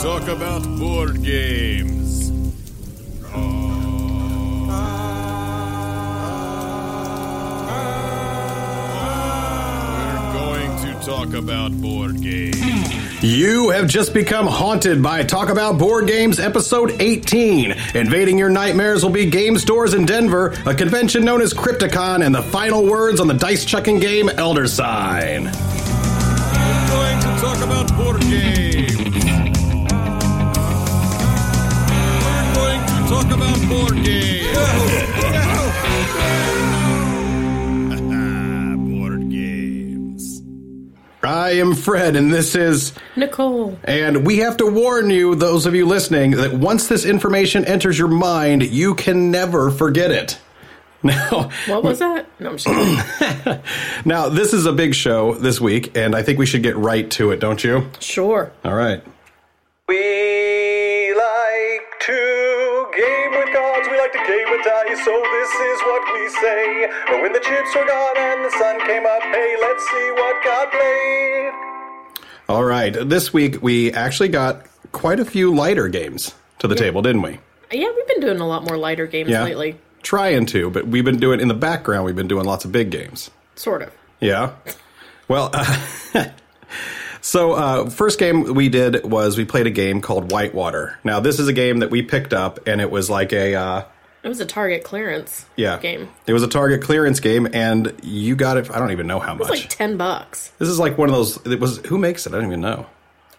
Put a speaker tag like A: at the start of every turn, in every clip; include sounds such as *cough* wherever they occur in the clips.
A: talk about board games. We're going to talk about board games.
B: You have just become haunted by Talk About Board Games Episode 18. Invading your nightmares will be game stores in Denver, a convention known as Crypticon, and the final words on the dice chucking game Elder Sign.
A: We're going to talk about board games. We're going to talk about board games. *laughs* board games.
B: I am Fred, and this is.
C: Nicole.
B: And we have to warn you, those of you listening, that once this information enters your mind, you can never forget it. *laughs* Now,
C: What was that? No, I'm
B: *clears throat*
C: just kidding.
B: now this is a big show this week, and I think we should get right to it, don't you?
C: sure.
B: All right.
D: We like to game with cards, we like to game with dice, so this is what we say. But when the chips were gone and the sun came up, hey, let's see what got played.
B: All right. This week we actually got quite a few lighter games to the table, didn't we?
C: Yeah, we've been doing a lot more lighter games lately.
B: Trying to, but we've been doing in the background. We've been doing lots of big games.
C: Sort of.
B: Yeah. *laughs* Well, uh, *laughs* so uh, first game we did was we played a game called Whitewater. Now this is a game that we picked up, and it was like a uh,
C: It was a target clearance
B: yeah
C: game.
B: It was a target clearance game, and you got it. I don't even know how much.
C: It's like 10 bucks.
B: this is like one of those. It was who makes it? I don't even know.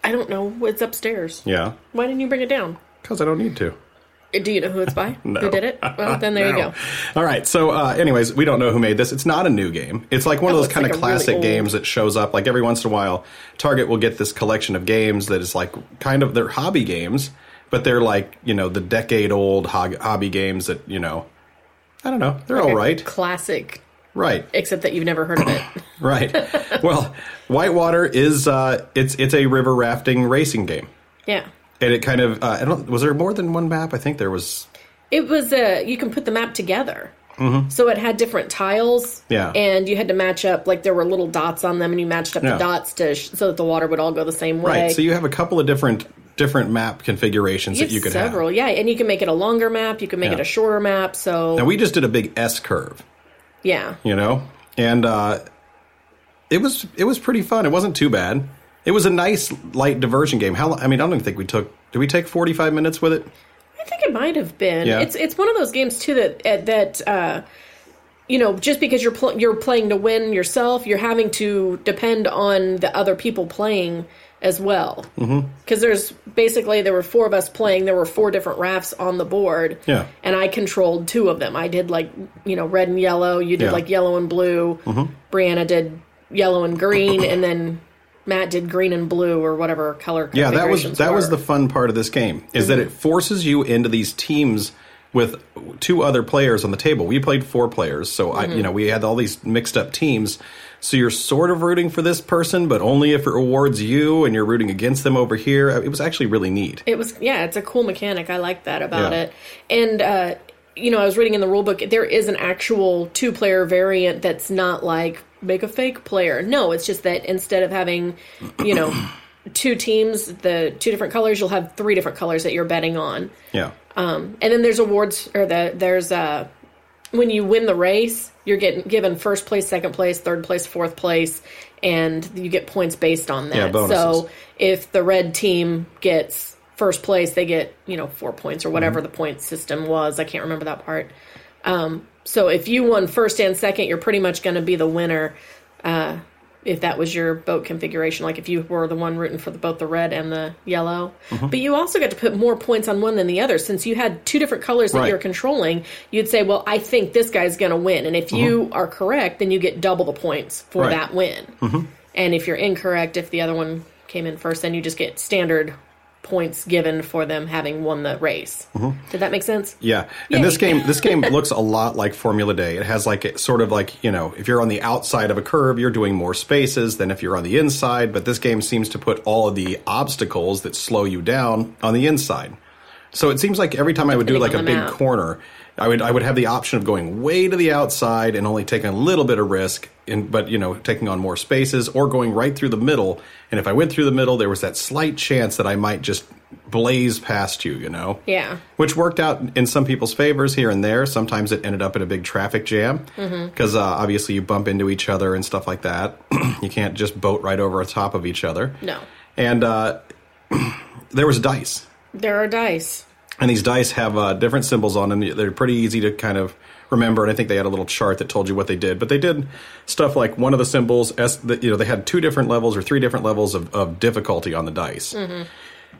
C: I don't know. It's upstairs.
B: Yeah,
C: Why didn't you bring it down?
B: because I don't need to.
C: Uh, Do you know who
B: *laughs*
C: it's by? Who did it? Well, then *laughs* there you
B: No.
C: go.
B: All right. So, uh, anyways, we don't know who made this. It's not a new game. It's like one
C: No,
B: of those
C: it's
B: kind
C: like
B: of
C: a really
B: classic
C: old-
B: games that shows up like every once in a while. Target will get this collection of games that is like kind of they're hobby games, but they're like you know the decade old hog- hobby games that you know. I don't know. They're all right.
C: Classic,
B: Right.
C: except that you've never heard of it.
B: *clears throat* Right. *laughs* well, Whitewater is uh, it's it's a river rafting racing game,
C: yeah.
B: and it kind of uh, I don't was there more than one map? I think there was.
C: It was a, you can put the map together. So it had different tiles.
B: Mm-hmm. Yeah.
C: And you had to match up, like there were little dots on them, and you matched up
B: Yeah.
C: the dots to sh- so that the water would all go the same way.
B: Right. So you have a couple of different different map configurations
C: You
B: that you could have.
C: several, yeah, and you can make it a longer map. You can make
B: Yeah.
C: it a shorter map. So
B: Now we just did a big S curve,
C: yeah,
B: you know, and uh, it was it was pretty fun. It wasn't too bad. It was a nice light diversion game. How lo- I mean, I don't even think we took. Did we take forty five minutes with it?
C: I think it might have been.
B: Yeah.
C: It's it's one of those games too that uh, that uh, you know just because you're pl- you're playing to win yourself, you're having to depend on the other people playing as well. Because mm-hmm. there's basically there were four of us playing. There were four different rafts on the board.
B: Yeah.
C: and I controlled two of them. I did like you know red and yellow. You did
B: Yeah. Mm-hmm.
C: like yellow and blue. Brianna did yellow and green, and then. Matt did green and blue or whatever color.
B: Yeah, that was
C: configurations
B: that was
C: were. Mm-hmm.
B: the fun part of this game is that it forces you into these teams with two other players on the table. We played four players, so
C: Mm-hmm.
B: I you know we had all these mixed up teams. So you're sort of rooting for this person, but only if it rewards you, and you're rooting against them over here. It was actually really neat.
C: It was yeah, it's a cool mechanic. I like that about
B: Yeah.
C: it. And uh, you know, I was reading in the rule book there is an actual two player variant that's not like make a fake player. No, it's just that instead of having, you know, two teams, the two different colors, you'll have three different colors that you're betting on.
B: Yeah.
C: Um, and then there's awards or the there's uh when you win the race, you're getting given first place, second place, third place, fourth place, and you get points based on that.
B: Yeah, bonuses.
C: So if the red team gets first place, they get you know four points or whatever
B: Mm-hmm.
C: the point system was. I can't remember that part. Um, so if you won first and second, you're pretty much going to be the winner. Uh, if that was your boat configuration, like if you were the one rooting for the, both the red and the yellow,
B: Mm-hmm.
C: but you also got to put more points on one than the other since you had two different colors that
B: Right.
C: you're controlling. You'd say, "Well, I think this guy's going to win," and if you are correct, then you get double the points for
B: Mm-hmm. Right. Mm-hmm.
C: that win. And if you're incorrect, if the other one came in first, then you just get standard points given for them having won the race.
B: Mm-hmm.
C: Did that make sense?
B: Yeah, and this
C: Yay.
B: game this game *laughs* looks a lot like Formula Day. It has like it sort of like you know if you're on the outside of a curve, you're doing more spaces than if you're on the inside. But this game seems to put all of the obstacles that slow you down on the inside. So it seems like every time I would do like
C: Depending
B: a
C: on the
B: big
C: map.
B: corner, I would I would have the option of going way to the outside and only taking a little bit of risk, in, but you know taking on more spaces, or going right through the middle. And if I went through the middle, there was that slight chance that I might just blaze past you. You know,
C: Yeah.
B: which worked out in some people's favors here and there. Sometimes it ended up in a big traffic jam
C: Mm-hmm.
B: because uh, obviously you bump into each other and stuff like that. *clears throat* you can't just boat right over the top of each other.
C: No.
B: And uh, *clears throat* there was dice,
C: There are dice.
B: and these dice have uh, different symbols on them. They're pretty easy to kind of remember. And I think they had a little chart that told you what they did. But they did stuff like one of the symbols, S, the, you know, they had two different levels or three different levels of, of difficulty on the dice.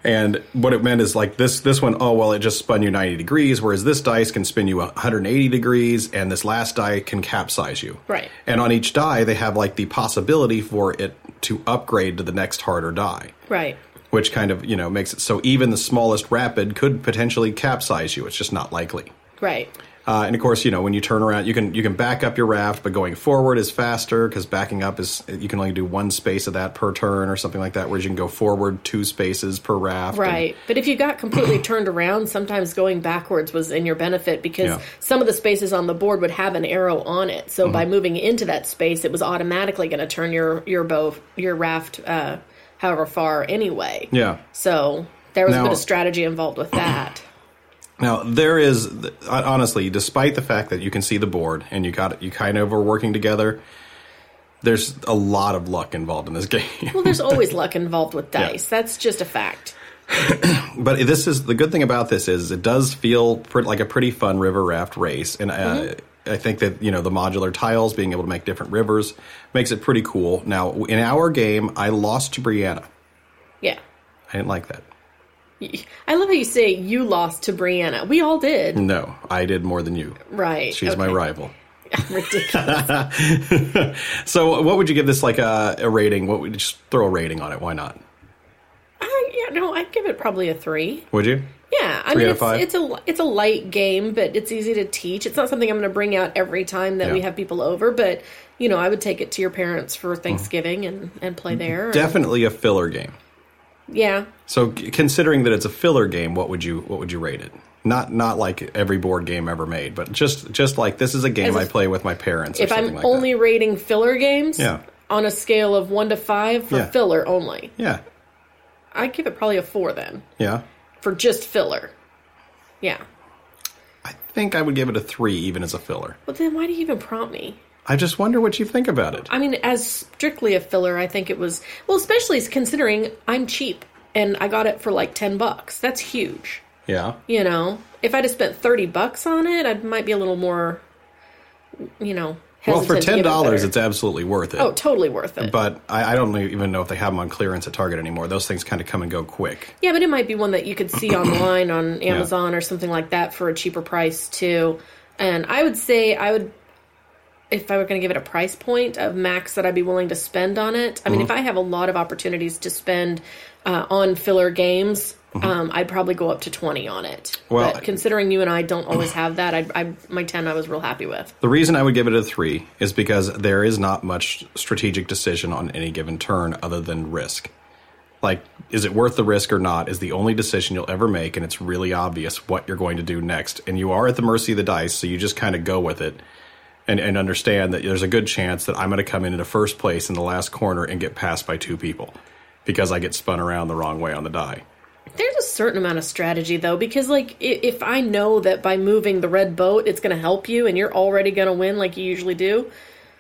B: And what it meant is like this this one, oh well, it just spun you 90 degrees, whereas this dice can spin you 180 degrees, and this last die can capsize you.
C: Right.
B: And on each die, they have like the possibility for it to upgrade to the next harder die
C: Right.
B: which kind of you know makes it so even the smallest rapid could potentially capsize you. It's just not likely.
C: Right.
B: Uh, and of course, you know when you turn around, you can you can back up your raft, but going forward is faster because backing up is you can only do one space of that per turn or something like that. Whereas you can go forward two spaces per raft. and-
C: Right. But if you
B: *clears throat*
C: got completely turned around, sometimes going backwards was in your benefit because
B: Yeah.
C: some of the spaces on the board would have an arrow on it. So by
B: Mm-hmm.
C: moving into that space, it was automatically going to turn your your bow your raft uh, however far anyway.
B: yeah.
C: So there was a
B: Now-
C: bit of strategy
B: *clears throat*
C: involved with that.
B: Now there is uh, honestly, despite the fact that you can see the board and you got you kind of are working together. There's a lot of luck involved in this *laughs* game.
C: Well, there's always luck involved with dice. That's just a fact.
B: but this is the good thing about this is it does feel pretty, like a pretty fun river raft race, and uh,
C: Mm-hmm.
B: I think that you know the modular tiles, being able to make different rivers, makes it pretty cool. Now, in our game, I lost to Brianna.
C: Yeah.
B: I didn't like that.
C: I love how you say you lost to Brianna. We all did.
B: No, I did more than you.
C: Right.
B: Mm. She's my
C: okay.
B: rival.
C: *laughs* Ridiculous.
B: So, uh, what would you give this like uh, a, a rating? What would just throw a rating on it? Why not?
C: I, yeah, no, I'd give it probably a three.
B: Would you?
C: Yeah, I
B: Three
C: mean,
B: out
C: it's,
B: of five?
C: it's a it's a light game, but it's easy to teach. It's not something I'm going to bring out every time that we
B: Yeah.
C: have people over, but you know, I would take it to your parents for Thanksgiving and
B: Mm-hmm.
C: and play there. or-
B: Definitely a filler game.
C: yeah,
B: So, c- considering that it's a filler game, what would you what would you rate it? Not not like every board game ever made, but just just like this is a game
C: As
B: I
C: if-
B: play with my parents. Or
C: if
B: something
C: I'm
B: like
C: only rating filler games,
B: Yeah.
C: on a scale of one to five for
B: Yeah.
C: filler only,
B: that.
C: I'd give it probably a four then
B: yeah yeah,
C: for just filler. Yeah.
B: I think I would give it a three even as a filler.
C: But then why do you even prompt me?
B: I just wonder what you think about it.
C: I mean, as strictly a filler, I think it was well, especially considering I'm cheap and I got it for like ten bucks. That's huge.
B: yeah,
C: You know, if I'd have spent thirty bucks on it, I might be a little more, you know.
B: well for
C: hesitant to give
B: ten
C: it
B: dollars,
C: better.
B: it's absolutely worth it.
C: oh, totally worth it.
B: but I, I don't even know if they have them on clearance at Target anymore. Those things kind of come and go quick.
C: yeah, but it might be one that you
B: *clears throat*
C: could see online on Amazon or something like that for a cheaper price too. And I would say I would. If I were going to give it a price point of max that I'd be willing to spend on it, I mean,
B: Mm-hmm.
C: if I have a lot of opportunities to spend uh, on filler games, um, I'd probably go up to twenty on it.
B: Mm-hmm. Well, I-
C: but considering you and
B: *clears throat*
C: I don't always have that, I, I my ten I was real happy with.
B: The reason I would give it a three is because there is not much strategic decision on any given turn other than risk. Like, is it worth the risk or not is the only decision you'll ever make, and it's really obvious what you're going to do next. And you are at the mercy of the dice, so you just kind of go with it and, and understand that there's a good chance that I'm going to come in into first place in the last corner and get passed by two people because I get spun around the wrong way on the die.
C: There's a certain amount of strategy though, because like i- if I know that by moving the red boat, it's going to help you, and you're already going to win like you usually do,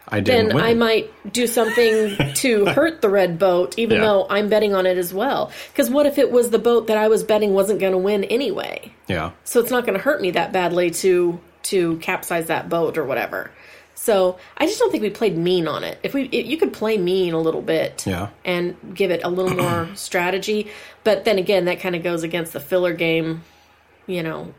B: I didn't
C: then
B: win.
C: I might do something
B: *laughs*
C: to hurt the red boat, even
B: Yeah.
C: though I'm betting on it as well. Because what if it was the boat that I was betting wasn't going to win anyway?
B: yeah.
C: So it's not going to hurt me that badly to to capsize that boat or whatever. So I just don't think we played mean on it. If we, it, you could play mean a little bit,
B: Yeah.
C: and give it
B: *clears throat*
C: a little more strategy. But then again, that kind of goes against the filler game. You know,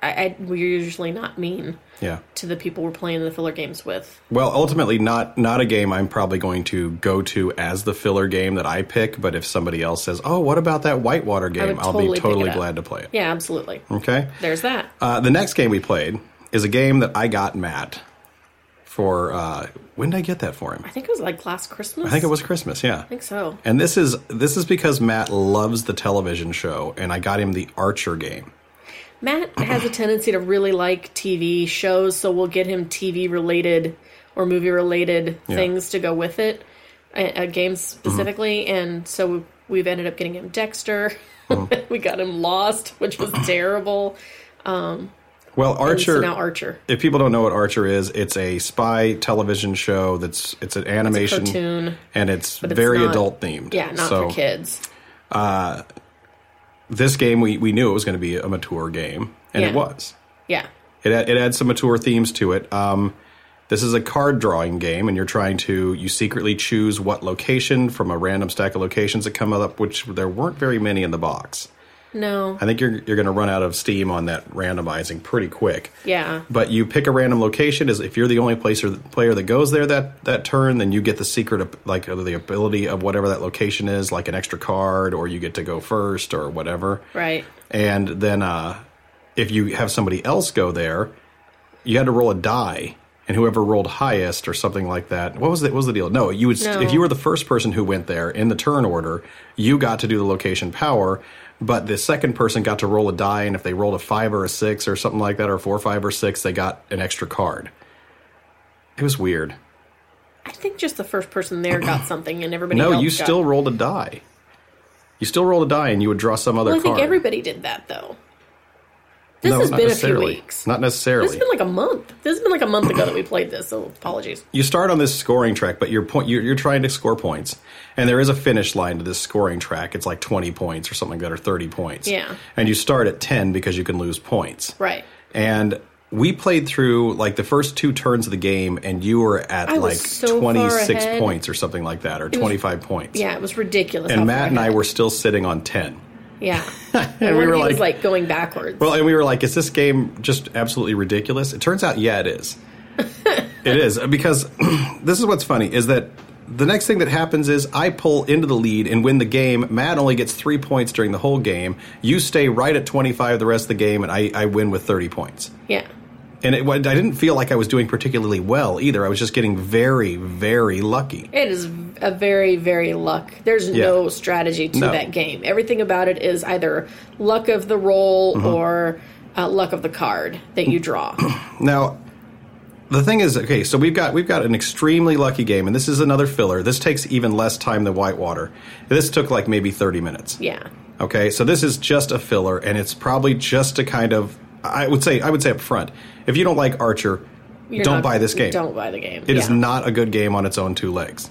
C: I, I we're usually not mean
B: Yeah.
C: to the people we're playing the filler games with.
B: Well, ultimately, not not a game I'm probably going to go to as the filler game that I pick. But if somebody else says, "Oh, what about that Whitewater game?"
C: would
B: I'll
C: totally
B: be
C: pick
B: totally
C: it up.
B: glad to play it.
C: Yeah, absolutely.
B: Okay.
C: There's that.
B: Uh, the next game we played is a game that I got Matt for uh, when did I get that for him?
C: I think it was like last Christmas.
B: I think it was Christmas. Yeah.
C: I think so.
B: And this is this is because Matt loves the television show, and I got him the Archer game.
C: Matt has a tendency to really like TV shows, so we'll get him TV related or movie related
B: Yeah.
C: things to go with it, uh, uh, games specifically.
B: Mm-hmm.
C: And so we- we've ended up getting him Dexter.
B: Mm-hmm.
C: *laughs* we got him Lost,
B: *clears throat*
C: which was terrible.
B: Well,
C: And
B: Archer.
C: So now Archer.
B: if people don't know what Archer is, it's a spy television show that's it's an animation
C: cartoon,
B: and it's
C: it's
B: very
C: not-
B: adult themed.
C: Yeah, not
B: so
C: for kids.
B: This game we, we knew it was going to be a mature game, and
C: Yeah.
B: it was.
C: Yeah.
B: It had- it adds some mature themes to it. Um, this is a card drawing game, and you're trying to you secretly choose what location from a random stack of locations that come up, which there weren't very many in the box.
C: No.
B: I think you're you're going to run out of steam on that randomizing pretty quick.
C: Yeah.
B: But you pick a random location. Is if you're the only placer, player that goes there that that turn, then you get the secret of like of the ability of whatever that location is, like an extra card, or you get to go first, or whatever.
C: Right.
B: And then uh, if you have somebody else go there, you had to roll a die, and whoever rolled highest or something like that. What was the, what was the deal? No, you would
C: No.
B: if you were the first person who went there in the turn order, you got to do the location power. But the second person got to roll a die, and if they rolled a five or a six or something like that, or four, five, or six, they got an extra card. It was weird.
C: I think just the first person
B: *clears throat*
C: there got something, and everybody.
B: No,
C: else
B: you
C: got-
B: still rolled a die. You still rolled a die, and you would draw some other
C: Well, I think
B: card.
C: everybody did that though. This
B: no,
C: has
B: not
C: been a few
B: necessarily.
C: weeks.
B: Not necessarily.
C: This has been like a month. This has been like a month ago that we played this. So apologies.
B: you start on this scoring track, but your point you're, you're trying to score points, and there is a finish line to this scoring track. It's like twenty points or something like that, or thirty points.
C: Yeah.
B: and you start at ten because you can lose points.
C: Right.
B: And we played through like the first two turns of the game, and you were at
C: I was
B: like
C: so far
B: twenty six
C: ahead.
B: points or something like that, or twenty five points.
C: Yeah, it was ridiculous. how
B: and
C: far
B: Matt and I
C: ahead.
B: were still sitting on ten.
C: Yeah.
B: And
C: One
B: *laughs* we
C: of
B: were
C: you was
B: like,
C: like going backwards.
B: Well, and we were like, is this game just absolutely ridiculous? It turns out, yeah, it is. it is because *clears throat* this is what's funny is that the next thing that happens is I pull into the lead and win the game. Matt only gets three points during the whole game. You stay right at twenty five the rest of the game, and I, I win with thirty points.
C: yeah.
B: And it, I didn't feel like I was doing particularly well either. I was just getting very, very lucky.
C: It is a very, very luck. There's
B: Yeah.
C: no strategy to
B: No.
C: that game. Everything about it is either luck of the roll
B: Mm-hmm.
C: or uh, luck of the card
B: *clears throat*
C: that you draw.
B: Now, the thing is, okay, so we've got we've got an extremely lucky game, and this is another filler. This takes even less time than Whitewater. This took like maybe thirty minutes.
C: yeah.
B: Okay, so this is just a filler, and it's probably just to kind of I would say I would say up front, if you don't like Archer,
C: You're
B: don't
C: not-
B: buy this game.
C: Don't buy the game.
B: It is
C: Yeah.
B: not a good game on its own two legs.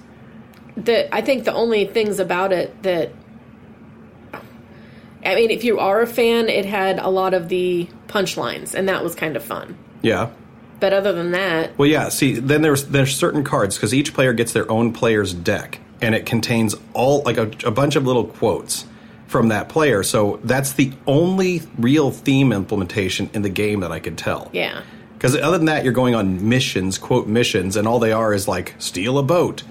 C: the I think the only things about it that I mean, if you are a fan, it had a lot of the punchlines, and that was kind of fun.
B: Yeah.
C: But other than that,
B: Well, yeah. See, then there's there's certain cards because each player gets their own player's deck, and it contains all like a, a bunch of little quotes from that player. So that's the only real theme implementation in the game that I could tell.
C: yeah,
B: Because other than that, you're going on missions, quote missions, and all they are is like steal a boat,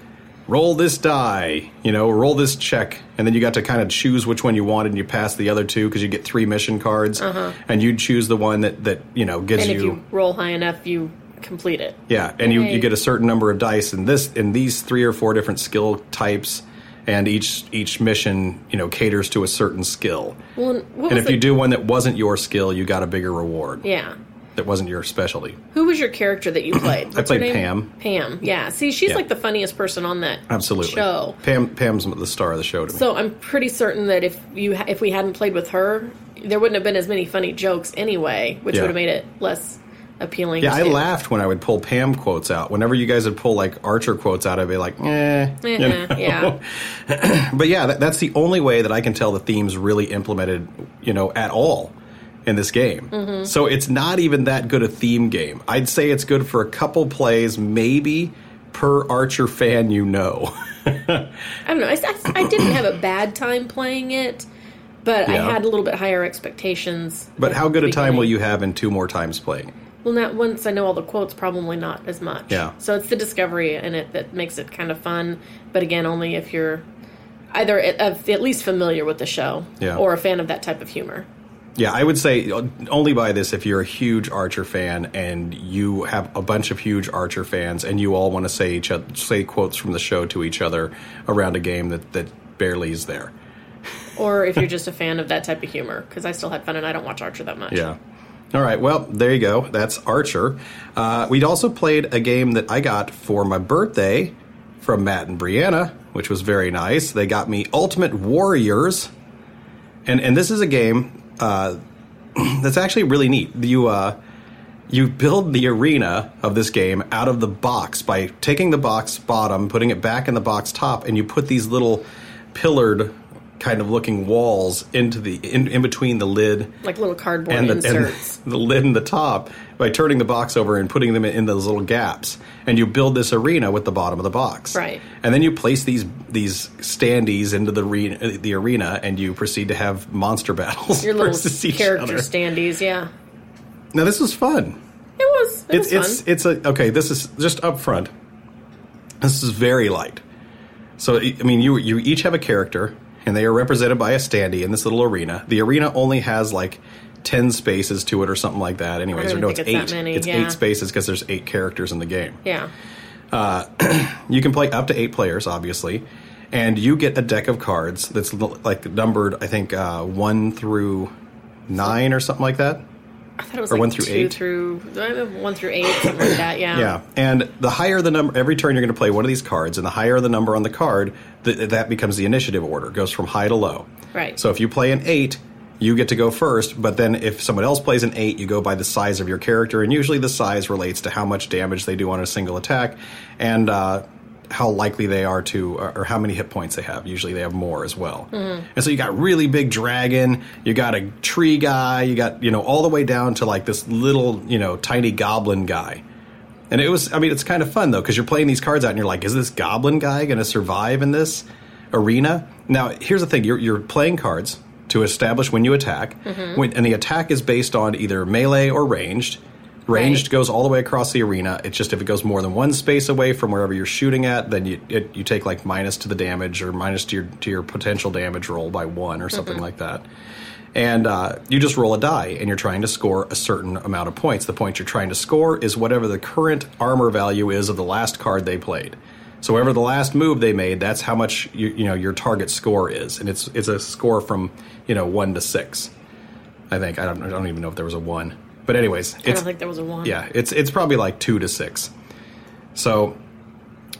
B: roll this die, you know, roll this check, and then you got to kind of choose which one you wanted, and you pass the other two because you get three mission cards, and you choose the one that that you know gives
C: Uh-huh. and if you roll high enough, you complete it.
B: yeah, and you,
C: Yay.
B: you get a certain number of dice in this in these three or four different skill types, and each each mission you know caters to a certain skill.
C: Well, and what
B: and
C: was
B: if
C: the,
B: you do one that wasn't your skill, you got a bigger reward.
C: yeah.
B: that wasn't your specialty.
C: Who was your character
B: *coughs*
C: that you played? What's her
B: played
C: name? Pam. Yeah. See, she's
B: Yeah.
C: like the funniest person on that
B: Absolutely,
C: show.
B: Pam Pam's the star of the show to me.
C: So I'm pretty certain that if you ha- if we hadn't played with her, there wouldn't have been as many funny jokes anyway, which
B: Yeah.
C: would have made it less appealing.
B: yeah, I
C: to-
B: laughed when I would pull Pam quotes out. Whenever you guys would pull like Archer quotes out, I'd be like, eh. you know?
C: Eh,
B: *laughs*
C: yeah.
B: But yeah, that, that's the only way that I can tell the themes really implemented, you know, at all in this game. So it's not even that good a theme game. I'd say it's good for a couple plays, maybe per Archer fan you know. *laughs*
C: I don't know. I, I- I didn't have a bad time playing it, but
B: Yeah.
C: I had a little bit higher expectations.
B: But
C: at
B: how
C: the
B: good a time will
C: beginning.
B: you have in two more times playing?
C: Well, not once I know all the quotes, probably not as much.
B: Yeah.
C: So it's the discovery in it that makes it kind of fun. But again, only if you're either at, of- at least familiar with the show
B: Yeah.
C: or a fan of that type of humor.
B: Yeah, I would say only buy this if you're a huge Archer fan and you have a bunch of huge Archer fans and you all want to say each other, say quotes from the show to each other around a game that that barely is there.
C: or if you're just a fan of that type of humor, because I still had fun and I don't watch Archer that much.
B: Yeah. All right. Well, there you go. That's Archer. Uh, we'd also played a game that I got for my birthday from Matt and Brianna, which was very nice. They got me Ultimate Warriors, and and this is a game uh, *clears throat* that's actually really neat. You uh, you build the arena of this game out of the box by taking the box bottom, putting it back in the box top, and you put these little pillared kind of looking walls into the in, in between the lid
C: Like little cardboard
B: and the, and
C: inserts.
B: *laughs* the lid and the top by turning the box over and putting them in those little gaps and you build this arena with the bottom of the box
C: Right.
B: and then you place these these standees into the re- uh, the arena and you proceed to have monster *laughs* battles
C: Your little
B: versus each
C: character
B: other.
C: standees, yeah.
B: now this was fun
C: It was. It
B: it's
C: was fun.
B: it's it's a okay this is just up front this is very light so i I mean you you each have a character and they are represented by a standee in this little arena the arena only has like 10 spaces to it or something like that anyways or
C: even
B: no it's
C: think
B: eight
C: it's that many,
B: it's
C: yeah.
B: eight spaces because there's eight characters in the game
C: yeah.
B: you can play up to eight players, obviously, and you get a deck of cards that's l- like numbered, I think, uh, one through nine or something like that.
C: I thought it was
B: Or
C: like
B: one through
C: two
B: eight?
C: through uh, one through eight, something like that. Yeah.
B: Yeah, and the higher the number, every turn you're going to play one of these cards, and the higher the number on the card, th- that becomes the initiative order. It goes from high to low.
C: Right.
B: So if you play an eight, you get to go first, but then if someone else plays an eight, you go by the size of your character, and usually the size relates to how much damage they do on a single attack, and uh, how likely they are to, or or how many hit points they have. Usually they have more as well. And so you got really big dragon, you got a tree guy, you got you know all the way down to like this little you know tiny goblin guy. And it was, I mean, it's kind of fun though, because you're playing these cards out and you're like, is this goblin guy going to survive in this arena? Now, here's the thing you're, you're playing cards to establish when you attack, when, and the attack is based on either melee or ranged. Ranged
C: Right.
B: goes all the way across the arena. It's just if it goes more than one space away from wherever you're shooting at, then you it, you take like minus to the damage or minus to your to your potential damage roll by one or
C: Mm-hmm.
B: something like that. And uh, you just roll a die, and you're trying to score a certain amount of points. The point you're trying to score is whatever the current armor value is of the last card they played. So whatever the last move they made, that's how much you, you know your target score is, and it's it's a score from you know one to six. I think I don't I don't even know if there was a one, but anyways,
C: I
B: it's
C: don't think there was a one.
B: yeah, it's it's probably like two to six. So,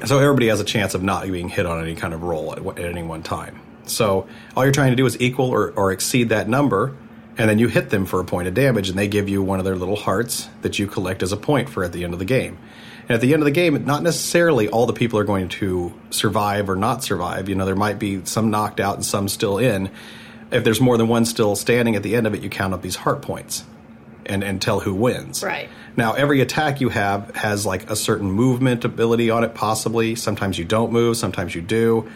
B: so everybody has a chance of not being hit on any kind of roll at, at any one time. So all you're trying to do is equal or, or exceed that number, and then you hit them for a point of damage, and they give you one of their little hearts that you collect as a point for at the end of the game. And at the end of the game, not necessarily all the people are going to survive or not survive. You know, there might be some knocked out and some still in. If there's more than one still standing at the end of it, you count up these heart points and, and tell who wins.
C: Right.
B: Now, every attack you have has like a certain movement ability on it, possibly. Sometimes you don't move, sometimes you do.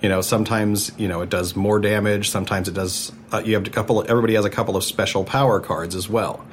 B: You know, sometimes, you know, it does more damage, sometimes it does. Uh, you have a couple, everybody has a couple of special power cards as well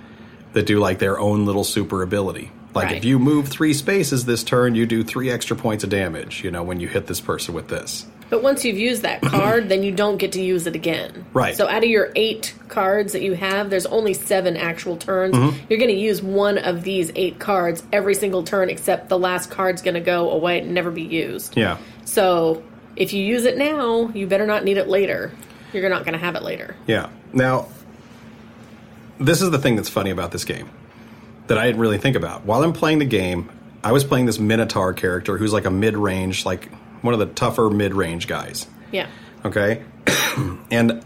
B: that do like their own little super ability. Like
C: Right.
B: if you move three spaces this turn, you do three extra points of damage, you know, when you hit this person with this.
C: But once you've used that card, then you don't get to use it again.
B: Right.
C: So out of your eight cards that you have, there's only seven actual turns.
B: Mm-hmm.
C: You're going to use one of these eight cards every single turn, except the last card's going to go away and never be used.
B: Yeah.
C: So if you use it now, you better not need it later. You're not going to have it later.
B: Yeah. Now, this is the thing that's funny about this game that I didn't really think about. While I'm playing the game, I was playing this Minotaur character who's like a mid range, like one of the tougher mid range guys.
C: Yeah.
B: Okay? *clears throat* and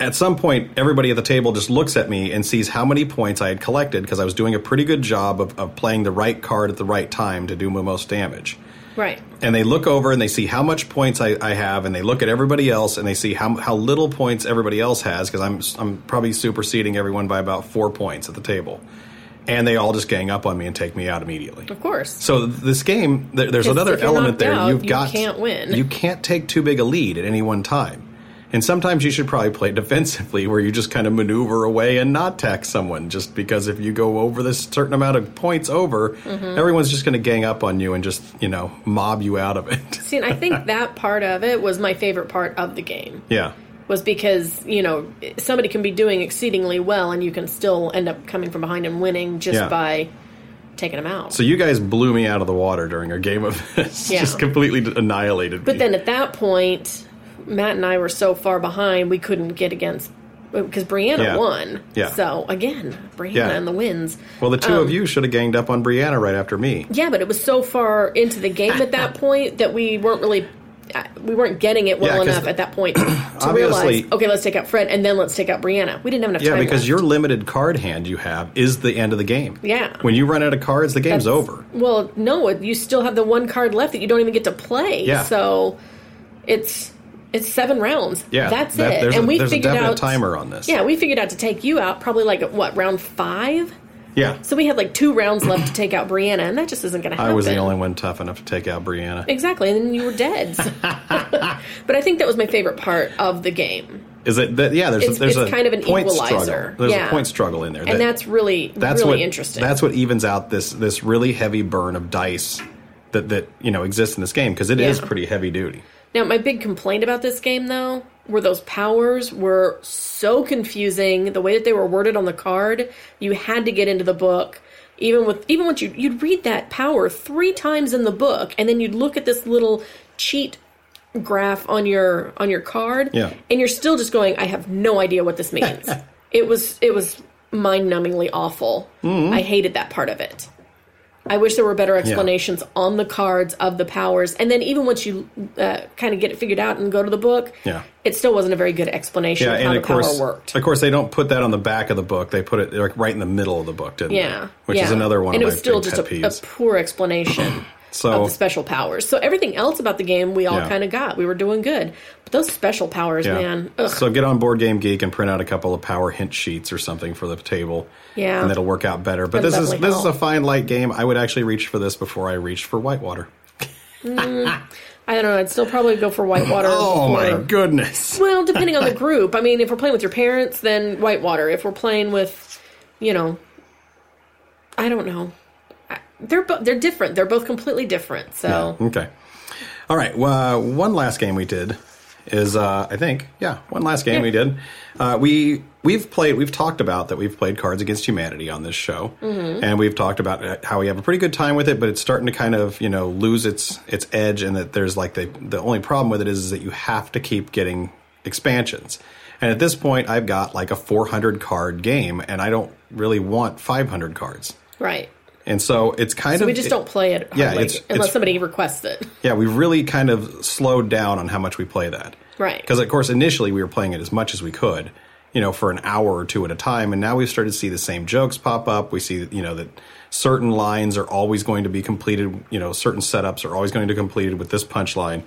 B: at some point, everybody at the table just looks at me and sees how many points I had collected because I was doing a pretty good job of, of playing the right card at the right time to do my most damage
C: Right.
B: and they look over and they see how much points I, I have, and they look at everybody else and they see how how little points everybody else has because I'm I'm probably superseding everyone by about four points at the table, and they all just gang up on me and take me out immediately.
C: Of course.
B: So this game, there, there's
C: 'Cause
B: another
C: if you're
B: element
C: knocked
B: there.
C: out,
B: You've
C: you
B: got
C: can't win.
B: You can't take too big a lead at any one time. And sometimes you should probably play defensively, where you just kind of maneuver away and not tax someone. Just because if you go over this certain amount of points over,
C: Mm-hmm.
B: everyone's just going to gang up on you and just you know mob you out of it. *laughs*
C: See, and I think that part of it was my favorite part of the game.
B: yeah,
C: was because you know somebody can be doing exceedingly well and you can still end up coming from behind and winning just
B: Yeah.
C: by taking them out.
B: So you guys blew me out of the water during our game of this.
C: Yeah.
B: Just completely d- annihilated
C: but
B: me.
C: then at that point, Matt and I were so far behind we couldn't get against because Brianna
B: Yeah.
C: won.
B: Yeah.
C: So again, Brianna
B: Yeah.
C: and the wins.
B: well, the two
C: um,
B: of you should have ganged up on Brianna right after me.
C: Yeah, but it was so far into the game at that point that we weren't really uh, we weren't getting it well
B: Yeah, 'cause
C: enough
B: the-
C: at
B: *coughs*
C: that point to
B: Obviously-
C: realize okay, let's take out Fred and then let's take out Brianna. We didn't have enough
B: Yeah,
C: time.
B: because
C: left.
B: your limited card hand you have is the end of the game.
C: Yeah.
B: When you run out of cards, the game's
C: That's-
B: over.
C: Well, no, you still have the one card left that you don't even get to play.
B: Yeah.
C: So it's it's seven rounds.
B: Yeah.
C: that's
B: that-
C: it.
B: There's
C: and
B: a,
C: we
B: there's
C: figured
B: a definite
C: out
B: timer on this.
C: Yeah, we figured out to take you out probably like at what round five.
B: Yeah.
C: So we had like two rounds left to take out Brianna, and that just isn't going to happen.
B: I was the only one tough enough to take out Brianna.
C: Exactly, and then you
B: *laughs*
C: were dead. *laughs* So- but I think that was my favorite part of the game,
B: Is it that? Yeah, there's
C: It's-
B: a, there's
C: it's
B: a
C: kind of an
B: point
C: equalizer.
B: struggle. There's
C: Yeah.
B: a point struggle in there,
C: and
B: That-
C: that's really
B: that's
C: really
B: what
C: interesting.
B: that's what evens out this this really heavy burn of dice that that you know exists in this game because it is
C: Yeah.
B: pretty heavy duty.
C: Now, my big complaint about this game, though, were those powers were so confusing. The way that they were worded on the card, you had to get into the book. Even with even once you you'd read that power three times in the book, and then you'd look at this little cheat graph on your on your card,
B: Yeah.
C: and you're still just going, I have no idea what this means. it was it was mind numbingly awful. I hated that part of it. I wish there were better explanations on the cards of the powers. And then even once you uh, kind of get it figured out and go to the book,
B: Yeah.
C: it still wasn't a very good explanation
B: Yeah,
C: of how
B: and
C: the
B: of course,
C: power worked.
B: of course, they don't put that on the back of the book. They put it like right in the middle of the book, didn't
C: yeah,
B: they? Which is
C: yeah.
B: another one
C: And
B: of
C: it
B: my
C: was still
B: big
C: just
B: pet
C: a, a
B: peeves.
C: poor
B: *clears throat*
C: explanation of
B: so
C: the special powers. So everything else about the game we all
B: Yeah.
C: kind of got. We were doing good, but those special powers,
B: yeah.
C: man. Ugh.
B: So get on Board Game Geek and print out a couple of power hint sheets or something for the table.
C: Yeah.
B: and that'll work out better. But
C: That'll
B: this is
C: definitely
B: this is a
C: help.
B: fine light game. I would actually reach for this before I reached for Whitewater.
C: I don't know. I'd still probably go for
B: *clears throat*
C: Whitewater.
B: Oh my
C: before-
B: goodness!
C: Well,
B: *laughs*
C: depending on the group. I mean, if we're playing with your parents, then Whitewater. If we're playing with, you know, I don't know. I- They're bo- they're different. They're both completely different. So
B: Okay. All right. Well, uh, one last game we did is uh, I think yeah, one last game
C: Yeah.
B: we did. Uh, we we've played we've talked about that we've played Cards Against Humanity on this show,
C: Mm-hmm.
B: and we've talked about uh, how we have a pretty good time with it, but it's starting to kind of you know lose its its edge, and that there's like the the only problem with it is, is that you have to keep getting expansions. And at this point, I've got like a 400 card game, and I don't really want 500 cards.
C: right,
B: And so it's kind of
C: we just
B: it-
C: don't play it.
B: Yeah,
C: hardly,
B: it's- it's-
C: unless somebody requests it.
B: yeah, we really kind of slowed down on how much we play that.
C: Right.
B: Because, of course, initially we were playing it as much as we could, you know, for an hour or two at a time. And now we've started to see the same jokes pop up. We see, you know, that certain lines are always going to be completed, you know, certain setups are always going to be completed with this punchline.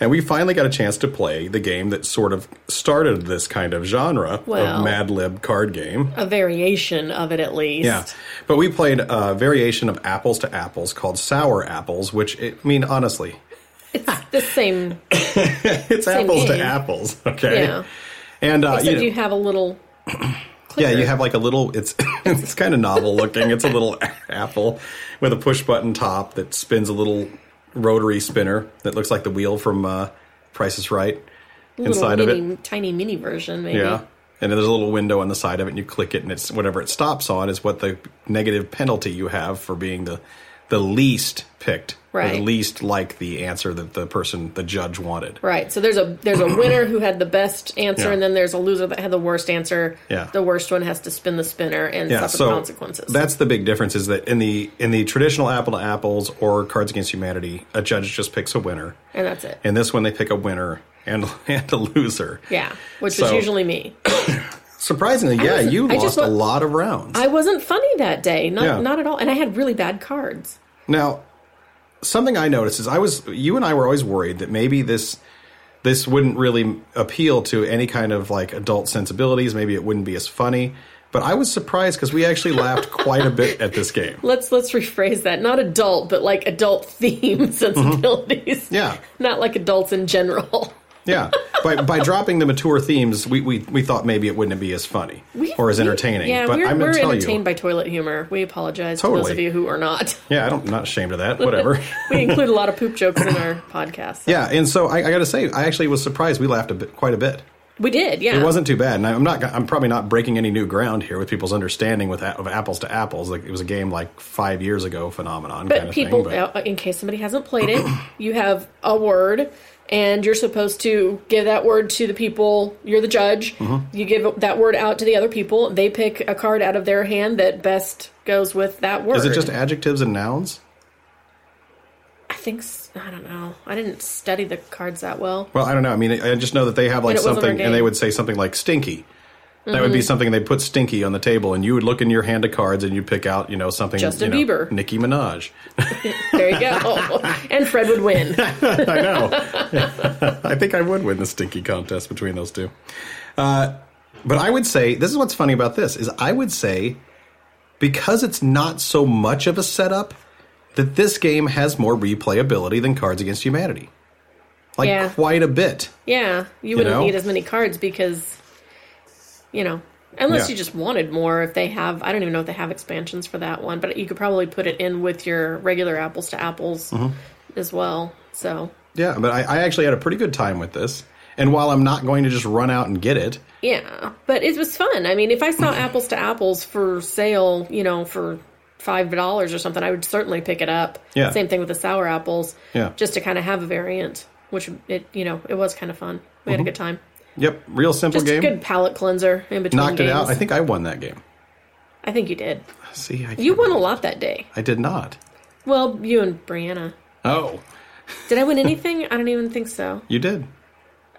B: And we finally got a chance to play the game that sort of started this kind of genre
C: Well.
B: of Mad Lib card game.
C: A variation of it, at least.
B: Yeah, but we played a variation of apples to apples called Sour Apples, which it, I mean, honestly,
C: it's the same.
B: it's apples
C: game.
B: to apples. Okay.
C: Yeah.
B: And uh, you,
C: Except
B: know-
C: you have a little.
B: yeah,
C: clicker.
B: you have like a little. It's *laughs* it's kind of novel looking. It's a little *laughs* apple with a push button top that spins a little rotary spinner that looks like the wheel from uh, Price is Right
C: little
B: inside of it.
C: mini- tiny mini version. Maybe.
B: Yeah. And then there's a little window on the side of it, and you click it, and it's whatever it stops on is what the negative penalty you have for being the the least picked, or the
C: Right.
B: least like the answer that the person, the judge wanted.
C: Right. So there's a there's a winner who had the best answer,
B: Yeah.
C: and then there's a loser that had the worst answer.
B: Yeah.
C: The worst one has to spin the spinner and
B: yeah,
C: suffer
B: so
C: consequences.
B: That's the big difference is that in the in the traditional apple to apples or Cards Against Humanity, a judge just picks a winner.
C: and that's it.
B: And this one they pick a winner and *laughs* and a loser.
C: yeah. Which was
B: So-
C: usually me.
B: Surprisingly, yeah,
C: wasn't-
B: you
C: I just
B: lost a
C: wa-
B: lot of rounds.
C: I wasn't funny that day. Not
B: Yeah.
C: not at all. And I had really bad cards.
B: now, something I noticed is I was you and I were always worried that maybe this this wouldn't really appeal to any kind of like adult sensibilities, maybe it wouldn't be as funny. But I was surprised because we actually laughed quite a bit at this game.
C: Let's let's rephrase that. Not adult, but like adult *laughs* theme sensibilities.
B: Mm-hmm. Yeah.
C: Not like adults in general. *laughs*
B: Yeah, by by dropping the mature themes, we, we, we thought maybe it wouldn't be as funny or as entertaining.
C: yeah,
B: but
C: we're,
B: I'm
C: we're
B: going to tell
C: entertained
B: you,
C: by toilet humor. We apologize to those
B: Totally.
C: of you who are not. *laughs*
B: yeah, I don't, I'm not ashamed of that. Whatever.
C: we include a
B: *laughs*
C: lot of poop jokes in our podcast.
B: yeah, and so I, I got to say, I actually was surprised. We laughed a bit, quite a bit.
C: We did, yeah.
B: It wasn't too bad, and I'm not. I'm probably not breaking any new ground here with people's understanding with of apples to apples. Like it was a game like five years ago phenomenon.
C: But
B: kind of
C: people,
B: thing,
C: uh, in case somebody hasn't played it, *clears throat* you have a word, and you're supposed to give that word to the people. You're the judge.
B: Mm-hmm.
C: You give that word out to the other people. They pick a card out of their hand that best goes with that word.
B: is it just adjectives and nouns?
C: I think s- I don't know. I didn't study the cards that well.
B: Well, I don't know. I mean, I I just know that they have like
C: And it wasn't
B: something,
C: their
B: and they
C: game. Mm-hmm.
B: would say something like stinky. That would be something they put stinky on the table, and you would look in your hand of cards, and you pick out, you know, something.
C: Justin
B: you know,
C: Bieber.
B: Nicki Minaj.
C: There
B: *laughs*
C: you go. and Fred would win.
B: I know. *laughs* I think I would win the stinky contest between those two. Uh, but I would say this is what's funny about this is I would say because it's not so much of a setup that this game has more replayability than Cards Against Humanity, like
C: Yeah.
B: quite a bit.
C: Yeah, you wouldn't
B: know?
C: need as many cards because, you know, unless
B: Yeah.
C: you just wanted more. If they have, I don't even know if they have expansions for that one, but you could probably put it in with your regular apples to apples
B: Mm-hmm.
C: as well. So
B: Yeah, but I, I actually had a pretty good time with this. And while I'm not going to just run out and get it,
C: yeah, but it was fun. I mean, if
B: *clears throat*
C: I saw apples to apples for sale, you know, for five dollars or something, I would certainly pick it up.
B: Yeah.
C: Same thing with the sour apples.
B: Yeah.
C: Just to kind of have a variant, which it you know it was kind of fun. We had a good time.
B: yep, real simple
C: Just
B: Mm-hmm. game.
C: a good palate cleanser in between
B: Knocked
C: games.
B: it out. I think I won that game.
C: I think you did.
B: See, I
C: You
B: can't-
C: won a lot that day.
B: I did not.
C: Well, you and Brianna.
B: Oh,
C: Did I win anything? I don't even think so.
B: you did.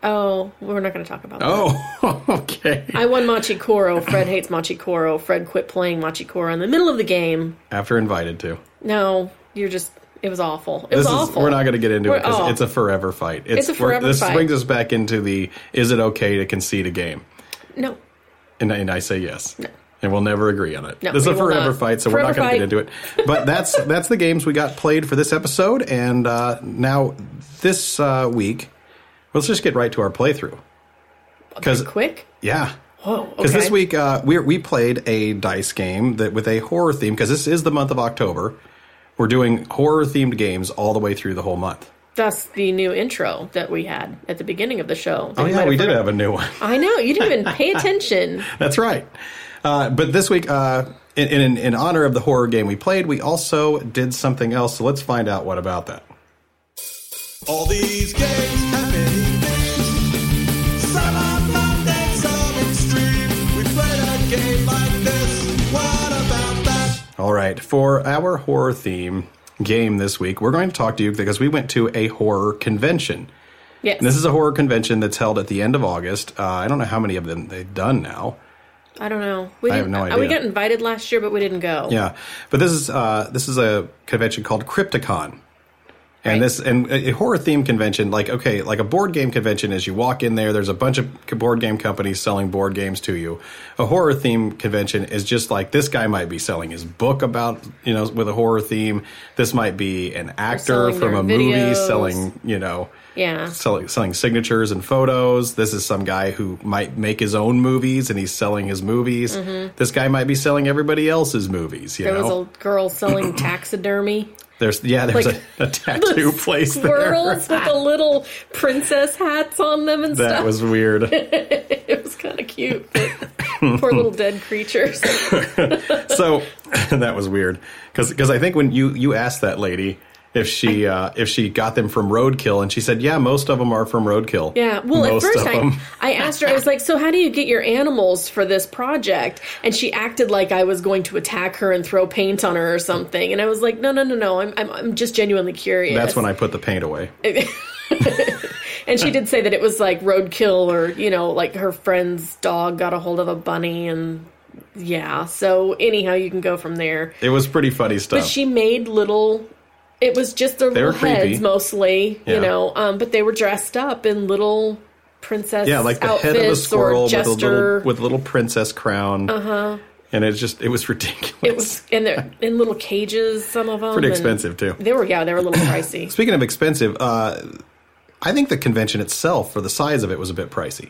C: Oh, we're not going to talk about that.
B: Oh, *laughs* okay.
C: I won Machi Koro. Fred hates Machi Koro. Fred quit playing Machi Koro in the middle of the game.
B: After invited to.
C: No, you're just. It was awful. It
B: This
C: was
B: is
C: awful.
B: we're not going to get into it
C: We're-
B: 'cause
C: oh.
B: it's a forever fight. It's,
C: It's a
B: we're-
C: forever
B: This
C: fight.
B: brings us back into the is it okay to concede a game?
C: No.
B: And, and I say yes. And we'll never agree on it.
C: No,
B: this is
C: we
B: a
C: will
B: forever
C: not.
B: fight, so we're not
C: Forever
B: going to get into
C: fight.
B: it. But that's
C: *laughs*
B: that's the games we got played for this episode. And uh, now this uh, week, let's just get right to our playthrough. Because
C: Quick?
B: yeah,
C: Whoa. Okay.
B: because this week uh, we we played a dice game that with a horror theme. Because this is the month of October, we're doing horror themed games all the way through the whole month.
C: That's the new intro that we had at the beginning of the show.
B: Oh yeah, we did have a new one.
C: I know. You didn't even
B: *laughs*
C: pay attention.
B: That's right. Uh, but this week, uh, in, in in honor of the horror game we played, we also did something else. So let's find out what about that.
E: All these games have many things. Some are fun and some extreme. We played a game like this. What about that?
A: Oh
B: All right, for our horror theme game this week, we're going to talk to you because we went to a horror convention.
C: Yes.
B: And this is a horror convention that's held at the end of August. Uh, I don't know how many of them they've done now.
C: I don't know. We
B: I have
C: didn't- uh,
B: no
C: We
B: idea.
C: got invited last year, but we didn't go.
B: Yeah, but this is uh, this is a convention called Crypticon, and
C: Right.
B: this and a a horror theme convention. Like okay, like a board game convention is you walk in there, there's a bunch of c- board game companies selling board games to you. A horror theme convention is just like this guy might be selling his book about you know with a horror theme. This might be an actor
C: selling
B: from
C: their
B: a movie
C: videos.
B: selling you know
C: Yeah.
B: selling selling signatures and photos. This is some guy who might make his own movies and he's selling his movies. This guy might be selling everybody else's movies. You
C: Mm-hmm. There
B: know,
C: was a girl
B: *clears throat*
C: selling taxidermy.
B: there's yeah, there's
C: like,
B: a, a tattoo *laughs* place there.
C: squirrels with the little princess hats on them and
B: That
C: stuff.
B: was
C: *laughs*
B: weird.
C: it was kind of cute. but Poor little dead
B: *laughs*
C: creatures.
B: so *laughs* that was weird because I think when you you asked that lady if she uh, if she got them from roadkill and she said yeah most of them are from roadkill
C: Yeah. Well,
B: Most
C: at first
B: of
C: *laughs*
B: 'em.
C: I, I asked her, I was like, so how do you get your animals for this project? And she acted like I was going to attack her and throw paint on her or something. And I was like, no, no, no, no. I'm, I'm, I'm just genuinely curious.
B: that's when I put the paint away
C: And she did say that it was like roadkill or, you know, like her friend's dog got a hold of a bunny and yeah. So anyhow, you can go from there.
B: it was pretty funny stuff
C: But she made little. It was just their
B: were
C: little heads
B: creepy.
C: mostly,
B: Yeah.
C: you know. Um, but they were dressed up in little princess
B: Yeah, like the
C: outfits
B: head of a
C: or
B: squirrel with a
C: jester.
B: little with a little princess crown. Uh huh. And it just it was *laughs* ridiculous.
C: Uh-huh. it was and they're in little cages. Some of them
B: pretty
C: and
B: expensive too.
C: They were yeah, they were a little
B: *clears throat*
C: pricey.
B: Speaking of expensive, uh, I think the convention itself, for the size of it, was a bit pricey.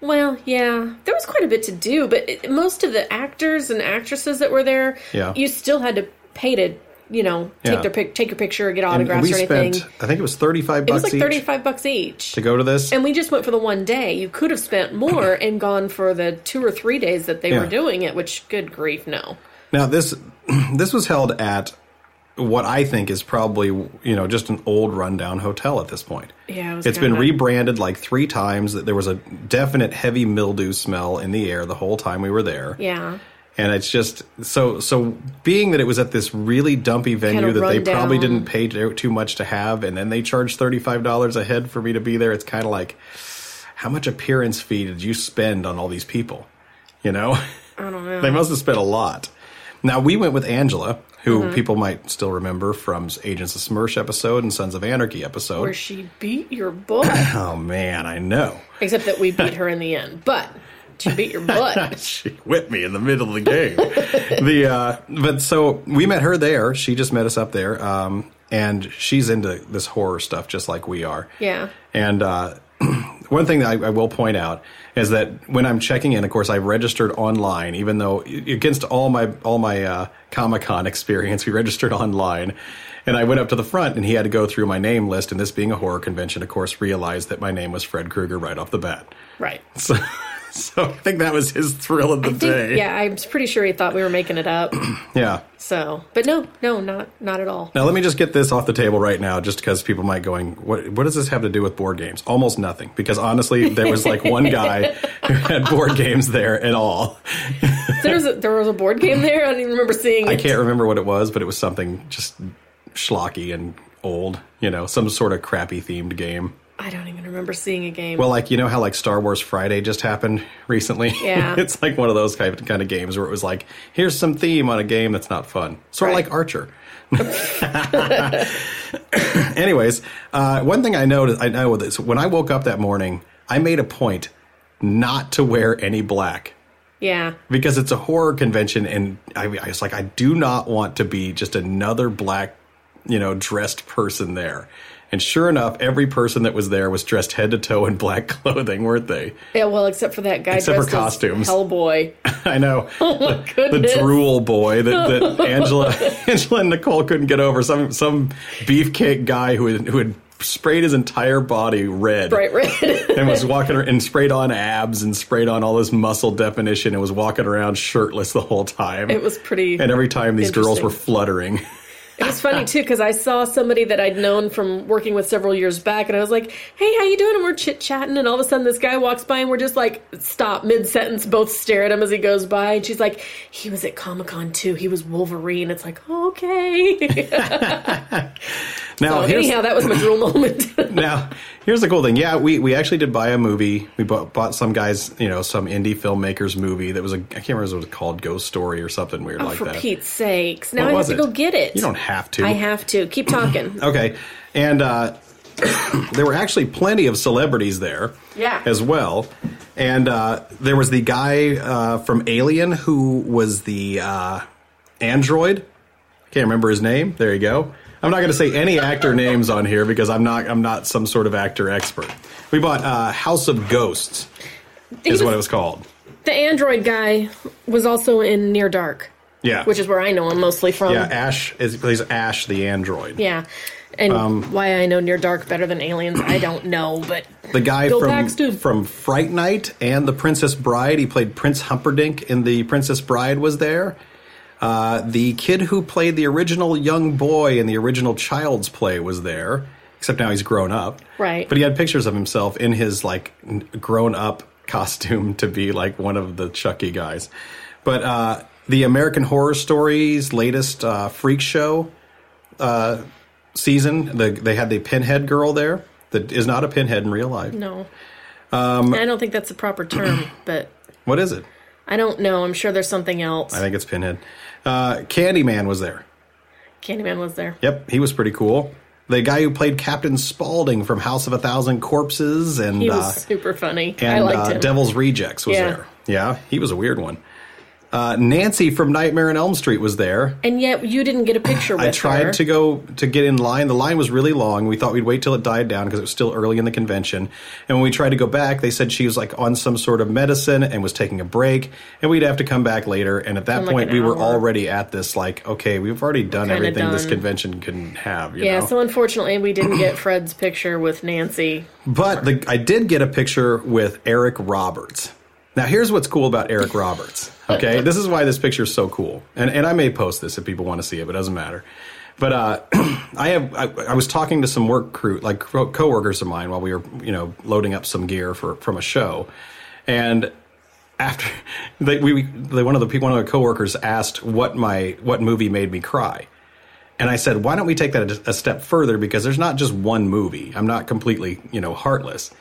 C: well, yeah, there was quite a bit to do, but it, most of the actors and actresses that were there,
B: Yeah.
C: you still had to pay to you know take
B: Yeah.
C: their pic, take your picture, get
B: And
C: autographs
B: we
C: or anything.
B: spent, I think it was 35
C: it was
B: bucks
C: like
B: each
C: thirty five bucks each.
B: to go to this.
C: And we just went for the one day. You could have spent more and gone for the two or three days that they
B: Yeah.
C: were doing it, which good grief, no.
B: Now this *clears throat* this was held at what I think is probably you know just an old rundown hotel at this point.
C: Yeah, it was
B: it's been
C: kinda-
B: rebranded like three times. That There was a definite heavy mildew smell in the air the whole time we were there.
C: Yeah.
B: and it's just so so being that it was at this really dumpy venue
C: Kinda
B: that they
C: rundown.
B: probably didn't pay too too much to have, and then they charged thirty five dollars a head for me to be there. It's kind of like how much appearance fee did you spend on all these people? You know. *laughs*
C: I don't know.
B: They must have spent a lot. Now we went with Angela, who
C: Mm-hmm.
B: people might still remember from Agents of Smirsh episode and Sons of Anarchy episode.
C: Where she beat your butt.
B: *coughs* oh man, I know.
C: Except that we beat her in the end. But she beat your butt.
B: *laughs* She whipped me in the middle of the game. *laughs* the uh, but so we met her there. She just met us up there, um, and she's into this horror stuff just like we are.
C: Yeah.
B: And uh, *clears throat* one thing that I, I will point out is that when I'm checking in, of course, I registered online, even though against all my all my uh, Comic Con *laughs* experience, we registered online. And I went up to the front, and he had to go through my name list. And this being a horror convention, of course, realized that my name was Fred Krueger right off the bat.
C: Right.
B: So, *laughs* so I think that was his thrill of the
C: I think-
B: day.
C: yeah, I'm pretty sure he thought we were making
B: *coughs*
C: it up.
B: Yeah.
C: So, but no, no, not not at all.
B: Now let me just get this off the table right now, just because people might going, what What does this have to do with board games? Almost nothing, because honestly, there was like one guy *laughs* who had board games there at all.
C: There was a, there was a board game there. I don't even remember seeing.
B: I
C: it.
B: can't remember what it was, but it was something just schlocky and old, you know, some sort of crappy themed game.
C: I don't even remember seeing a game.
B: Well, like you know how like Star Wars Friday just happened recently. *laughs*
C: Yeah.
B: it's like one of those kind of, kind of games where it was like, here's some theme on a game that's not fun, sort of
C: Right.
B: like Archer. *laughs* Anyways, uh, one thing I know I know this when I woke up that morning, I made a point not to wear any black
C: yeah,
B: because it's a horror convention, and I, I was like, I do not want to be just another black, you know, dressed person there. And sure enough, every person that was there was dressed head to toe in black *laughs* clothing, weren't they?
C: yeah. Well, except for that guy.
B: Except for
C: dressed as
B: costumes.
C: Hellboy.
B: I know *laughs*
C: *laughs*
B: the
C: goodness.
B: drool boy that, that
C: *laughs*
B: Angela, *laughs* Angela and Nicole couldn't get over. Some some beefcake guy who had, who had sprayed his entire body red,
C: Bright red. *laughs*
B: and was walking ar- and sprayed on abs and sprayed on all this muscle definition and was walking around shirtless the whole time.
C: it was pretty.
B: And every time these girls
C: Interesting.
B: were fluttering. *laughs*
C: It was funny too because I saw somebody that I'd known from working with several years back, and I was like, "Hey, how you doing?" And we're chit chatting, and all of a sudden this guy walks by, and we're just like, "Stop!" Mid sentence, both stare at him as he goes by, and she's like, "He was at Comic Con too. He was Wolverine." It's like, okay.
B: Now,
C: *laughs* Well,
B: Oh, here's,
C: anyhow, that was my drool
B: *laughs*
C: moment.
B: now here's the cool thing. Yeah, we, we actually did buy a movie. We bought, bought some guys, you know, some indie filmmaker's movie that was a I can't remember what it was called, Ghost Story or something weird *laughs* like
C: Oh, For
B: that.
C: Pete's sakes, now
B: What
C: I have
B: was
C: to
B: it?
C: go get it.
B: You don't have to.
C: I have to. Keep talking.
B: Okay, and uh, *coughs* there were actually plenty of celebrities there.
C: Yeah.
B: As well, and uh, there was the guy uh, from Alien who was the uh, android. Can't remember his name. There you go. I'm not going to say any actor names on here because I'm not I'm not some sort of actor expert. We bought uh, House of Ghosts
C: He
B: is
C: was-
B: what it was called.
C: The android guy was also in Near Dark,
B: Yeah.
C: which is where I know him mostly from.
B: yeah. Ash is plays Ash the android.
C: Yeah. And
B: Um,
C: why I know Near Dark better than Aliens, I don't know, but
B: The guy
C: Bill
B: from
C: Paxton.
B: from Fright Night and The Princess Bride. He played Prince Humperdinck in The Princess Bride. Was there? Uh, the kid who played the original young boy in the original Child's Play was there. Except now he's grown up.
C: Right.
B: But he had pictures of himself in his like grown up costume to be like one of the Chucky guys. But uh, the American Horror Stories latest uh, freak show season, the, they had the Pinhead girl there. That is not a pinhead in real life.
C: no.
B: Um,
C: I don't think that's the
B: *clears throat*
C: proper term, but
B: What is it?
C: I don't know. I'm sure there's something else.
B: I think it's Pinhead. Uh, Candyman was there.
C: Candyman was there.
B: Yep, he was pretty cool. The guy who played Captain Spaulding from House of a Thousand Corpses and
C: He
B: uh,
C: was super funny. I
B: and
C: liked
B: uh,
C: him.
B: Devil's Rejects was
C: Yeah.
B: there. Yeah, he was a weird one. Uh, Nancy from Nightmare on Elm Street was there.
C: And yet you didn't get a picture with
B: I tried
C: her.
B: to go to get in line. The line was really long. We thought we'd wait till it died down because it was still early in the convention. And when we tried to go back, they said she was like on some sort of medicine and was taking a break, and we'd have to come back later. And at that
C: In, like,
B: point,
C: an
B: we were
C: hour.
B: already at this like, okay, we've already done
C: kinda
B: everything this
C: done.
B: convention can have. You
C: Yeah,
B: know?
C: so unfortunately we didn't get Fred's picture
B: *clears throat*
C: with Nancy.
B: But the, I did get a picture with Eric Roberts. Now, here's what's cool about Eric Roberts. Okay, this is why this picture is so cool, and and I may post this if people want to see it, but it doesn't matter. But uh, *clears throat* I have I, I was talking to some work crew, like co- coworkers of mine, while we were you know loading up some gear for from a show, and after *laughs* they we they, one of the pe- one of the coworkers asked what my what movie made me cry, and I said, why don't we take that a, a step further? Because there's not just one movie. I'm not completely, you know, heartless.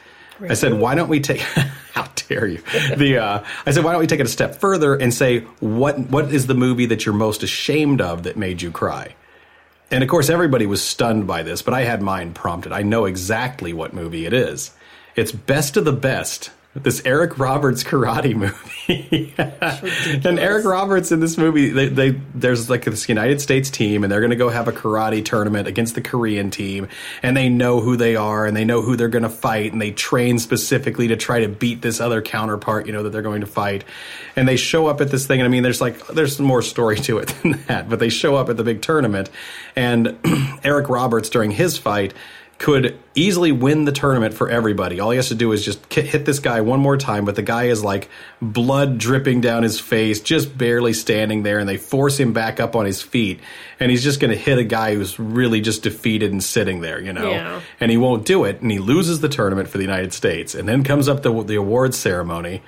B: I said, why don't we take? *laughs* how dare you? The uh, I said, why don't we take it a step further and say what what is the movie that you're most ashamed of that made you cry? And of course, everybody was stunned by this, but I had mine prompted. I know exactly what movie it is. It's Best of the Best, this Eric Roberts karate *laughs* movie. and Eric Roberts in this movie, they, they there's like this United States team, and they're going to go have a karate tournament against the Korean team, and they know who they are, and they know who they're going to fight, and they train specifically to try to beat this other counterpart, you know, that they're going to fight. And they show up at this thing, and I mean, there's like there's more story to it *laughs* than that, but they show up at the big tournament, and *clears throat* Eric Roberts during his fight could easily win the tournament for everybody. All he has to do is just ki- hit this guy one more time, but the guy is like blood dripping down his face, just barely standing there, and they force him back up on his feet. And he's just going to hit a guy who's really just defeated and sitting there, you know?
C: Yeah.
B: And he won't do it, and he loses the tournament for the United States. And then comes up the, the awards ceremony.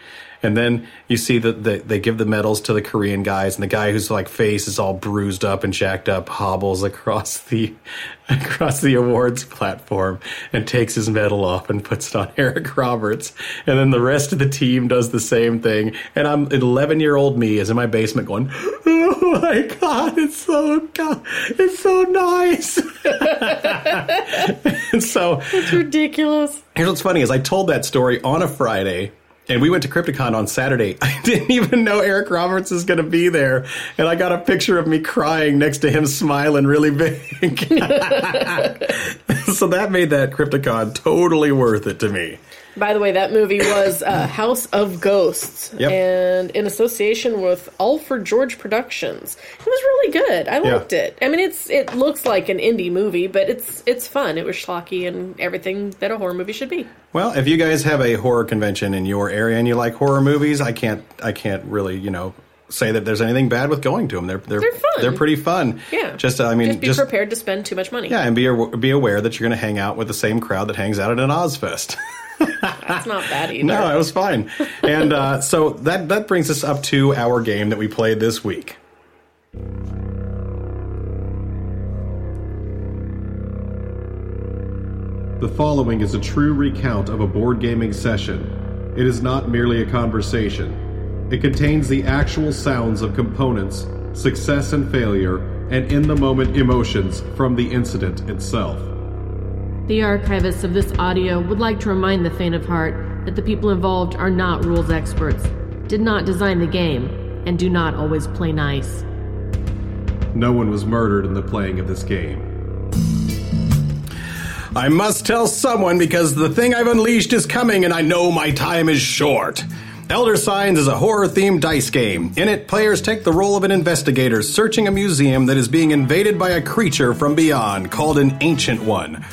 B: And then you see that the, they give the medals to the Korean guys, and the guy whose like face is all bruised up and jacked up hobbles across the *laughs* across the awards platform and takes his medal off and puts it on *laughs* Eric Roberts. And then the rest of the team does the same thing. And I'm eleven year old me is in my basement going, *laughs* "Oh my god, it's so god, it's so nice." *laughs* and so
C: It's ridiculous.
B: Here's what's funny is I told that story on a Friday. And we went to Crypticon on Saturday. *laughs* I didn't even know Eric Roberts is going to be there. And I got a picture of me crying next to him smiling really big. *laughs* so that made that Crypticon totally worth it to me.
C: By the way, that movie was
B: *coughs*
C: uh, House of Ghosts,
B: Yep.
C: and in association with Alfred George Productions, it was really good. I liked it. I mean, it's it looks like an indie movie, but it's it's fun. It was schlocky and everything that a horror movie should be.
B: Well, if you guys have a horror convention in your area and you like horror movies, I can't I can't really, you know, say that there's anything bad with going to them. They're they're
C: They're fun.
B: they're pretty fun.
C: Yeah,
B: Just uh, I mean
C: just be prepared to spend too much money.
B: yeah, and be aw- be aware that you're going to hang out with the same crowd that hangs out at an Ozfest. *laughs*
C: It's not bad either.
B: No, it was fine. And uh, so that that brings us up to our game that we played this week. The following is a true recount of a board gaming session. It is not merely a conversation. It contains the actual sounds of components, success and failure, and in the moment emotions from the incident itself.
F: The archivists of this audio would like to remind the faint of heart that the people involved are not rules experts, did not design the game, and do not always play nice.
B: No one was murdered in the playing of this game. I must tell someone because the thing I've unleashed is coming and I know my time is short. Elder Signs is a horror themed dice game. In it, players take the role of an investigator searching a museum that is being invaded by a creature from beyond called an Ancient One.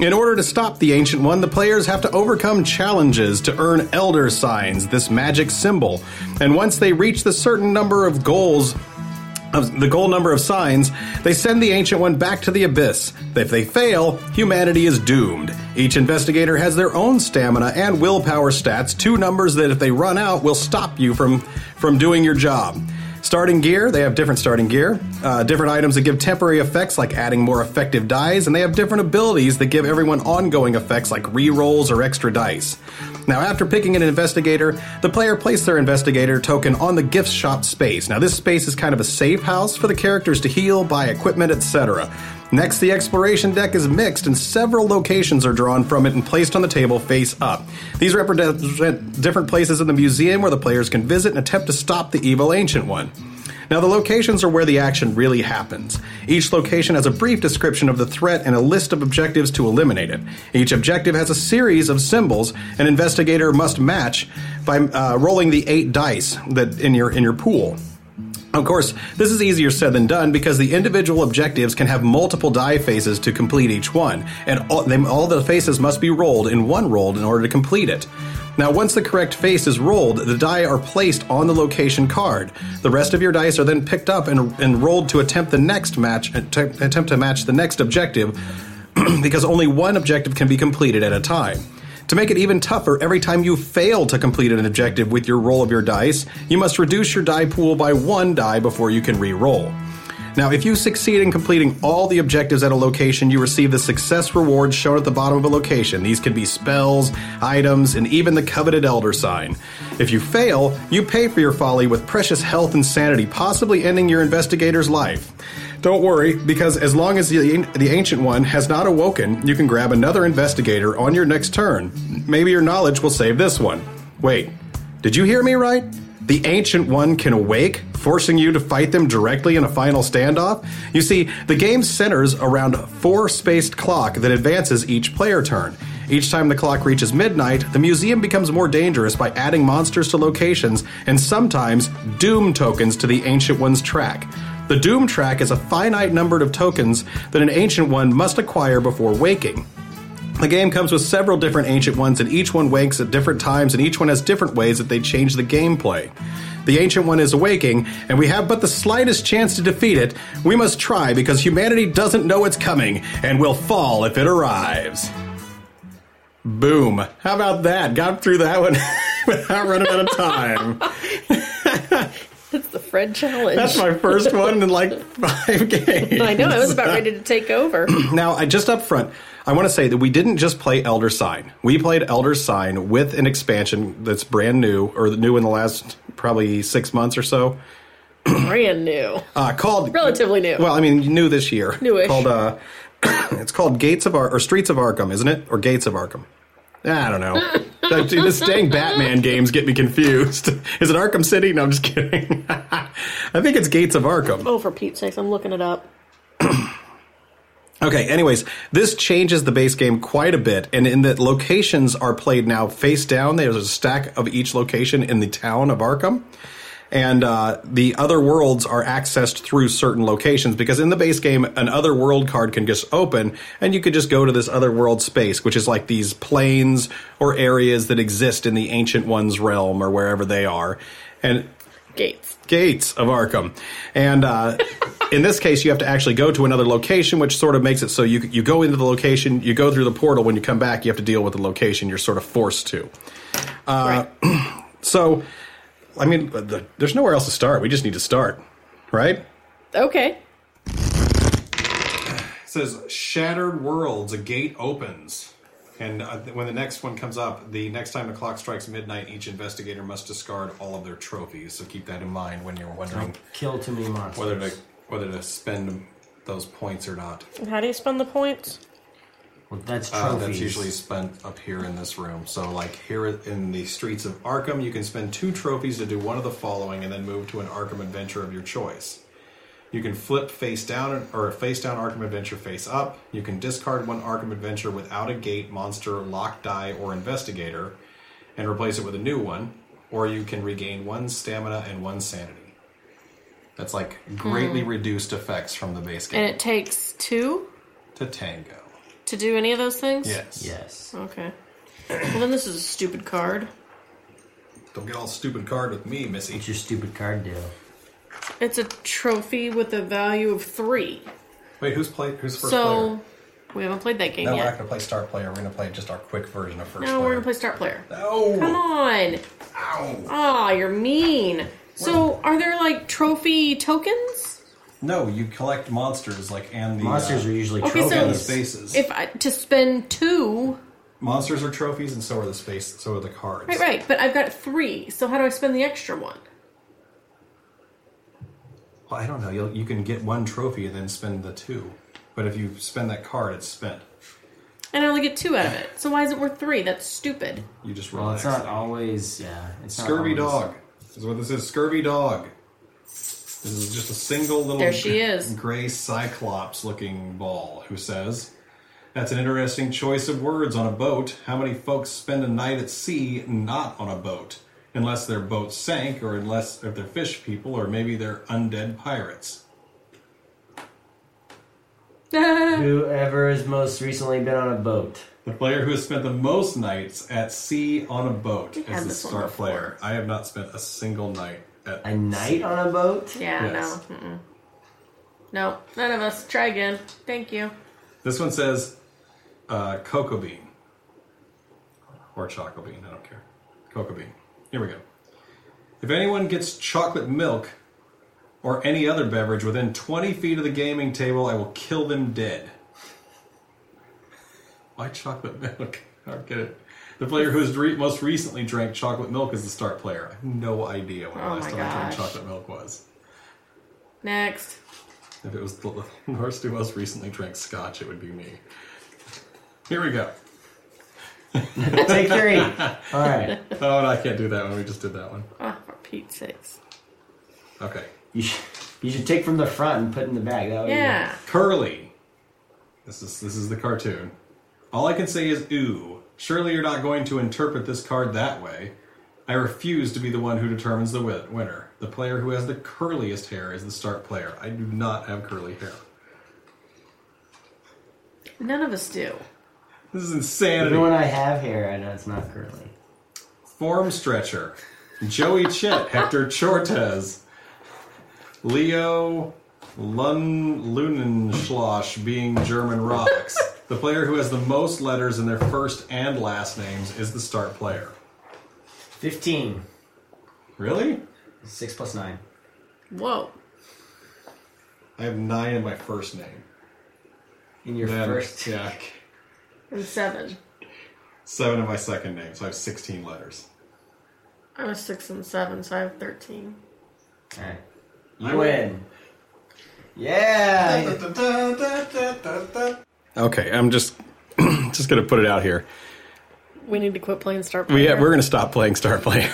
B: In order to stop the Ancient One, the players have to overcome challenges to earn Elder Signs, this magic symbol. And once they reach the certain number of goals, of the goal number of signs, they send the Ancient One back to the Abyss. If they fail, humanity is doomed. Each investigator has their own stamina and willpower stats, two numbers that if they run out will stop you from, from doing your job. Starting gear, they have different starting gear, uh, different items that give temporary effects like adding more effective dies, and they have different abilities that give everyone ongoing effects like rerolls or extra dice. Now, after picking an investigator, the player places their investigator token on the gift shop space. Now, this space is kind of a safe house for the characters to heal, buy equipment, etc. Next, the exploration deck is mixed and several locations are drawn from it and placed on the table face up. These represent different places in the museum where the players can visit and attempt to stop the evil Ancient One. Now, the locations are where the action really happens. Each location has a brief description of the threat and a list of objectives to eliminate it. Each objective has a series of symbols an investigator must match by uh, rolling the eight dice that in your in your pool. Of course, this is easier said than done because the individual objectives can have multiple die faces to complete each one, and all, they, all the faces must be rolled in one roll in order to complete it. Now, once the correct face is rolled, the die are placed on the location card. The rest of your dice are then picked up and, and rolled to attempt the next match, att- attempt to match the next objective, *clears throat* because only one objective can be completed at a time. To make it even tougher, every time you fail to complete an objective with your roll of your dice, you must reduce your die pool by one die before you can re roll. Now, if you succeed in completing all the objectives at a location, you receive the success rewards shown at the bottom of a location. These can be spells, items, and even the coveted Elder Sign. If you fail, you pay for your folly with precious health and sanity, possibly ending your investigator's life. Don't worry, because as long as the, the Ancient One has not awoken, you can grab another investigator on your next turn. Maybe your knowledge will save this one. Wait, did you hear me right? The Ancient One can awake, forcing you to fight them directly in a final standoff? You see, the game centers around a four spaced clock that advances each player turn. Each time the clock reaches midnight, the museum becomes more dangerous by adding monsters to locations and sometimes doom tokens to the Ancient One's track. The doom track is a finite number of tokens that an Ancient One must acquire before waking. The game comes with several different ancient ones, and each one wakes at different times, and each one has different ways that they change the gameplay. The ancient one is awaking, and we have but the slightest chance to defeat it. We must try because humanity doesn't know it's coming, and will fall if it arrives. Boom. How about that? Got through that one *laughs* without running out of time.
C: The Fred challenge.
B: That's my first one in like five *laughs* games.
C: I know. I was
B: *laughs*
C: about ready to take over.
B: Now, I just up front, I want to say that we didn't just play Elder Sign. We played Elder Sign with an expansion that's brand new, or new in the last probably six months or so,
C: Brand new.
B: uh, called
C: Relatively new.
B: Well, I mean, new this year.
C: Newish.
B: Called uh, *coughs* it's called Gates of Ar- or Streets of Arkham, isn't it? Or Gates of Arkham? I
C: *laughs*
B: don't know. That- Dude, this dang Batman games get me confused. *laughs* Is it Arkham City? No, I'm just kidding. *laughs* I think it's Gates of Arkham.
C: Oh, for Pete's sakes, I'm looking it up.
B: Okay, anyways, this changes the base game quite a bit, and in that locations are played now face down. There's a stack of each location in the town of Arkham. And uh, the other worlds are accessed through certain locations because in the base game, an other world card can just open and you could just go to this other world space, which is like these planes or areas that exist in the Ancient One's realm or wherever they are. And
C: Gates.
B: gates of Arkham. And uh, in this case, you have to actually go to another location, which sort of makes it so you you go into the location, you go through the portal. When you come back, you have to deal with the location you're sort of forced to. Uh,
C: right.
B: *clears throat* So, I mean, the, there's nowhere else to start. We just need to start, right?
C: Okay.
B: It says Shattered Worlds, a gate opens. And uh, when the next one comes up, the next time the clock strikes midnight, each investigator must discard all of their trophies. So keep that in mind when you're wondering
G: Kill too many monsters.
B: whether to whether to spend those points or not.
C: How do you spend the points?
G: Well, that's
B: Uh,
G: trophies.
B: that's usually spent up here in this room. So, like here in the streets of Arkham, you can spend two trophies to do one of the following, and then move to an Arkham adventure of your choice. You can flip face down or face down Arkham Adventure face up. You can discard one Arkham Adventure without a gate, monster, lock, die, or investigator, and replace it with a new one. Or you can regain one stamina and one sanity. That's like greatly reduced effects from the base game
C: And it takes two
B: to tango.
C: to do any of those things?
B: Yes.
G: Yes.
C: Okay. Well, then this is a stupid card.
B: Don't get all stupid card with me, Missy.
G: What's your stupid card do?
C: It's a trophy with a value of three.
B: Wait, who's play? Who's first
C: so
B: player?
C: we haven't played that game
B: No, we're not
C: yet.
B: gonna play start player. We're gonna play just our quick version of first.
C: No,
B: player.
C: we're gonna play start player.
B: No.
C: Come on. Ah, you're mean. So are there like trophy tokens?
B: No, you collect monsters like and the uh,
G: Monsters are usually
C: Okay,
G: trophies.
C: so-
B: and the spaces.
C: If I to spend two,
B: monsters are trophies, and so are the space. So are the cards.
C: right, right. But I've got three. So how do I spend the extra one?
B: Well, I don't know. You'll, you can get one trophy and then spend the two. But if you spend that card, it's spent.
C: And I only get two out of it. So why is it worth three? That's stupid.
B: You just
G: Well,
B: relax.
G: it's not always. Yeah, it's not
B: Scurvy
G: always-
B: dog is what this is. Scurvy dog. This is just a single little
C: There she is.
B: gray cyclops looking ball who says, "That's an interesting choice of words on a boat. How many folks spend a night at sea not on a boat, unless their boat sank, or unless if they're fish people, or maybe they're undead pirates."
G: Whoever has most recently been on a boat.
B: The player who has spent the most nights at sea on a boat
C: had
B: is the
C: this one
B: star
C: before.
B: player. I have not spent a single night at
G: A night on
F: *laughs*
G: a boat.
C: Yeah,
B: Yes.
C: no. Mm-mm. No, none of us. Try again. Thank you.
B: This one says uh, cocoa bean or chocolate bean. I don't care. Cocoa bean. Here we go. If anyone gets chocolate milk or any other beverage within 20 feet of the gaming table, I will kill them dead. Why chocolate *laughs* milk? I don't get it. The player who has re- most recently drank chocolate milk is the start player. I have no idea when the
C: Oh
B: last
C: my
B: time I drank
C: gosh.
B: chocolate milk was.
C: Next.
B: If it was the *laughs* worst who most recently drank scotch, it would be me. Here we go. *laughs*
G: Take three. All right.
B: Oh, no, I can't do that one. We just did that one.
C: Oh, for Pete's sakes.
B: Okay.
G: You should, you should take from the front and put in the back.
B: Oh,
G: That way you-
C: Yeah.
B: Curly. This is this is the cartoon. All I can say is ooh. Surely you're not going to interpret this card that way. I refuse to be the one who determines the win- winner. The player who has the curliest hair is the start player. I do not have curly hair.
C: None of us do.
B: This is insanity.
G: Even when I have hair, I know it's not curly.
B: Form Stretcher, Joey Chet, Hector Chortez, Leo Lun Lunenschloss being German rocks. the player who has the most letters in their first and last names is the start player.
G: Fifteen.
B: Really?
G: Six plus nine.
C: Whoa.
B: I have nine in my first name.
G: In your
B: Then-
G: first.
B: Yeah.
C: And seven.
B: Seven in my second name, so I have 16 letters.
C: I was six and seven, so I have 13.
G: All right. You win.
B: *laughs*
G: Yeah.
B: Okay, I'm just *clears throat* just gonna put it out here.
C: We need to quit playing Star Player.
B: We, yeah, we're going to stop playing Star Player.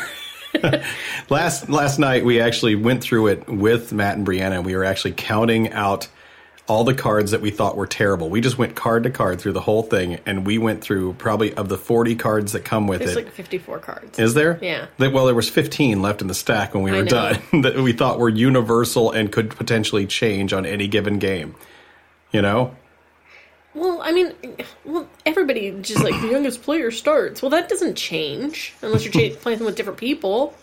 B: *laughs* last last night we actually went through it with Matt and Brianna, and we were actually counting out all the cards that we thought were terrible. We just went card to card through the whole thing, and we went through probably of the forty cards that come with
C: There's
B: it.
C: like 54 cards.
B: Is there?
C: Yeah.
B: That- well, there was 15 left in the stack when we
C: I
B: were
C: know.
B: done *laughs* that we thought were universal and could potentially change on any given game. You know?
C: Well, I mean, well, everybody just like the youngest player starts. Well, that doesn't change unless you're cha- playing with different people.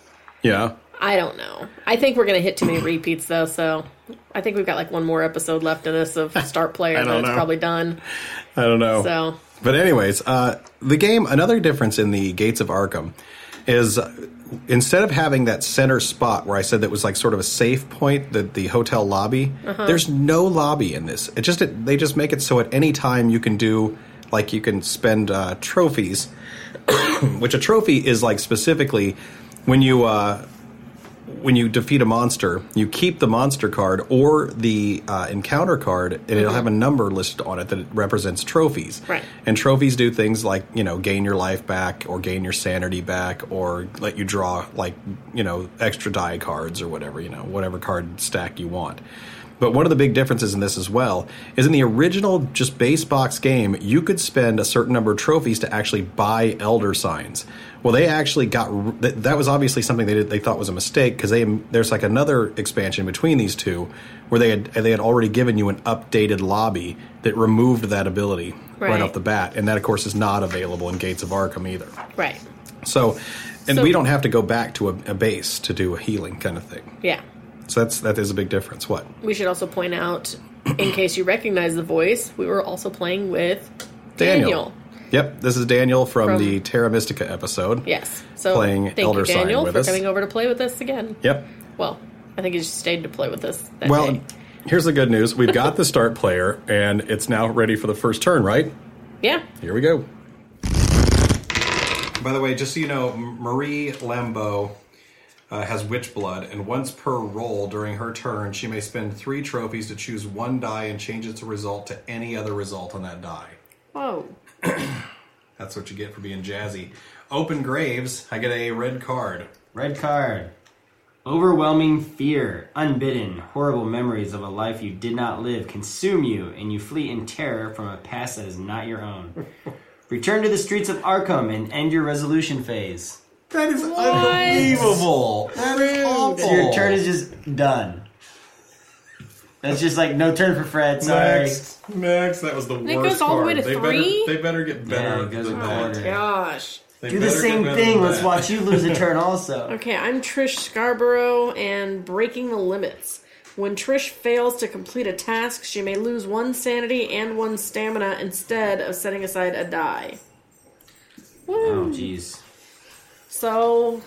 B: Yeah.
C: I don't know. I think we're gonna hit too many repeats though, so I think we've got like one more episode left in
B: *laughs*
C: this of Start Player,
B: I
C: and
B: don't
C: it's
B: know.
C: probably done.
B: I don't know.
C: So
B: But anyways, uh, the game. Another difference in the Gates of Arkham is uh, instead of having that center spot where I said that was like sort of a safe point, the the hotel lobby. There's no lobby in this. It just it, they just make it so at any time you can do like you can spend uh, trophies, which a trophy is like specifically when you. Uh, when you defeat a monster, you keep the monster card or the uh, encounter card, and it'll have a number listed on it that represents trophies.
C: Right.
B: And trophies do things like you know gain your life back, or gain your sanity back, or let you draw like you know extra die cards or whatever you know whatever card stack you want. But one of the big differences in this as well is in the original just base box game, you could spend a certain number of trophies to actually buy elder signs. Well, they actually got r- th- that was obviously something they did, they thought was a mistake because they there's like another expansion between these two where they had they had already given you an updated lobby that removed that ability right,
C: Right.
B: off the bat, and that of course is not available in Gates of Arkham either.
C: right,
B: So, and
C: So-
B: we don't have to go back to a, a base to do a healing kind of thing.
C: yeah.
B: So that's that is a big difference. What?
C: We should also point out, in case you recognize the voice, we were also playing with Daniel.
B: Daniel. Yep, this is Daniel from,
C: From-
B: the Terra Mystica episode.
C: Yes, so
B: Playing
C: thank
B: Elder
C: you,
B: Sign
C: Daniel,
B: with
C: for
B: us.
C: coming over to play with us again.
B: Yep.
C: Well, I think he just stayed to play with us. That
B: Well,
C: day.
B: here's the good news. We've got the start player, and it's now ready for the first turn, right?
C: yeah.
B: Here we go. By the way, just so you know, M- Marie Lambeau uh, has witch blood, and once per roll during her turn, she may spend three trophies to choose one die and change its result to any other result on that die.
C: Whoa.
B: That's what you get for being jazzy. Open graves. I get a red card.
G: Red card. Overwhelming fear, unbidden, horrible memories of a life you did not live consume you, and you flee in terror from a past that is not
B: *laughs*
G: your own. Return to the streets of Arkham and end your resolution phase.
B: That is unbelievable. That is awful.
G: So your turn is just done. That's just like no turn for Fred. Sorry.
B: Next, next. That was the worst.
C: it goes all the way
B: part.
C: to
B: they
C: three?
B: Better, they better get better
G: Yeah, it goes
B: than
G: in
B: that.
G: order.
C: Gosh.
B: They
G: Do the
B: better get
G: same
B: better
G: thing.
B: than
G: Let's
B: that.
G: watch you lose a
B: *laughs*
G: turn also.
C: Okay, I'm Trish Scarborough and Breaking the Limits. When Trish fails to complete a task, she may lose one sanity and one stamina instead of setting aside a die.
G: Oh, jeez.
C: So.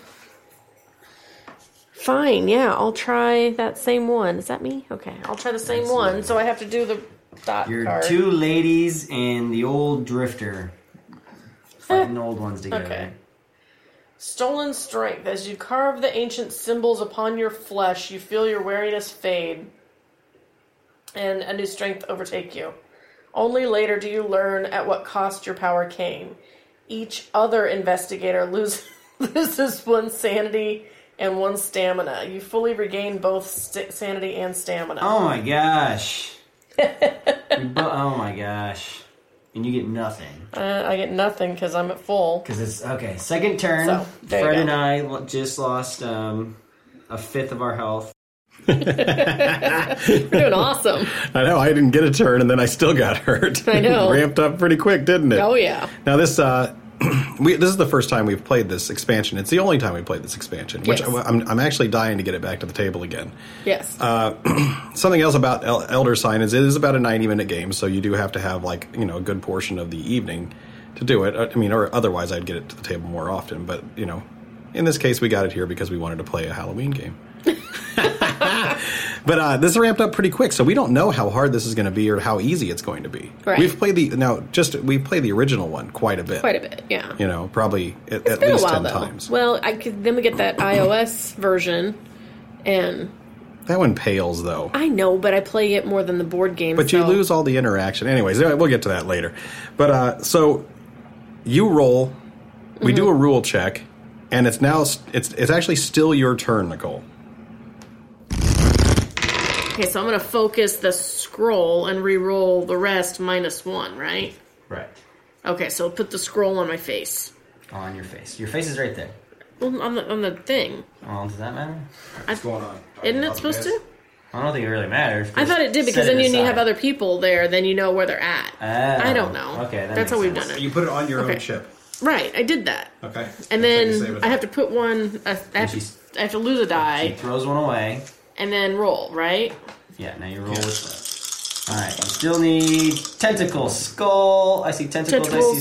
C: Fine, yeah, I'll try that same one. Is that me? Okay, I'll try the same one. So I have to do the dot
G: Your
C: card.
G: two ladies and the old drifter fighting old ones together.
C: Okay. Stolen strength. As you carve the ancient symbols upon your flesh, you feel your weariness fade and a new strength overtake you. Only later do you learn at what cost your power came. Each other investigator *laughs* loses, loses one sanity and one stamina. You fully regain both st- sanity and stamina.
G: Oh my gosh. You bo- oh my gosh. And you get nothing.
C: Uh, I get nothing because I'm at full.
G: Because it's okay. Second turn.
C: So, there you
G: Fred
C: go.
G: and I lo- just lost um, a fifth of our health.
C: You're doing awesome.
B: I know. I didn't get a turn, and then I still got hurt. *laughs*
C: I know.
B: Ramped up pretty quick, didn't it?
C: Oh, yeah.
B: Now this uh, *clears throat* we this is the first time we've played this expansion. It's the only time we played this expansion, which
C: Yes.
B: I, I'm I'm actually dying to get it back to the table again.
C: Yes.
B: Something else about El- Elder Sign is it is about a 90 minute game, so you do have to have like you know a good portion of the evening to do it. Uh, I- I mean, or otherwise I'd get it to the table more often. But you know, in this case, we got it here because we wanted to play a Halloween game. *laughs* But uh, this ramped up pretty quick, so we don't know how hard this is going to be or how easy it's going to be.
C: Right.
B: We've played the now just we played the original one quite a bit.
C: Quite a bit, yeah.
B: You know, probably at, at
C: It's been
B: least
C: a while
B: ten
C: though.
B: times.
C: Well, I could, then we get that iOS version, and
B: that one pales though.
C: I know, but I play it more than the board game.
B: But you
C: so-
B: lose all the interaction. Anyways, anyway, we'll get to that later. But uh, so you roll, we do a
C: Mm-hmm.
B: rule check, and it's now s- it's it's actually still your turn, Nicole.
C: Okay, so I'm gonna focus the scroll and re-roll the rest minus one, right?
G: Right.
C: Okay, so put the scroll on my face.
G: On your face. Your face is right there.
C: Well, on the on the thing,
G: Well, does that matter?
C: isn't it supposed to?
G: I don't think it really matters.
C: I thought it did because
G: Set
C: then you need to
G: aside.
C: have other people there. Then you know where they're at.
G: Oh,
C: I don't know.
G: okay, that
C: that's
G: makes
C: how we've
G: sense.
C: done it.
B: You put it on your
C: Okay.
B: own chip.
C: Right, I did that,
B: Okay.
C: and then I have to put one. I, I have
G: she's-
C: to, I have to lose a
G: She
C: die
G: throws one away.
C: and then roll, right?
G: Yeah, now you roll with that. Alright, you still need tentacle, skull. I see tentacles, I
C: Tentacle,
G: see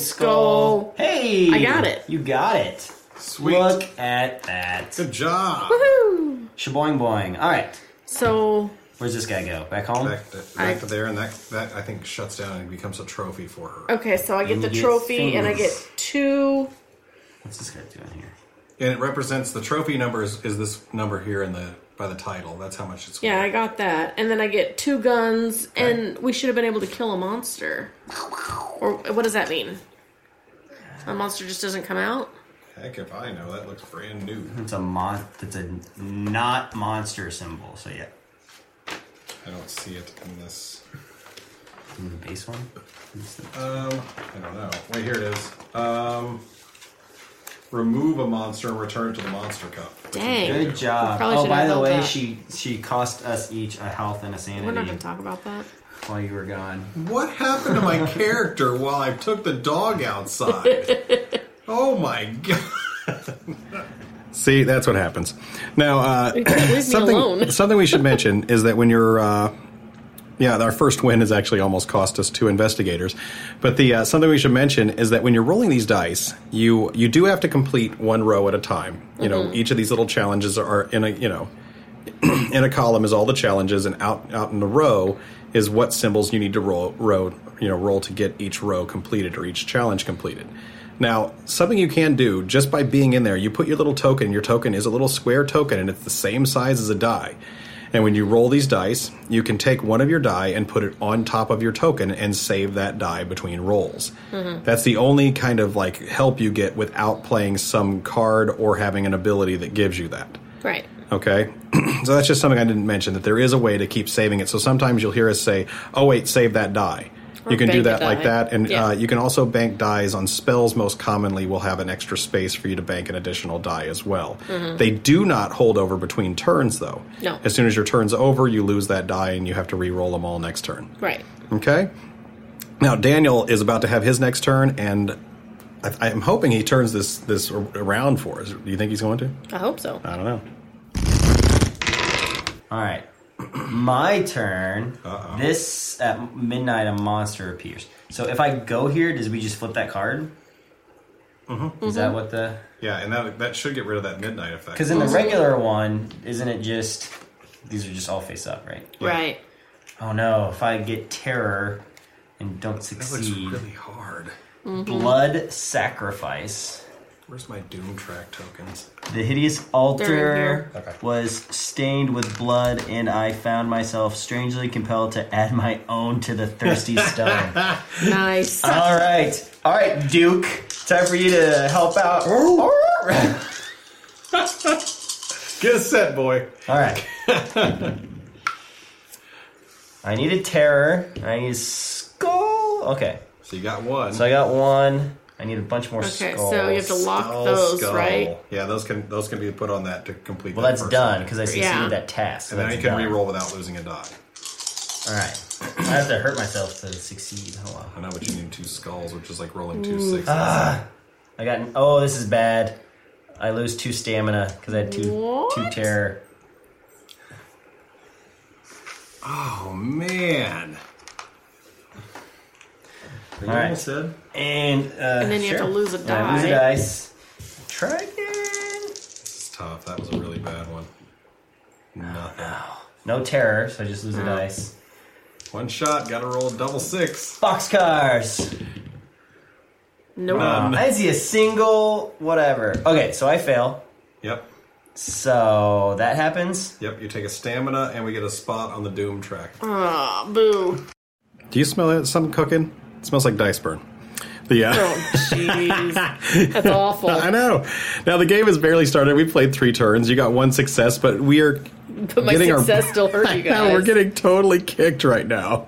C: skull.
G: skull. Hey!
C: I got it.
G: You got it.
B: Sweet.
G: Look at that.
B: Good job.
G: Shaboing boing. Alright,
C: So
G: where's this guy go? Back home?
B: Back, to, back
C: I-
B: to there, and that that I think shuts down and becomes a trophy for her.
C: Okay, so I get
G: And
C: the
G: you get
C: trophy and I get
G: things.
C: two.
G: What's this guy doing here?
B: And it represents the trophy number is, is this number here in the by the title. That's how much it's.
C: Yeah, I
B: worth.
C: got that. And then I get two guns, and we should have been able to kill a monster. Or what does that mean? A monster just doesn't come out?
B: Heck if I know. That looks brand new.
G: It's a mon it's a not monster symbol, so yeah.
B: I don't see it in this.
G: In the base one?
B: Um, I don't know. Wait, here it is. Um, remove a monster and return it to the monster cup.
C: Dang.
G: Good job.
C: Probably
G: Oh,
C: should
G: by
C: have
G: the
C: held
G: way,
C: that.
G: she she cost us each a health and a sanity
C: We're not going to talk about that.
G: while you were gone.
B: What happened to *laughs* my character while I took the dog outside? oh my god. See, that's what happens. Now, uh,
C: Leave me alone.
B: something something we should mention is that when you're uh, yeah our first win has actually almost cost us two investigators but the uh, something we should mention is that when you're rolling these dice you you do have to complete one row at a time you know
C: Mm-hmm.
B: each of these little challenges are in a you know in a column is all the challenges and out out in the row is what symbols you need to roll row you know roll to get each row completed or each challenge completed Now, something you can do just by being in there, you put your little token. Your token is a little square token, and it's the same size as a die. And when you roll these dice, you can take one of your die and put it on top of your token and save that die between rolls. That's the only kind of like help you get without playing some card or having an ability that gives you that.
C: Right.
B: Okay. *clears throat* so that's just something I didn't mention that there is a way to keep saving it. So sometimes you'll hear us say, "Oh wait, save that die." you can do
C: bank a
B: that like
C: die.
B: that, and
C: Yeah.
B: uh, you can also bank dies on spells. Most commonly, will have an extra space for you to bank an additional die as well. They do not hold over between turns, though.
C: Mm-hmm. No.
B: As soon as your turn's over, you lose that die, and you have to re-roll them all next turn.
C: Right.
B: Okay. Now Daniel is about to have his next turn, and I, I'm hoping he turns this this around for us. Do you think he's going to?
C: I hope so.
B: I don't know.
G: All right, *clears throat* my turn. This at midnight, a monster appears. So if I go here, does we just flip that card? Mm-hmm. Is that what the?
B: Yeah, and that that should get rid of that midnight effect.
G: Because in the regular one, isn't it just these are just all face up, right?
C: Right.
G: Oh no! If I get terror and don't
B: that looks
G: succeed,
B: really hard.
G: blood sacrifice.
B: Where's my Doom track tokens?
G: The hideous
C: They're
G: altar
B: in here. Okay.
G: was stained with blood, and I found myself strangely compelled to add my own to
B: *laughs*
G: the thirsty stone. *laughs*
C: Nice.
G: All right, all right, Duke. Time for you to help out. All
B: Oh. Get set, boy.
G: right. I need a terror. I need a skull. Okay,
B: So you got one.
G: so I got one. I need a bunch more
C: Okay,
G: skulls.
C: so you have to lock those, right?
B: Yeah, those can those can be put on that to complete.
G: Well,
B: that
G: that's
B: first
G: done
B: one.
G: because I succeeded
C: Yeah.
G: that task. So
B: And then
G: that's
B: you can
G: done.
B: re-roll without losing a die.
G: All right. I have to hurt myself to succeed. Hold on.
B: I know, but you need two skulls, which is like rolling two sixes.
G: Ah. I got an, oh, this is bad. I lose two stamina because I had two two
C: What?
G: terror.
B: oh man! Are you
G: All right.
B: almost dead?
G: And uh,
C: And then you have to lose a
G: I lose a
C: die.
G: dice. Try again.
B: It's tough. That was a really bad one. Nothing.
G: No terror, so I just lose a dice.
B: One shot. Got to roll a double six.
G: Boxcars.
B: *laughs*
C: Nope.
B: None.
G: Uh, I see a single whatever. Okay, so I fail.
B: Yep.
G: So that happens.
B: Yep. You take a stamina, and we get a spot on the doom track.
C: Aw, boo.
B: Do you smell it? Something cooking? It smells like dice burn. The, uh,
C: Oh, jeez.
G: *laughs*
C: That's
B: *laughs*
C: awful.
B: I know. Now the game has barely started. We played three turns. You got one success, but we are
C: But my
B: getting our-
C: success still hurt you *laughs* guys.
B: now we're getting totally kicked right now.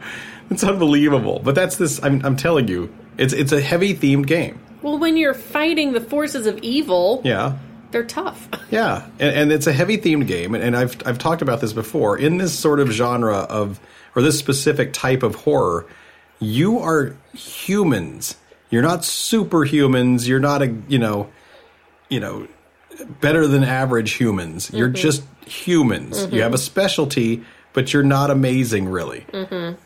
B: It's unbelievable. But that's this. I'm, I'm telling you, it's it's a heavy themed game.
C: well, when you're fighting the forces of evil,
B: Yeah.
C: they're tough. *laughs*
B: Yeah, and, and it's a heavy themed game, and, and I've I've talked about this before. In this sort of genre of or this specific type of horror, you are humans. You're not superhumans. You're not a you know, you know, better than average humans. You're just humans. You have a specialty, but you're not amazing, really.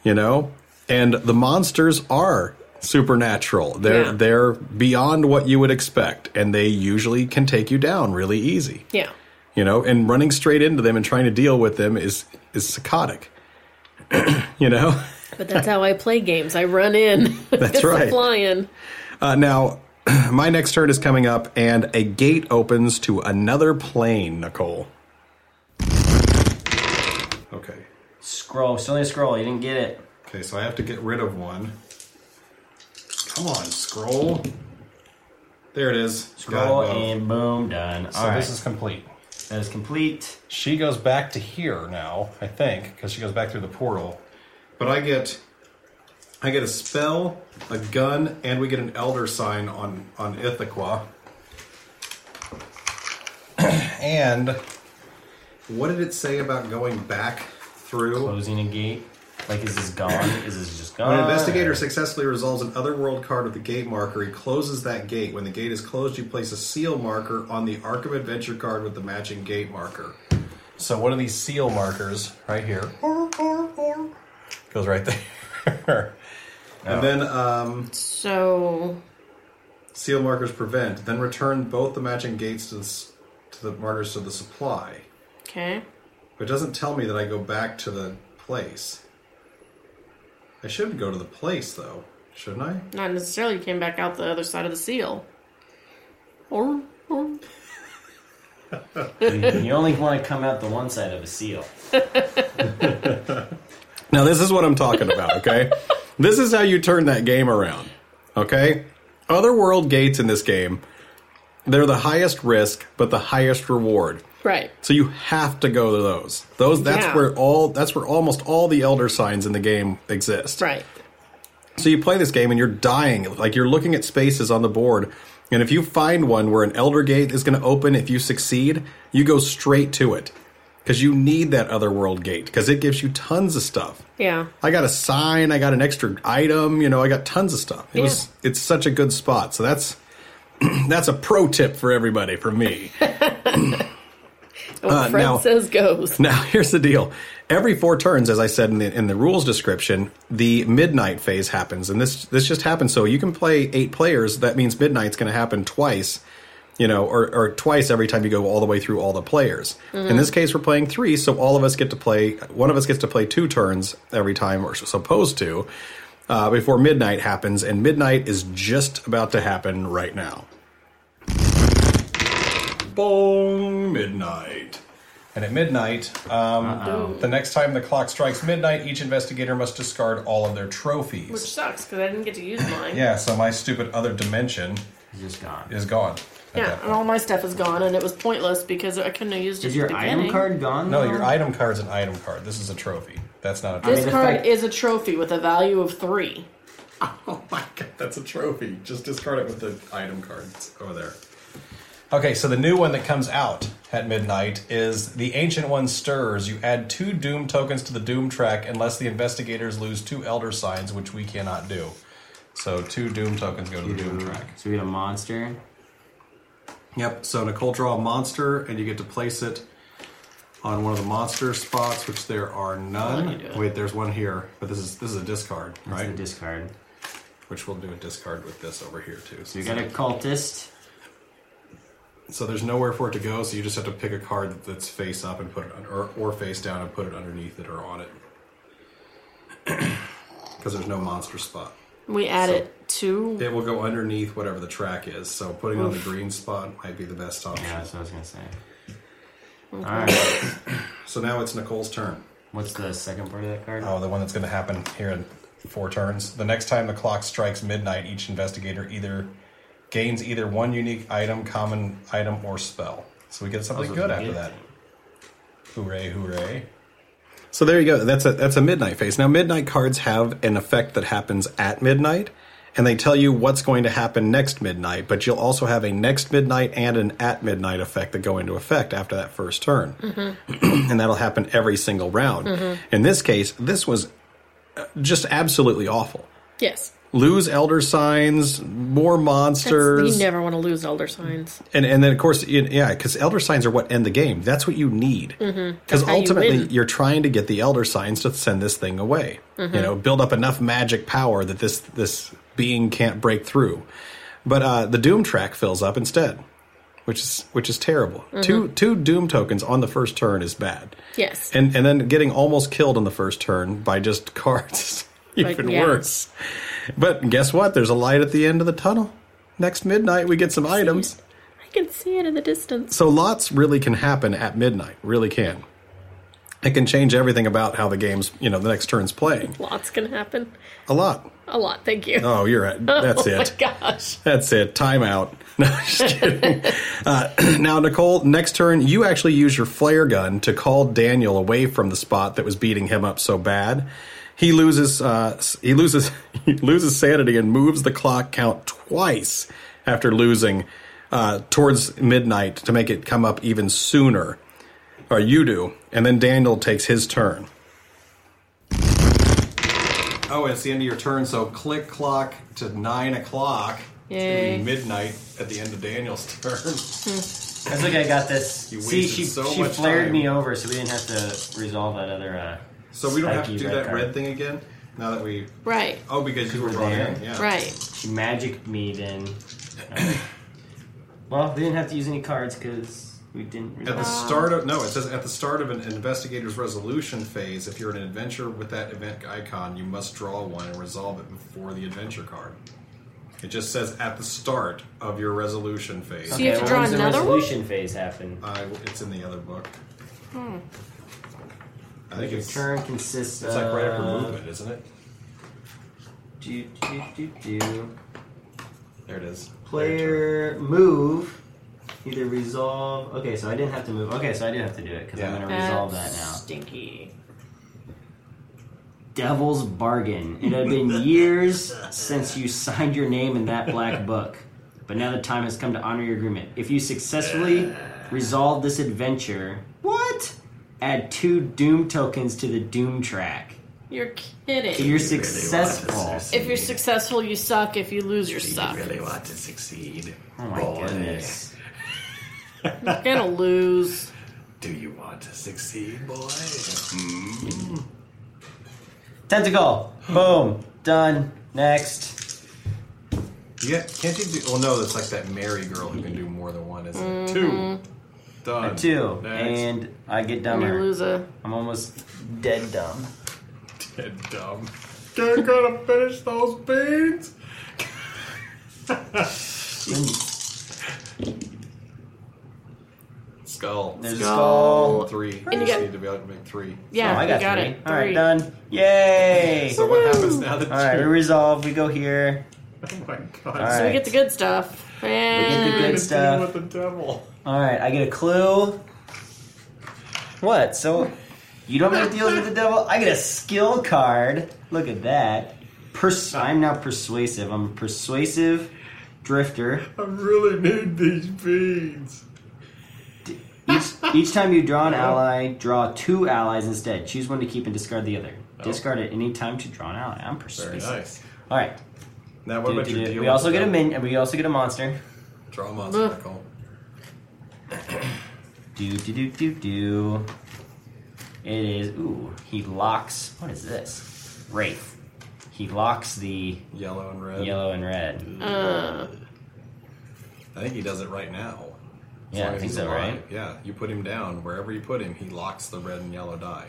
B: You know, and the monsters are supernatural. They're
C: Yeah.
B: they're beyond what you would expect, and they usually can take you down really easy.
C: Yeah.
B: You know, and running straight into them and trying to deal with them is is psychotic. *clears throat* you know.
C: But that's how I play games. I run in. *laughs* That's
B: right.
C: Flying.
B: Uh, now, *clears throat* my next turn is coming up, and a gate opens to another plane, Nicole. Okay.
G: Scroll. Still need a scroll. You didn't get it.
B: Okay, so I have to get rid of one. Come on, scroll. There it is.
G: Scroll
B: Got it, Bo.
G: and boom, done. All right,
B: complete.
G: that is complete.
B: She goes back to here now, I think, because she goes back through the portal. But I get, I get a spell, a gun, and we get an elder sign on on *clears throat* Ithaca. and what did it say about going back through?
G: Closing a gate. Like, is this gone? is this just gone?
B: When an investigator successfully resolves an otherworld card with the gate marker, he closes that gate. When the gate is closed, you place a seal marker on the Arkham Adventure card with the matching gate marker. So one of these seal markers right here goes right there. *laughs* And then um,
C: So,
B: seal markers prevent. Then return both the matching gates to the, s- to the markers to the supply.
C: okay.
B: But it doesn't tell me that I go back to the place. I should go to the place though. Shouldn't I?
C: Not necessarily. You came back out the other side of the seal. Or, or
G: You only want to come out the one side of a seal.
B: Now, this is what I'm talking about,
C: *laughs*
B: okay? this is how you turn that game around, okay? Otherworld gates in this game, they're the highest risk, but the highest reward.
C: right.
B: So you have to go to those. Those that's
C: Yeah.
B: where all that's where almost all the elder signs in the game exist.
C: Right.
B: So you play this game and you're dying. Like you're looking at spaces on the board. And if you find one where an elder gate is going to open, if you succeed, you go straight to it. Because you need that other world gate. Because it gives you tons of stuff.
C: Yeah.
B: I got a sign, I got an extra item, you know, I got tons of stuff. It
C: Yeah.
B: was it's such a good spot. So that's *clears throat* that's a pro tip for everybody from me.
C: What Fred
B: Uh, now-
C: says goes.
B: *laughs* Now, here's the deal. Every four turns, as I said in the, in the rules description, the midnight phase happens, and this this just happens. So you can play eight players. That means midnight's going to happen twice, you know, or, or twice every time you go all the way through all the players. In this case, we're playing three, so all of us get to play. One of us gets to play two turns every time, or supposed to, uh, before midnight happens. And midnight is just about to happen right now. Boom! Midnight. And at midnight, um, the next time the clock strikes midnight, each investigator must discard all of their
C: Which
B: trophies.
C: sucks because I didn't get to use mine.
B: Yeah, so my stupid other dimension
G: It's just gone.
B: is gone. at
C: Yeah,
B: that
C: and
B: point.
C: all my stuff is gone, and it was pointless because I couldn't have used it.
G: Is
C: at
G: your
C: the
G: item
C: beginning.
G: card gone?
B: No,
G: though?
B: Oh,
C: um,
B: your item card's an item card. This is a trophy. That's not a trophy.
C: This
G: the
C: card
G: fact-
C: is a trophy with a value of three.
B: Oh *laughs* my god, that's a trophy. Just discard it with the item cards over there. Okay, so the new one that comes out at midnight is the Ancient One Stirs. You add two Doom tokens to the Doom track unless the investigators lose two Elder Signs, which we cannot do. So two Doom tokens go to the Doom track.
G: So we get a monster.
B: Yep, so Nicole draw a monster and you get to place it on one of the monster spots, which there are
C: you do
B: none.
C: it.
B: Wait, there's one here, but this is this is a discard,
G: That's
B: right?
G: the discard.
B: which we'll do a discard with this over here too.
G: So we got a cultist.
B: So there's nowhere for it to go, so you just have to pick a card that's face up and put it under, or, or face down and put it underneath it or on it. *clears throat* Because there's no monster spot.
C: We add
B: So-
C: it to.
B: It will go underneath whatever the track is, so putting it on the green spot might be the best option.
G: Yeah, that's what I was gonna say. All right.
B: So now it's Nicole's turn.
G: What's the second part of that card?
B: Oh, the one that's going to happen here in four turns. The next time the clock strikes midnight, each investigator either gains either one unique item, common item, or spell. So we get something
G: Those are
B: good
G: the
B: after
G: good
B: that.
G: thing.
B: Hooray! Hooray! So there you go. That's a that's a midnight phase. Now midnight cards have an effect that happens at midnight, and they tell you what's going to happen next midnight. But you'll also have a next midnight and an at midnight effect that go into effect after that first turn, *clears throat* and that'll happen every single round. In this case, this was uh, just absolutely awful.
C: Yes.
B: Lose elder signs, more
C: That's-
B: monsters,
C: You never want to lose elder signs.
B: and and then of course you- yeah because elder signs are what end the game that's what you need because
C: Mm-hmm. how you
B: ultimately
C: win.
B: you are trying to get the elder signs to send this thing away
C: Mm-hmm.
B: you know build up enough magic power that this this being can't break through but uh, the doom track fills up instead which is which is terrible
C: Mm-hmm.
B: two two doom tokens on the first turn is bad
C: Yes.
B: and and then getting almost killed on the first turn by just *laughs* cards is
C: Like,
B: even
C: yeah.
B: worse but guess what there's a light at the end of the tunnel next midnight we get some items
C: I can see it in the distance.
B: so lots really can happen at midnight, really can. It can change everything about how the game's, you know, the next turn's playing.
C: Lots can happen.
B: A lot.
C: A lot. Thank you.
B: Oh, you're right. That's
C: *laughs* oh
B: it.
C: my gosh.
B: That's it. Timeout. *laughs* No, just kidding. Uh, now, Nicole, next turn, you actually use your flare gun to call Daniel away from the spot that was beating him up so bad. He loses. Uh, s- he loses. *laughs* He loses sanity and moves the clock count twice after losing uh, towards midnight to make it come up even sooner. Or you do, and then Daniel takes his turn. Oh, it's the end of your turn, so click clock to nine o'clock. It's gonna be
C: Yay.
B: midnight at the end of Daniel's *laughs* turn.
G: That's like I got this.
B: You
G: See,
B: wasted
G: she
B: so
G: she
B: much
G: flared
B: time.
G: me over, so we didn't have to resolve that other. Uh,
B: So we don't have to
G: spiky
B: do that
G: card.
B: red thing again. Now that we
C: Right.
B: oh, because you were
G: we're
B: brought
G: there.
B: in, yeah.
C: Right.
G: She magicked me then. Uh, well, we didn't have to use any cards because who didn't
A: At the
G: resolve.
C: Oh.
A: start of no, it says at the start of an investigator's resolution phase, if you're an adventure with that event icon, you must draw one and resolve it before the adventure card. It just says at the start of your resolution phase.
C: you have to
G: when
C: draw
G: does the
C: another one?
G: resolution phase
B: Uh,
G: happen?
A: I- it's in the other book.
C: Hmm.
A: I think
G: Your
A: it's,
G: turn consists
A: it's
G: of.
A: like right after movement, isn't it?
G: Do, do, do, do.
A: There it is.
G: Player move. Either resolve. Okay, so I didn't have to move. Okay, so I did have to do it because
A: Yeah.
G: I'm going to
C: That's
G: resolve that now.
C: Stinky.
G: Devil's Bargain. It had been years since you signed your name in that black book, but now the time has come to honor your agreement. If you successfully resolve this adventure, what? Add two Doom tokens to the Doom track.
C: You're
G: If
C: kidding.
G: you're successful,
C: if you're successful, you suck. If you lose, you suck.
H: really want to succeed.
G: oh my
H: Boy,
G: goodness,
C: You're gonna lose.
H: Do you want to succeed, boy?
G: tentacle, boom, done. Next,
A: Yeah, can't you do? Well, no, that's like that Mary girl who can do more than one, isn't it? Two, Mm-hmm. done.
G: two,
A: Next.
G: and I get
C: You
G: dumber.
C: lose a.
G: I'm almost dead dumb.
A: *laughs* Dead dumb. Can't gonna finish those beans. Skull.
G: There's a skull.
A: Three.
C: you
A: you
C: get-
A: just need to be able to make three.
C: Yeah,
G: Oh, I
C: you
G: got,
C: got
G: three.
C: it.
G: All right, done.
C: *laughs*
G: Yay!
A: So what happens now that
G: All right, we
A: you?
G: resolve. We go here.
A: Oh my god.
G: All
C: So we
G: right.
C: get the good stuff.
G: get the
C: And
G: good
A: It's dealing
G: stuff.
A: With the devil.
G: All right, I get a clue. What? So you don't make deals with the devil. I get a skill card. Look at that. Pers- I'm now persuasive. I'm a persuasive drifter.
A: I really need these beans.
G: Each, each time you draw an ally, draw two allies instead. Choose one to keep and discard the other. Discard at any time to draw an ally. I'm
A: Oh. Very
G: persuasive.
A: nice.
G: All right.
A: Now what about your deal?
G: We
A: with
G: also
A: the
G: get a
A: devil?
G: min. We also get a monster.
A: Draw a monster.
C: Mm.
A: Nicole.
G: Do do do do do. It is ooh. He locks. What is this? Wraith. He locks the
A: Yellow and red.
G: yellow and
A: uh,
G: red.
A: I think he does it right now. As
G: Yeah,
A: long
G: I
A: as
G: think
A: he's
G: so,
A: alive.
G: right?
A: Yeah, you put him down. Wherever you put him, he locks the red and yellow die.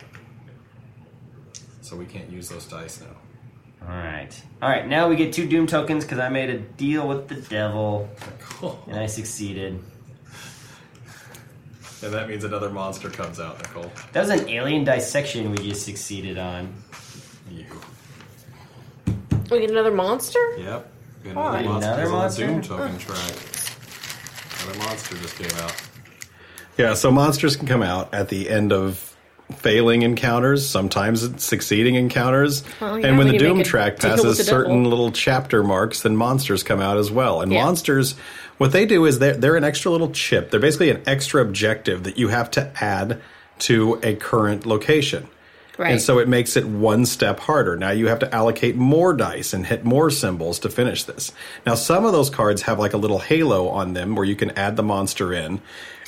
A: So we can't use those dice now.
G: All right. All right. Now we get two doom tokens because I made a deal with the devil
A: Cool.
G: and I succeeded.
A: And that means another monster comes out, Nicole.
G: That was an alien dissection we just succeeded on.
A: You.
C: we get another monster.
A: Yep. Got
G: Fine. Another
A: There's
G: monster?
A: Doom token track. Another monster just came out.
B: Yeah, so monsters can come out at the end of failing encounters, sometimes it's succeeding encounters.
C: Well, yeah,
B: and when
C: when
B: the
C: you make
B: Doom
C: a
B: track
C: deal with
B: passes
C: the devil.
B: certain little chapter marks, then monsters come out as well. And
C: Yeah.
B: monsters, what they do is they're, they're an extra little chip. They're basically an extra objective that you have to add to a current location.
C: Right.
B: And so it makes it one step harder. Now you have to allocate more dice and hit more symbols to finish this. Now some of those cards have like a little halo on them where you can add the monster in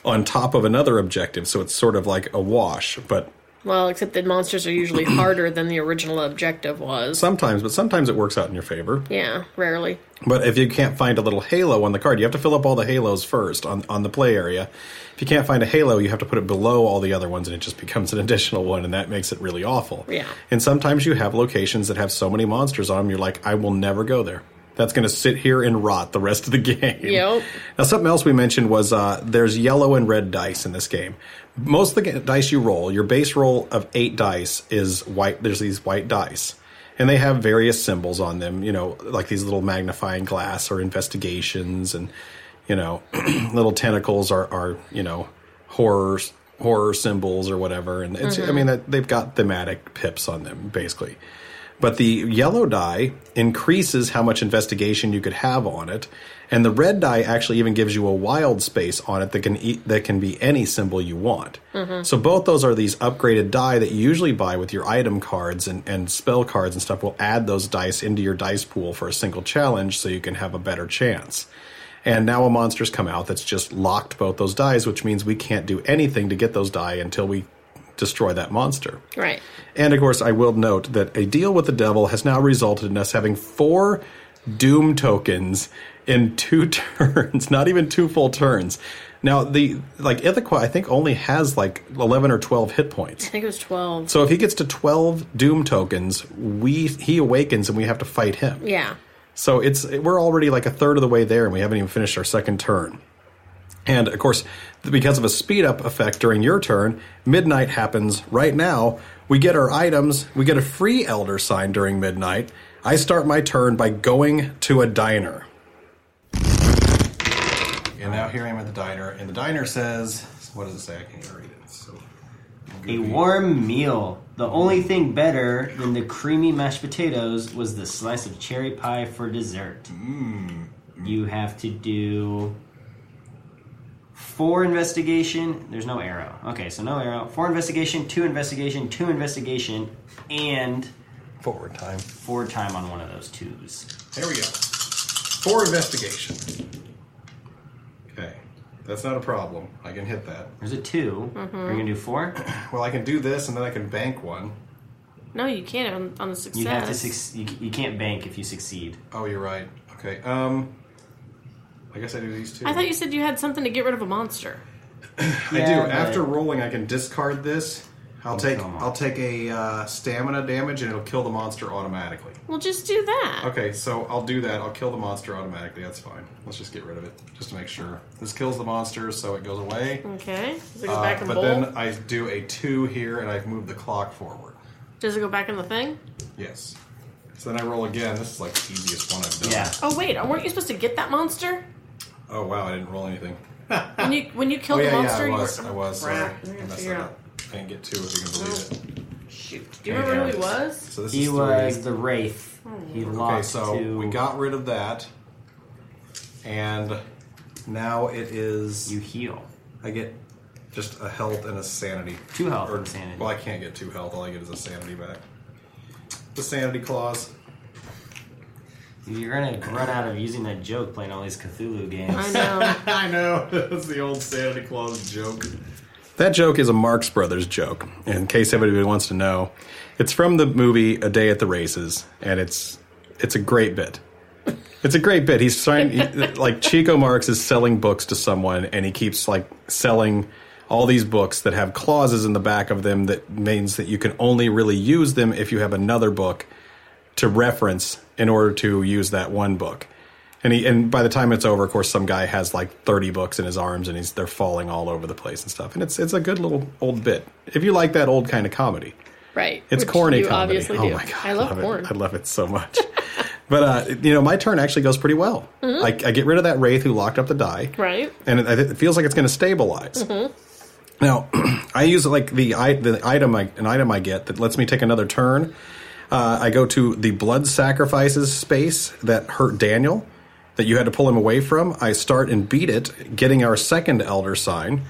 B: on top of another objective, so it's sort of like a wash. But
C: well, except that monsters are
B: *clears throat*
C: usually harder than the original objective was.
B: sometimes, but sometimes it works out in your favor.
C: yeah, rarely.
B: But if you can't find a little halo on the card, you have to fill up all the halos first on, on the play area. If you can't find a halo, you have to put it below all the other ones and it just *laughs* becomes an additional one, and that makes it really awful.
C: Yeah.
B: And sometimes you have locations that have so many monsters on them, you're like, I will never go there. That's going to sit here and rot the rest of the *laughs* game.
C: Yep.
B: Now, something else we mentioned was uh, there's yellow and red dice in this game. Most of the ga- dice you roll, your base roll of eight dice is white. There's these white dice, and they have various symbols on them. You know, like these little magnifying glass or investigations, and you know, *clears throat* little tentacles are, are you know horror horror symbols or whatever. And it's I mean that they've got thematic pips on them basically. But the yellow die increases how much investigation you could have on it, and the red die actually even gives you a wild space on it that can e- that can be any symbol you want. So both those are these upgraded die that you usually buy with your item cards and, and spell cards and stuff. Will add those dice into your dice pool for a single challenge, so you can have a better chance. And now a monster's come out that's just locked both those dies, which means we can't do anything to get those die until we destroy that monster.
C: Right.
B: And of course, I will note that a deal with the devil has now resulted in us having four *laughs* Doom tokens in two turns, not even two full turns. Now the like Ithaca, I think only has like eleven or twelve hit points.
C: I think it was 12.
B: So if he gets to twelve doom tokens, we he awakens and we have to fight him.
C: yeah.
B: So it's we're already like a third of the way there, and we haven't even finished our second turn. And of course, because of a speed up effect during your turn, midnight happens right now. We get our items. We get a free elder sign during midnight. I start my turn by going to a diner. And now here I am at the diner, and the diner says, "What does it say?" I can't even read it. It's so
G: A warm meal. The only thing better than the creamy mashed potatoes was the slice of cherry pie for dessert.
B: Mm,
G: You have to do four investigation. There's no arrow. Okay, so no arrow. Four investigation, two investigation, two investigation, and
B: forward time.
G: four time on one of those twos.
B: There we go. For investigation. Okay, that's not a problem. I can hit that.
G: There's a 2 Are you gonna do four?
B: Well, I can do this, and then I can bank one.
C: No, you can't on, on the success.
G: You have to. Suc- you, you can't bank if you succeed.
B: Oh, you're right. Okay. Um, I guess I do these two.
C: I thought you said you had something to get rid of a monster.
B: I do.
G: Yeah, but-
B: After rolling, I can discard this. I'll take
G: come on.
B: I'll take a uh, stamina damage, and it'll kill the monster automatically.
C: Well, just do that.
B: Okay, so I'll do that. I'll kill the monster automatically. That's fine. Let's just get rid of it, just to make sure. This kills the monster, so it goes away.
C: Okay. Does it go
B: Uh,
C: back in the
B: but
C: bowl?
B: then I do a two here, and I've moved the clock forward.
C: Does it go back in the thing?
B: Yes. So then I roll again. This is like the easiest one I've done.
G: Yeah.
C: Oh wait, weren't you supposed to get that monster?
B: Oh wow, I didn't roll anything.
C: When you when you killed
B: oh yeah,
C: the monster,
B: yeah,
C: you
B: I was.
C: were
B: I was. Sorry,
C: Crap,
B: I
C: we're gonna
B: messed
C: figure
B: that
C: out.
B: up. I didn't get two, if you can believe it.
C: Shoot. Do you remember who he was?
B: So this
G: He
B: is
G: was
B: three.
G: the wraith. He
B: Okay,
G: lost
B: so
G: to.
B: we got rid of that, and now it is.
G: you heal.
B: I get just a health and a sanity.
G: Two health and sanity.
B: Well, I can't get two health. All I get is a sanity back. The sanity clause.
G: You're gonna run out of using that joke playing all these Cthulhu
C: I
G: games.
C: know.
B: *laughs* I know. That's the old Santa Claus joke. That joke is a Marx Brothers joke, in case everybody wants to know. It's from the movie A Day at the Races, and it's it's a great bit. It's a great bit. He's trying, he, *laughs* like, Chico Marx is selling books to someone, and he keeps, like, selling all these books that have clauses in the back of them that means that you can only really use them if you have another book to reference in order to use that one book. And he and by the time it's over, of course, some guy has like thirty books in his arms, and he's they're falling all over the place and stuff. And it's it's a good little old bit if you like that old kind of comedy.
C: Right.
B: It's
C: Which
B: corny
C: You
B: comedy.
C: obviously
B: oh
C: do.
B: my god,
C: I love, corn.
B: It. I love it so much. *laughs* but uh, you know, my turn actually goes pretty well. I, I get rid of that wraith who locked up the die,
C: Mm-hmm. Right.
B: and it, it feels like it's going to stabilize. Now, *clears throat* I use like the i- the item I, an item I get that lets me take another turn. Uh, I go to the blood sacrifices space that hurt Daniel, that you had to pull him away from. I start and beat it, getting our second elder sign.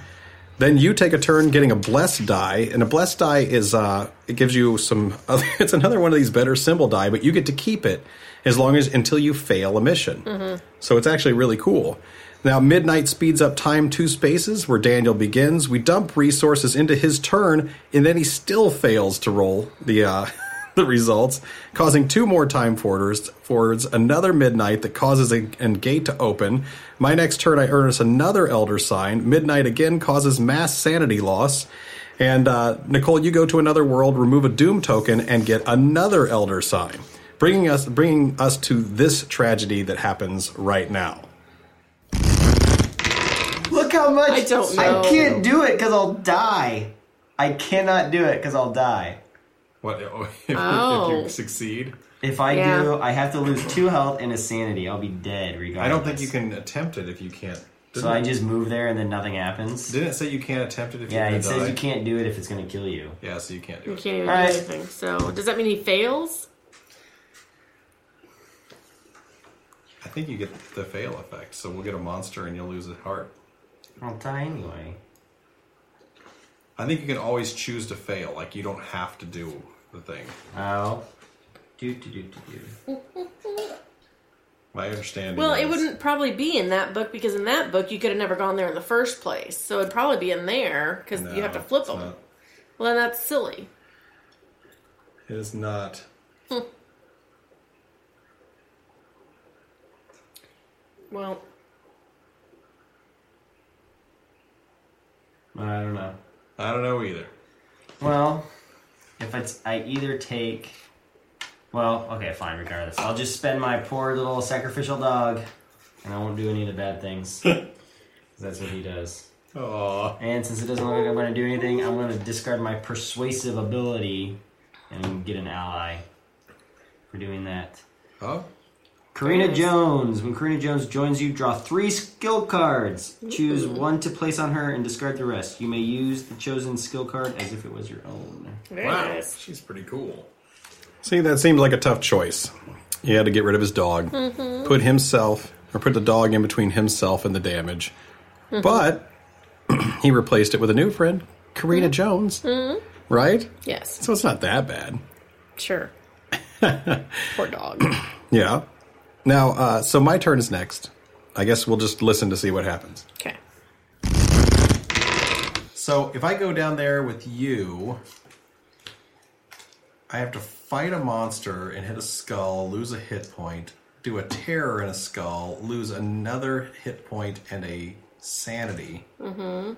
B: Then you take a turn getting a blessed die, and a blessed die is uh, it gives you some. *laughs* Other, it's another one of these better symbol die, but you get to keep it as long as until you fail a mission. So it's actually really cool. Now midnight speeds up time two spaces where Daniel begins. We dump resources into his turn, and then he still fails to roll the uh, *laughs* the results, causing two more time forwarders forwards. Another midnight that causes a, a gate to open. My next turn, I earn us another elder sign. Midnight again causes mass sanity loss. And uh, Nicole, you go to another world, remove a doom token, and get another elder sign, bringing us bringing us to this tragedy that happens right now.
G: *laughs* Look how much
C: I don't know.
G: I can't do it because I'll die. I cannot do it because I'll die.
B: What *laughs* if,
C: Oh.
B: succeed?
G: If I
C: Yeah.
G: do, I have to lose two health and a sanity. I'll be dead regardless.
B: I don't think you can attempt it if you can't.
G: So I just move there and then nothing happens.
B: Didn't it say you can't attempt it if
G: Yeah,
B: you're
G: it
B: gonna die?
G: says you can't do it if it's gonna kill you.
B: Yeah, so you can't do
C: You
B: it.
C: can't even
G: All right.
C: do anything. So does that mean he fails?
B: I think you get the fail effect, so we'll get a monster and you'll lose a heart.
G: I'll die anyway.
B: I think you can always choose to fail, like you don't have to do the thing.
G: Oh. Do do do do do.
B: My understanding.
C: Well,
B: is-
C: it wouldn't probably be in that book because in that book you could have never gone there in the first place. So it'd probably be in there because
B: No,
C: you have to flip
B: it's
C: them.
B: not.
C: Well, then that's silly.
B: It is not.
C: Well,
G: I don't know.
I: I don't know either.
G: Well, if it's I either take well, okay, fine, regardless. I'll just spend my poor little sacrificial dog and I won't do any of the bad things. 'Cause That's what he does.
I: Aw.
G: And since it doesn't look like I'm gonna do anything, I'm gonna discard my persuasive ability and get an ally for doing that.
I: Oh.
G: Karina Jones. When Karina Jones joins you, draw three skill cards. Choose one to place on her and discard the rest. You may use the chosen skill card as if it was your own.
C: Very
I: Wow.
C: nice.
I: She's pretty cool.
J: See, that seems like a tough choice. He had to get rid of his dog,
C: Mm-hmm.
J: put himself, or put the dog in between himself and the damage.
C: Mm-hmm.
J: But *clears throat* he replaced it with a new friend,
C: Mm-hmm.
J: Karina Jones. Right?
C: Yes.
J: So it's not that bad.
B: *laughs*
C: Sure. Poor dog.
J: Yeah. Now, uh, so my turn is next. I guess we'll just listen to see what happens.
C: Okay.
B: So if I go down there with you, I have to fight a monster and hit a skull, lose a hit point, do a terror and a skull, lose another hit point and a sanity. Mm-hmm. And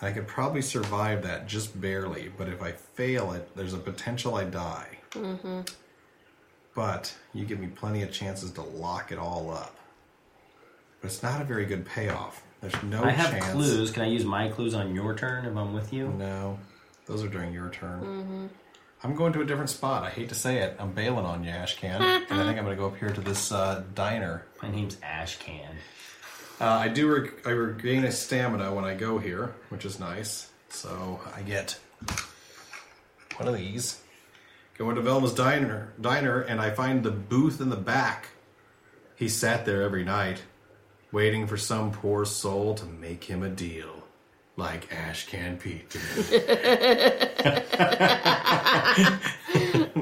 B: I could probably survive that just barely, but if I fail it, there's a potential I die. Mm-hmm. But you give me plenty of chances to lock it all up. But it's not a very good payoff. There's no
G: I have
B: chance.
G: clues. Can I use my clues on your turn if I'm with you?
B: No, those are during your turn. I'm going to a different spot. I hate to say it. I'm bailing on you, Ashcan. and I think I'm going to go up here to this uh, diner.
G: My name's Ash Can.
B: Uh, I do reg- I regain a stamina when I go here, which is nice. So I get one of these. Go into Velma's diner, diner, and I find the booth in the back. He sat there every night, waiting for some poor soul to make him a deal, like Ashcan Pete did. *laughs*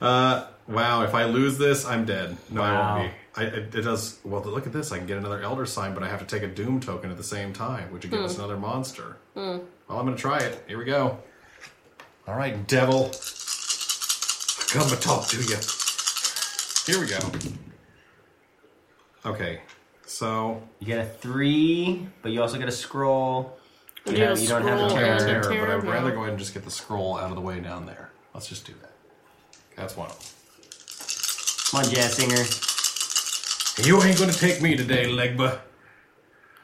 B: Uh, Wow, if I lose this, I'm dead. No, I won't be. I, it, it does. Well, look at this. I can get another Elder Sign, but I have to take a Doom token at the same time, which would give us another monster. Well, I'm going to try it. Here we go. All right, Devil. I come to talk to you. Here we go. Okay, so
G: You get a three, but you also get a scroll. You,
C: get a
G: have- you don't have
C: scroll
G: the
B: Terror,
C: and-
G: terror.
B: Terror, but I'd
C: Terror,
B: rather
C: no.
B: go ahead and just get the scroll out of the way down there. Let's just do that. That's one of them.
G: Come on, jazz singer.
B: You ain't gonna take me today, Legba.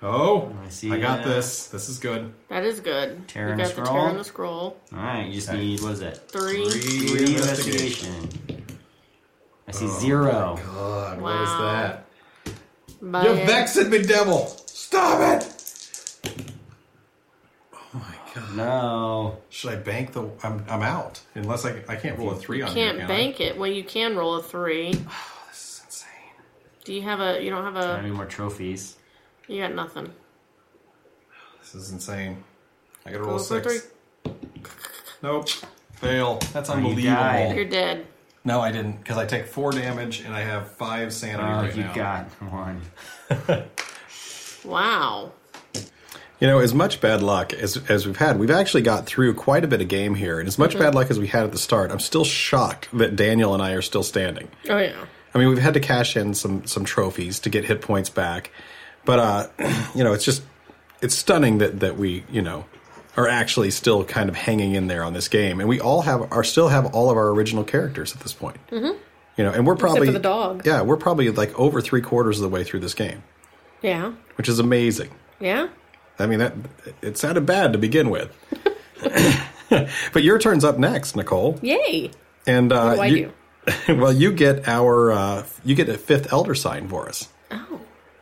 B: Oh, I,
G: I see
B: got
G: ya.
B: this. This is good.
C: That is good.
G: Tear
C: you
G: and a
C: got the tear and
G: scroll.
C: the scroll.
G: All right, you just need what is it?
C: Three.
B: Three
G: Three
B: investigation.
G: investigation. I see
B: Oh,
G: zero.
B: God, what is
C: Wow.
B: that?
C: Bye.
B: You're vexing me, devil. Stop it. Oh my god.
G: No.
B: Should I bank the? I'm I'm out. Unless I I can't roll a three on
C: Can't
B: here, can I?
C: bank it. Well, you can roll a three.
B: This is insane.
C: Do you have a? You don't have
G: Not
C: a.
G: any more trophies.
C: You got nothing.
B: This is insane. I gotta roll a
C: Roll for
B: six. Nope. Fail. That's
G: Oh, you
B: unbelievable.
G: died.
C: You're dead.
B: No, I didn't, because I take four damage and I have five sanity
G: Oh,
B: right
G: you
B: now.
G: got one.
C: Wow.
J: You know, as much bad luck as, as we've had, we've actually got through quite a bit of game here. And as
G: Mm-hmm.
J: much bad luck as we had at the start, I'm still shocked that Daniel and I are still standing.
C: Oh yeah.
J: I mean, we've had to cash in some some trophies to get hit points back, but uh, *clears throat* you know, it's just it's stunning that that we you know are actually still kind of hanging in there on this game, and we all have are still have all of our original characters at this point. Mm-hmm. You know, and we're probably
C: for the dog.
J: Yeah, we're probably like over three quarters of the way through this game,
C: Yeah.
J: which is amazing.
C: Yeah.
J: I mean, that it sounded bad to begin with. *laughs* but your turn's up next, Nicole.
C: Yay.
J: And uh,
C: do I
J: you, *laughs* well, you get our uh, you get a fifth elder sign for us.
C: Oh.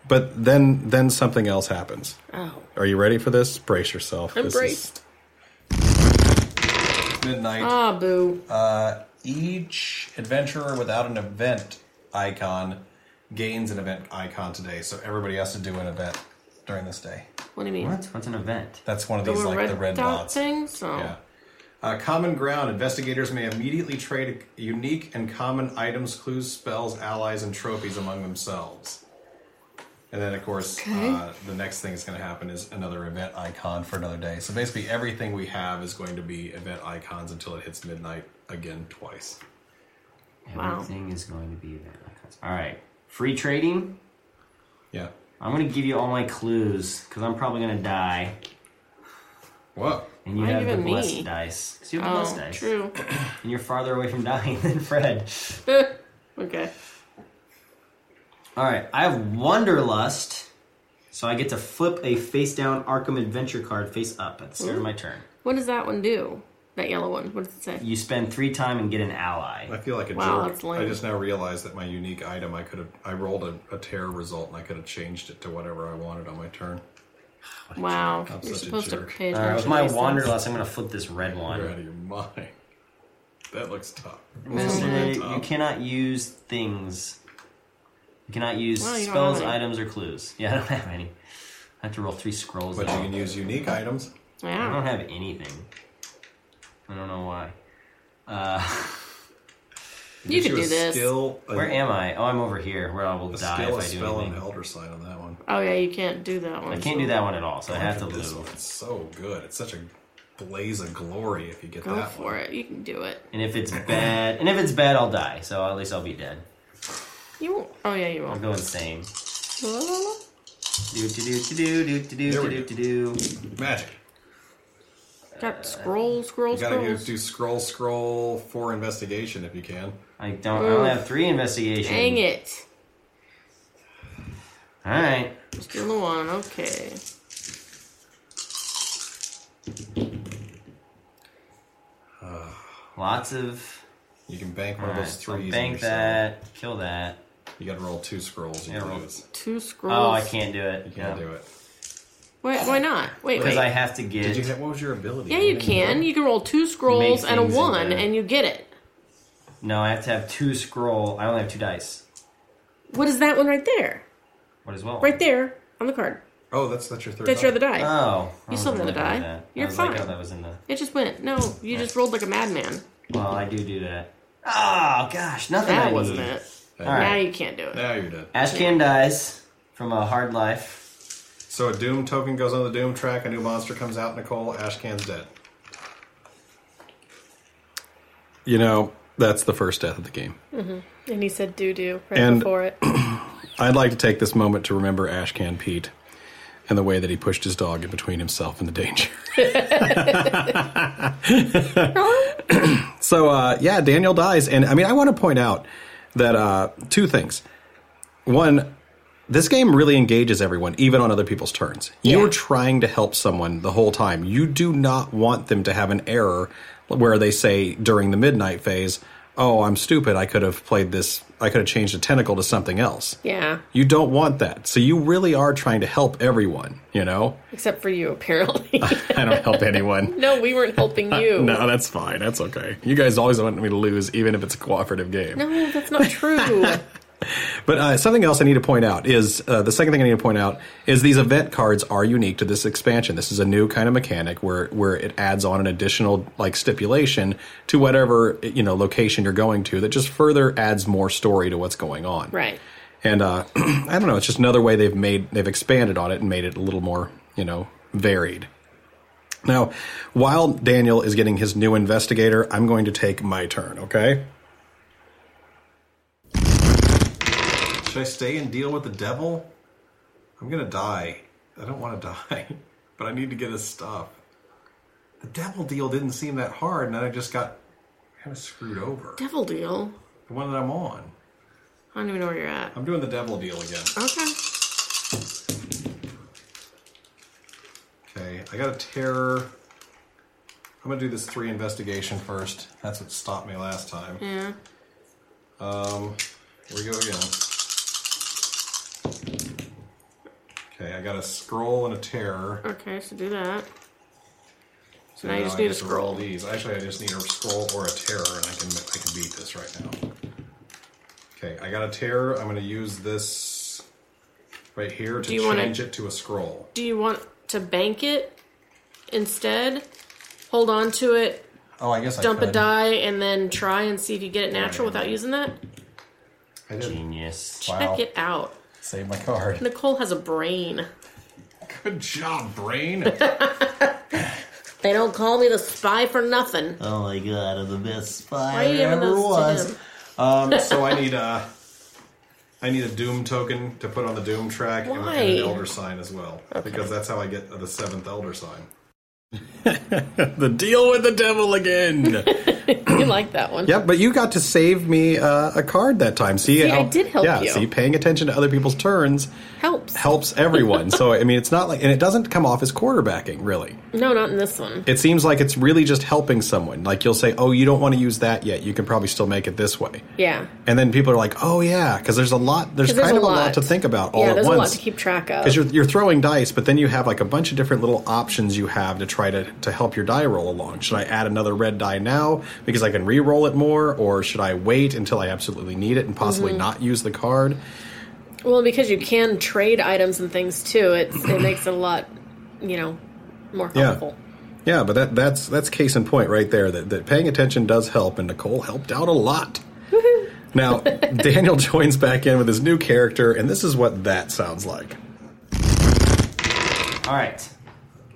J: But then then something else happens.
C: Oh.
J: Are you ready for this? Brace yourself. This is-
C: Embraced.
B: Midnight.
C: Ah, boo.
G: Uh,
B: each adventurer without an event icon gains an event icon today. So everybody has to do an event during this day.
C: What do you mean?
G: What? What's an event?
B: That's one of
C: The
B: these like
C: red
B: the red
C: dot
B: dots.
C: thing. So.
B: Yeah. Uh, common ground. Investigators may immediately trade unique and common items, clues, spells, allies, and trophies among themselves. And then, of course, uh, the next thing that's going to happen is another event icon for another day. So basically, everything we have is going to be event icons until it hits midnight again twice.
C: Wow.
G: Everything is going to be event icons. All right. Free trading.
B: Yeah.
G: I'm gonna give you all my clues because I'm probably gonna die.
I: What?
G: And you
C: Why
G: have the
C: even me?
G: blessed dice. So you have the blessed
C: Oh,
G: dice.
C: true.
G: And you're farther away from *laughs* dying than Fred.
C: okay.
G: All right, I have Wonderlust, so I get to flip a face down Arkham Adventure card face up at the start of my turn.
C: What does that one do? That yellow one. What does it say?
G: You spend three time and get an ally.
J: I feel like a
C: Wow,
J: jerk.
C: that's lame.
J: I just now realized that my unique item, I could have, I rolled a, a terror result and I could have changed it to whatever I wanted on my turn.
C: Wow. You're
J: such a
C: supposed to
J: jerk.
C: pay attention.
G: All right, with
C: to
G: my
C: these things.
G: Wanderlust, I'm going to flip this red
J: You're
G: one.
J: out of your mind. *laughs* That looks tough.
G: Say
J: Oh.
G: You cannot use things. You cannot use
C: Well, you don't
G: spells,
C: have any.
G: items, or clues. Yeah, *laughs* I don't have any. I have to roll three scrolls.
J: But
G: though.
J: you can use unique items.
G: I
C: Yeah.
G: don't have anything. I don't know why.
C: You could
J: Get you
C: do
J: a
C: this.
J: Skill, a,
G: Where am I? Oh, I'm over here where I will
J: a
G: die
J: skill, a
G: if I do
J: spell, and
G: anything.
J: elder sign on that one.
C: Oh yeah, you can't do that one.
G: I can't do that one at all, so I have to
J: This
G: lose.
J: one's so good. It's such a blaze of glory if you get
C: Go
J: that
C: for
J: one.
C: it. You can do it.
G: And if it's bad, and if it's bad, I'll die. So at least I'll be dead.
C: You won't. Oh yeah, you
G: I'll
C: won't.
G: go insane.
C: Oh,
G: Do do do do do do do
J: There we
G: do
J: go.
G: do do.
J: Magic.
C: Got scroll, scroll,
J: You gotta
C: scroll.
J: do, do scroll, scroll for investigation if you can.
G: I don't. I only have three investigations.
C: Dang it.
G: All right.
C: Just do the one. Okay.
G: Lots of.
J: You can bank one
G: All
J: of
G: right.
J: those
G: So
J: threes. on
G: bank
J: yourself.
G: that. Kill that.
J: You gotta roll two scrolls. You
G: Yeah,
J: can
G: roll-
J: do this.
C: Two scrolls.
G: Oh, I can't do it.
J: You can't do it.
C: Why, why not? Wait,
G: Because
C: wait.
G: I have to get.
J: Did you have, what was your ability?
C: yeah, you can. You can roll two scrolls and a
G: things into
C: one,
G: that.
C: and you get it.
G: No, I have to have two scroll. I only have two dice.
C: What is that one right there?
G: What as well?
C: Right there on the card.
J: Oh, that's that's your third.
C: That's your other
J: die.
C: die.
G: Oh, I
C: You still have
G: wasn't
C: another
G: looking at
C: die.
G: that.
C: You're
G: I was Like,
C: fine.
G: oh, that was in the.
C: It just went. No, you
G: uh,
C: just rolled like a madman.
G: Well, I do do that. Oh gosh, nothing. I
C: That
G: need.
C: wasn't it.
G: All right.
C: Now you can't do it.
J: Now you're dead.
G: Ashcan dies from a hard life.
J: So a doom token goes on the doom track. A new monster comes out. Nicole Ashcan's dead.
B: You know, that's the first death of the game.
C: And he said doo doo right
B: And-
C: before it.
B: *clears throat* I'd like to take this moment to remember Ashcan Pete and the way that he pushed his dog in between himself and the danger. *laughs* so, uh, yeah, Daniel dies. And I mean, I want to point out that uh, two things. One, this game really engages everyone, even on other people's turns. You're trying to help someone the whole time. You do not want them to have an error where they say during the midnight phase, oh, I'm stupid. I could have played this, I could have changed a tentacle to something else.
C: Yeah.
B: You don't want that. So you really are trying to help everyone, you know?
C: Except for you, apparently. *laughs*
B: I don't help
J: *laughs*
B: anyone.
C: no, we
B: *laughs*
C: weren't helping you.
B: Uh, No, that's fine. That's okay. You guys always want me to lose, even if it's a cooperative game.
C: No, that's
B: *laughs*
C: not true.
B: But uh, something else I need to point out is uh, the second thing I need to point out is these event cards are unique to this expansion. This is a new kind of mechanic where where it adds on an additional like stipulation to whatever you know location you're going to that just further adds more story to what's going on.
C: right.
B: And uh, *clears throat* I don't know. It's just another way they've made they've expanded on it and made it a little more you know varied. Now, while Daniel is getting his new investigator, I'm going to take my turn. Okay.
J: Should I stay and deal with the devil? I'm gonna die. I don't want to *laughs* die, but I need to get his stuff. The devil deal didn't seem that hard, and then I just got kind of screwed over.
C: Devil deal.
J: The one that I'm on.
C: I don't even know where you're at.
J: I'm doing the devil deal again.
C: Okay.
J: Okay, I got a terror. I'm gonna do this three investigation first. That's what stopped me last time.
C: Yeah.
J: Um, here we go again. Okay, I got a scroll and a terror.
C: Okay, so do that.
J: So
C: Now you just
J: I
C: need
J: get
C: a
J: to
C: scroll.
J: roll These. Actually, I just need a scroll or a terror, and I can I can beat this right now. Okay, I got a terror. I'm gonna use this right here to
C: you wanna-
J: change it to a scroll.
C: Do you want to bank it instead? Hold on to it,
J: Oh, I guess
C: dump
J: I
C: a
J: could.
C: die, and then try and see if you get it natural without using that?
J: I did.
G: Genius.
J: Wow.
C: Check it out.
J: Save my card.
C: Nicole has a brain.
J: Good
C: *laughs*
J: job, brain.
C: They don't call me the spy for nothing.
G: *laughs* Oh my god, I'm the best
C: Why
G: spy
C: are you giving those to him?
J: Um, so I need a, I need a Doom token to put on the Doom track and-
C: Why?
J: and an Elder Sign as well, because that's how I get the seventh Elder Sign.
B: *laughs* The deal with the devil
C: *laughs*
B: again.
C: You like that one.
B: yeah, but you got to save me uh, a card that time. See,
C: I did help
B: Yeah,
C: you.
B: see, paying attention to other people's turns
C: Helps.
B: helps everyone. so I mean, it's not like, and it doesn't come off as quarterbacking, really.
C: No, not in this one.
B: It seems like it's really just helping someone. Like you'll say, "Oh, you don't want to use that yet. You can probably still make it this way."
C: Yeah.
B: And then people are like, "Oh yeah," because there's a lot. There's
C: 'Cause there's
B: kind
C: a
B: of a lot.
C: lot.
B: to think about all
C: yeah,
B: at
C: there's
B: once.
C: a lot to keep track of.
B: because you're, you're throwing dice, but then you have like a bunch of different little options you have to try to, to help your die roll along. Should I add another red die now because I can re-roll it more, or should I wait until I absolutely need it and possibly
C: Mm-hmm.
B: not use the card?
C: Well, because you can trade items and things too, it's, it makes it a lot, you know, more
B: Yeah.
C: helpful.
B: Yeah, but that that's that's case in point right there. That, that paying attention does help, and Nicole helped out a lot. now Daniel joins back in with his new character, and this is what that sounds like.
G: All right.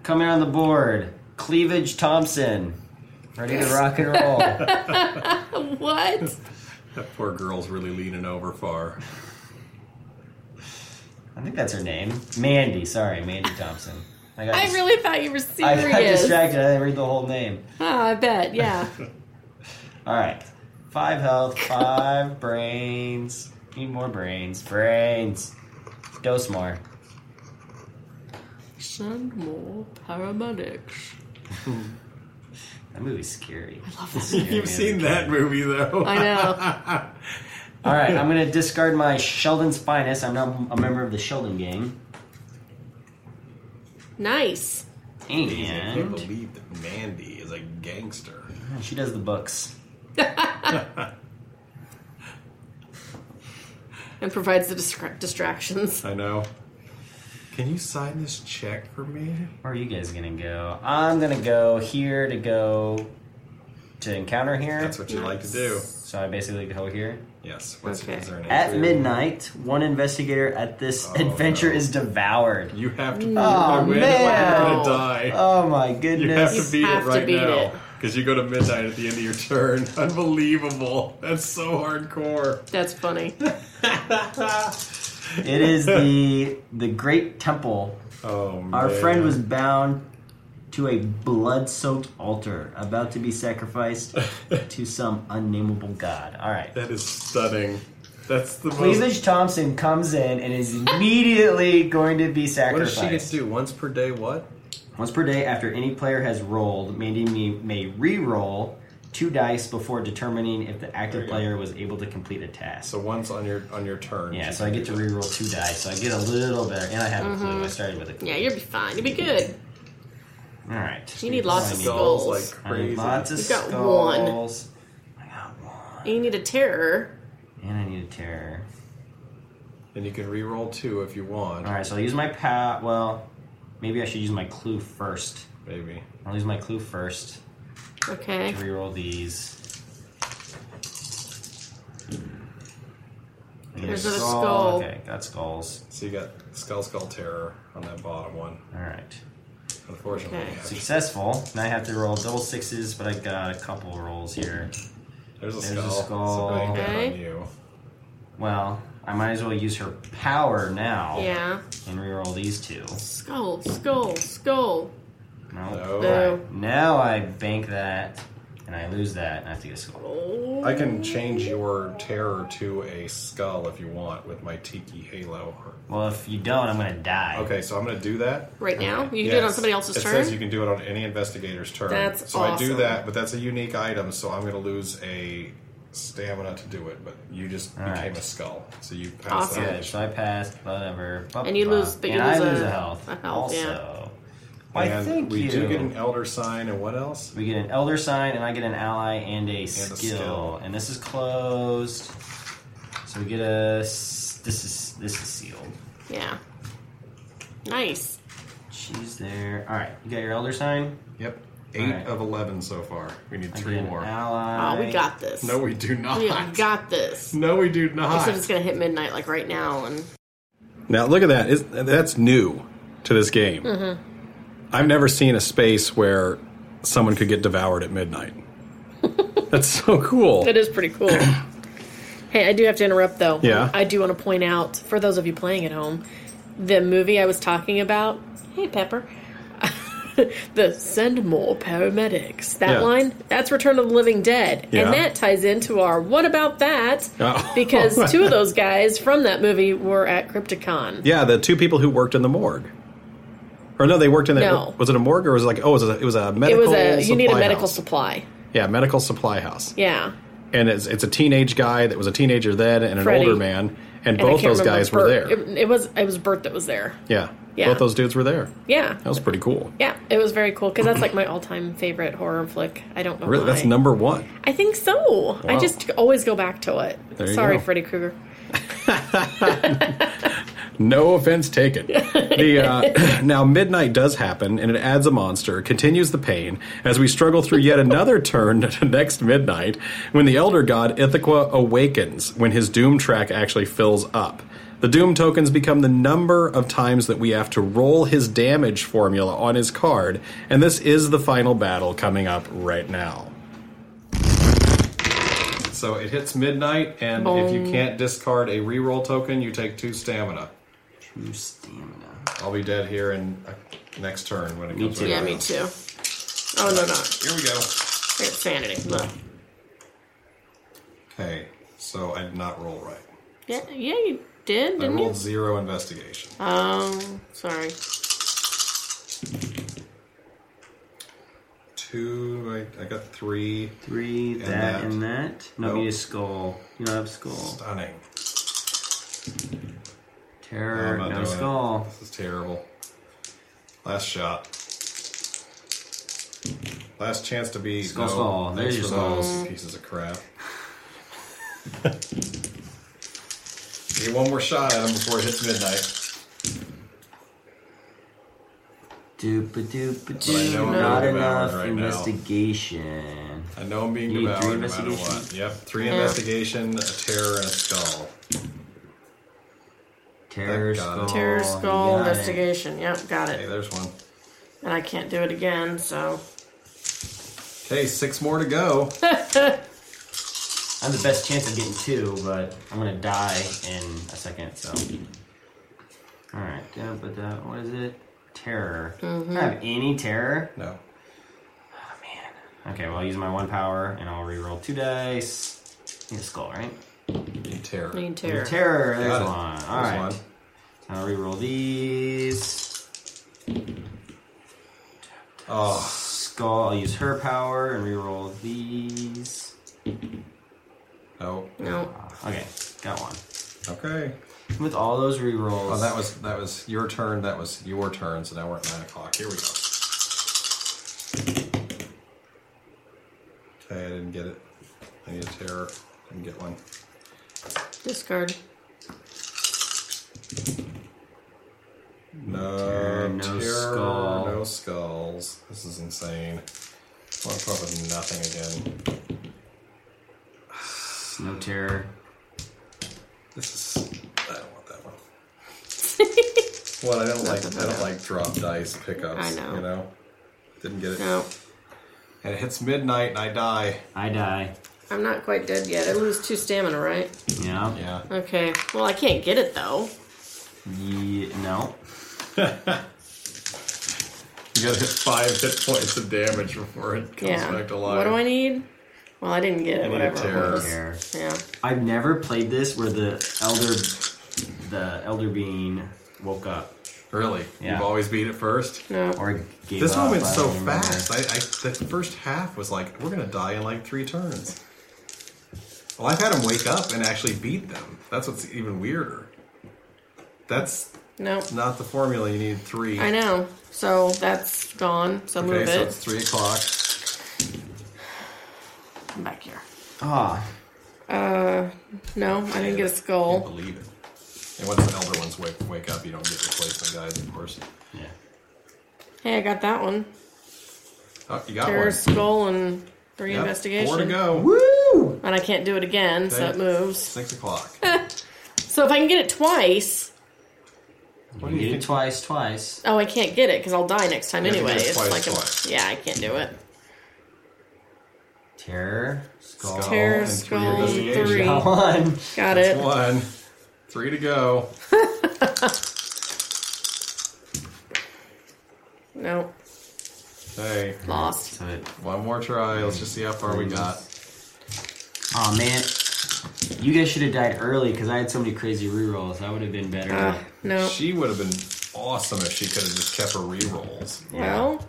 G: Coming on the board, Cleavage Thompson. Ready to rock and *laughs* roll.
C: What?
I: That poor girl's really leaning over far.
G: I think that's her name. Mandy, sorry, Mandy Thompson. I, got
C: I
G: dis-
C: really thought you were
G: I
C: serious.
G: got distracted. I didn't read the whole name.
C: Oh, I bet. Yeah.
G: All right. Five health, five brains. Need more brains. Brains. Dose more.
F: Send more paramedics.
G: That movie's scary. I love
I: You've seen that movie though.
C: I know.
G: All right, I'm gonna discard my Sheldon's finest. I'm not a member of the Sheldon gang.
C: Nice.
I: I can't
G: And
I: believe that Mandy is a gangster.
G: she does the books.
C: And provides the distra- distractions.
I: I know. Can you sign this check for me?
G: Where are you guys gonna go? I'm gonna go here to go to encounter here.
I: That's what you like to do.
G: so I basically go here.
I: Yes. What's
C: Okay.
I: is there an
G: At
I: answer?
G: midnight, one investigator at this adventure
I: Oh, no.
G: is devoured.
I: You have to.
G: Oh,
I: I win.
G: man.
I: You're gonna die.
G: Oh my
I: You have
G: goodness.
I: to beat
C: have
I: it
C: to
I: right
C: beat it.
I: now because you go to midnight at the end of your turn. *laughs* Unbelievable! That's so hardcore.
C: That's funny.
G: it
I: *laughs*
G: is the the Great Temple
I: Oh, man.
G: Our friend was bound to a blood soaked altar, about to
I: *laughs*
G: be sacrificed to some unnameable god. All right.
I: That is stunning. That's the most.
G: Cleavage Thompson comes in and is immediately going to be
I: What does she get to
G: sacrificed.
I: do once per day? What?
G: Once per day, after any player has rolled, Mandy may- may re roll two dice before determining if the active player was able to complete a task.
I: So once on your on your turn.
G: yeah,
I: she
G: so I
I: can
G: get to
I: do
G: re roll two dice, so I get a little better. And I have a
I: Mm-hmm.
G: clue. I started with a clue.
C: Yeah, you'll be fine. You'll be good.
G: All right.
C: You need lots of
I: it. Skulls
C: skulls.
I: like
G: I need
I: crazy.
G: lots of
C: You got one.
G: skulls. I got one.
C: You need a terror.
G: And I need a terror.
I: And you can re-roll two if you want.
G: Alright, so I'll use my pat. Well, maybe I should use my clue first.
I: Maybe.
G: I'll use my clue first.
C: Okay.
G: Reroll these. I need a
C: There's another
G: skull.
C: skull.
G: Okay, got skulls.
I: So you got skull skull terror on that bottom one.
G: Alright.
I: Unfortunately,
C: Okay.
I: yeah.
G: Successful. Now I have to roll double sixes, but I got a couple rolls here.
I: there's a
G: There's a
I: skull.
G: skull.
I: So bang
C: Okay.
I: on you.
G: Well, I might as well use her power now
C: Yeah.
G: and reroll these two.
C: Skull, skull, skull.
G: Nope.
I: No.
C: No.
G: Now I bank that and I lose that and I have to get a skull.
I: I can change your terror to a skull if you want with my tiki halo.
G: Well, if you don't, I'm gonna die.
I: Okay, so I'm gonna do that.
C: Right now? You did it on
I: Yes.
C: somebody else's
I: it
C: turn?
I: says you can do it on any investigator's turn.
C: That's
I: so I do
C: awesome.
I: that, but that's a unique item, so I'm going to lose a stamina to do it. But you just became
G: right.
I: a skull, so you passed
C: Awesome.
I: that.
G: Good. So I passed, whatever. blah,
C: And you
G: blah,
C: lose-
G: blah.
C: but you
G: and I
C: lose
G: lose
C: a-
G: a health.
C: a health,
G: also. Why,
I: And
G: thank
I: we
G: you.
I: do get an elder sign, and what else?
G: we get an elder sign, and I get an ally and a, skill.
I: skill.
G: And this is closed. So we get a. s- This is this is sealed.
C: Yeah. Nice.
G: She's there. All right, you got your elder sign.
I: Yep, eight
G: Alright.
I: of eleven so far. We need
G: I
I: three
G: get
I: more.
G: An ally.
C: Oh, we got this.
I: No, we do not.
C: We have got this.
I: no, we do
C: Except
I: not.
C: it's gonna hit midnight like right now and
B: Now look at that. Is- that's new to this game.
C: Mm-hmm.
B: I've never seen a space where someone could get devoured at
C: *laughs*
B: midnight. that's so cool.
C: That is pretty
K: *coughs*
C: cool. hey, I do have to interrupt though.
B: Yeah?
C: I do want to point out for those of you playing at home, the movie I was talking about. Hey, Pepper.
J: *laughs* the send more paramedics. That
K: Yeah.
J: line, that's Return of the Living Dead.
K: Yeah.
J: And that ties into our What About That?
K: Oh. *laughs*
J: Because *laughs* two of those guys from that movie were at Crypticon.
K: Yeah, the two people who worked in the morgue. Or no, they worked in that.
J: No.
K: Was it a morgue or was it like oh, it was a, it was a
J: It
K: medical?
J: was a you need a
K: supply
J: medical
K: house.
J: supply.
K: Yeah, medical supply house.
J: Yeah.
K: And it's it's a teenage guy that was a teenager then and an
J: Freddy.
K: older man, and,
J: And I
K: both
J: can't
K: those
J: remember
K: guys were
J: Bert-
K: there.
J: It, it was it was Bert that was there.
K: yeah.
J: Yeah.
K: both those dudes were there.
J: Yeah.
K: That was pretty cool.
J: Yeah, it was very cool because that's like my all-time favorite horror flick. I don't know
K: Really,
J: why.
K: that's number one.
J: I think so. I
K: Wow.
J: just always go back to it.
K: There you
J: Sorry,
K: go.
J: Freddy Krueger.
K: No offense taken. The uh, now midnight does happen, and it adds a monster, continues the pain as we struggle through yet another turn *laughs* to next midnight when the elder god Ithaca awakens when his doom track actually fills up. The doom tokens become the number of times that we have to roll his damage formula on his card, and this is the final battle coming up right now.
B: So it hits midnight, and if you can't discard a reroll token, you take two stamina.
G: Two stamina.
B: I'll be dead here in uh, next turn when it
G: Me
B: comes.
G: too.
B: around.
J: Yeah, me too. Oh no, no,
B: Here we go.
J: it's sanity. Look.
B: Okay, so I did not roll right.
J: Yeah, yeah, you did,
B: I
J: didn't
B: rolled
J: you?
B: zero investigation.
J: Oh, sorry.
B: Two. I, I got three.
G: Three, that,
B: that.
G: and that. No, you
B: Nope.
G: need a skull. You don't have skull.
B: Stunning.
G: Terror,
B: I'm not
G: no
B: doing it.
G: skull.
B: This is terrible. Last shot. Last chance to be.
G: Skull skull.
B: Thanks
G: There's
B: for
G: your skull.
B: those
J: Mm.
B: you pieces of crap. *laughs* Need one more shot at him before it hits midnight.
G: Doopa doopa
B: I know
G: doo.
B: I'm
G: Not
B: out of
G: enough
B: hours right now.
G: investigation.
B: I know I'm being
G: You need three
B: devoured no matter what.
G: investigation?
B: Yep, three investigation, a terror, and a skull.
G: Terror,
B: That got
G: skull.
B: it.
J: Terror,
G: you
J: skull,
G: got it.
J: investigation. Yep, got
B: Hey,
J: it.
B: there's one.
J: And I can't do it again, so
B: Okay, six more to go.
G: I have the best chance of getting two, but I'm gonna die in a second. So, all right, yeah, but uh, what is it? Terror.
J: Mm-hmm.
G: I don't have any terror.
B: No.
G: Oh man. Okay, well I'll use my one power and I'll reroll two dice. Need a skull, right?
B: Need terror.
J: need
G: Terror.
J: terror.
G: There's
B: Got it.
G: one. All
B: There's
G: right.
B: one.
G: I'll reroll these.
B: Oh,
G: Skull. I'll use her power and reroll these.
B: no.
J: No,
G: Okay, got one.
B: Okay.
G: With all those rerolls,
B: Oh, that was that was your turn. That was your turn. So now we're at nine o'clock. Here we go. Okay, I didn't get it. I need a terror. Didn't get one.
J: discard.
B: No
G: Terror, no skull.
B: no skulls. This is insane. One up with nothing again.
G: no terror.
B: This is. I don't want
J: *laughs*
B: that one. well, I don't like. I don't like drop dice pickups.
J: I know.
B: You know. Didn't get it.
J: No,
B: And it hits midnight, and I die.
G: I die.
J: I'm not quite dead yet. I lose two stamina, right?
G: Yeah.
B: Yeah.
J: Okay. Well, I can't get it though.
G: Ye- no.
B: You gotta hit five hit points of damage before it comes
J: yeah.
B: back to life.
J: What do I need? Well, I didn't get it.
B: need
J: Whatever. it
B: terror.
J: was.
G: Terror.
J: Yeah.
G: I've never played this where the elder, the elder being woke up
B: Really?
G: Yeah.
B: You've always beat it first?
J: No.
G: or gave
B: This
G: up.
B: one went
G: I
B: so
G: don't remember.
B: fast. I, I the first half was like, we're gonna die in like three turns. Well, I've had him wake up and actually beat them. That's what's even weirder. That's
J: No.
B: not the formula. You need three.
J: I know. So that's gone. So
B: Okay,
J: move
B: so
J: it.
B: it's three o'clock.
J: I'm back here.
G: Ah,
J: No, I didn't get a
B: Can't
J: skull.
B: believe it. And once the elder ones wake wake up, you don't get replacement guys, of course.
G: yeah.
J: Hey, I got that one.
B: Oh, you got
J: Terror,
B: one.
J: skull, and three
B: Yep,
J: investigation.
B: Four to go.
G: Woo!
J: And I can't do it again, so
B: Okay.
J: it moves.
B: Six
J: *laughs*
B: o'clock.
J: So if I can get it twice,
G: You get it twice, twice.
J: oh, I can't get it because I'll die next time
B: You have to
J: anyway.
B: get it
J: It's
B: twice,
J: like, a- *laughs*
B: twice.
J: yeah, I can't do it.
G: Terror, skull.
B: Skull.
J: Terror,
B: Oh, and three
J: skull, three.
B: investigation.
G: Got one.
J: Got it.
B: One. Three to go.
J: No.
I: Hey,
C: Lost.
I: one more try. Let's just see how far we got.
G: Oh man, you guys should have died early because I had so many crazy rerolls. That would have been better.
C: Ah, no.
I: She would have been awesome if she could have just kept her rerolls.
C: Well,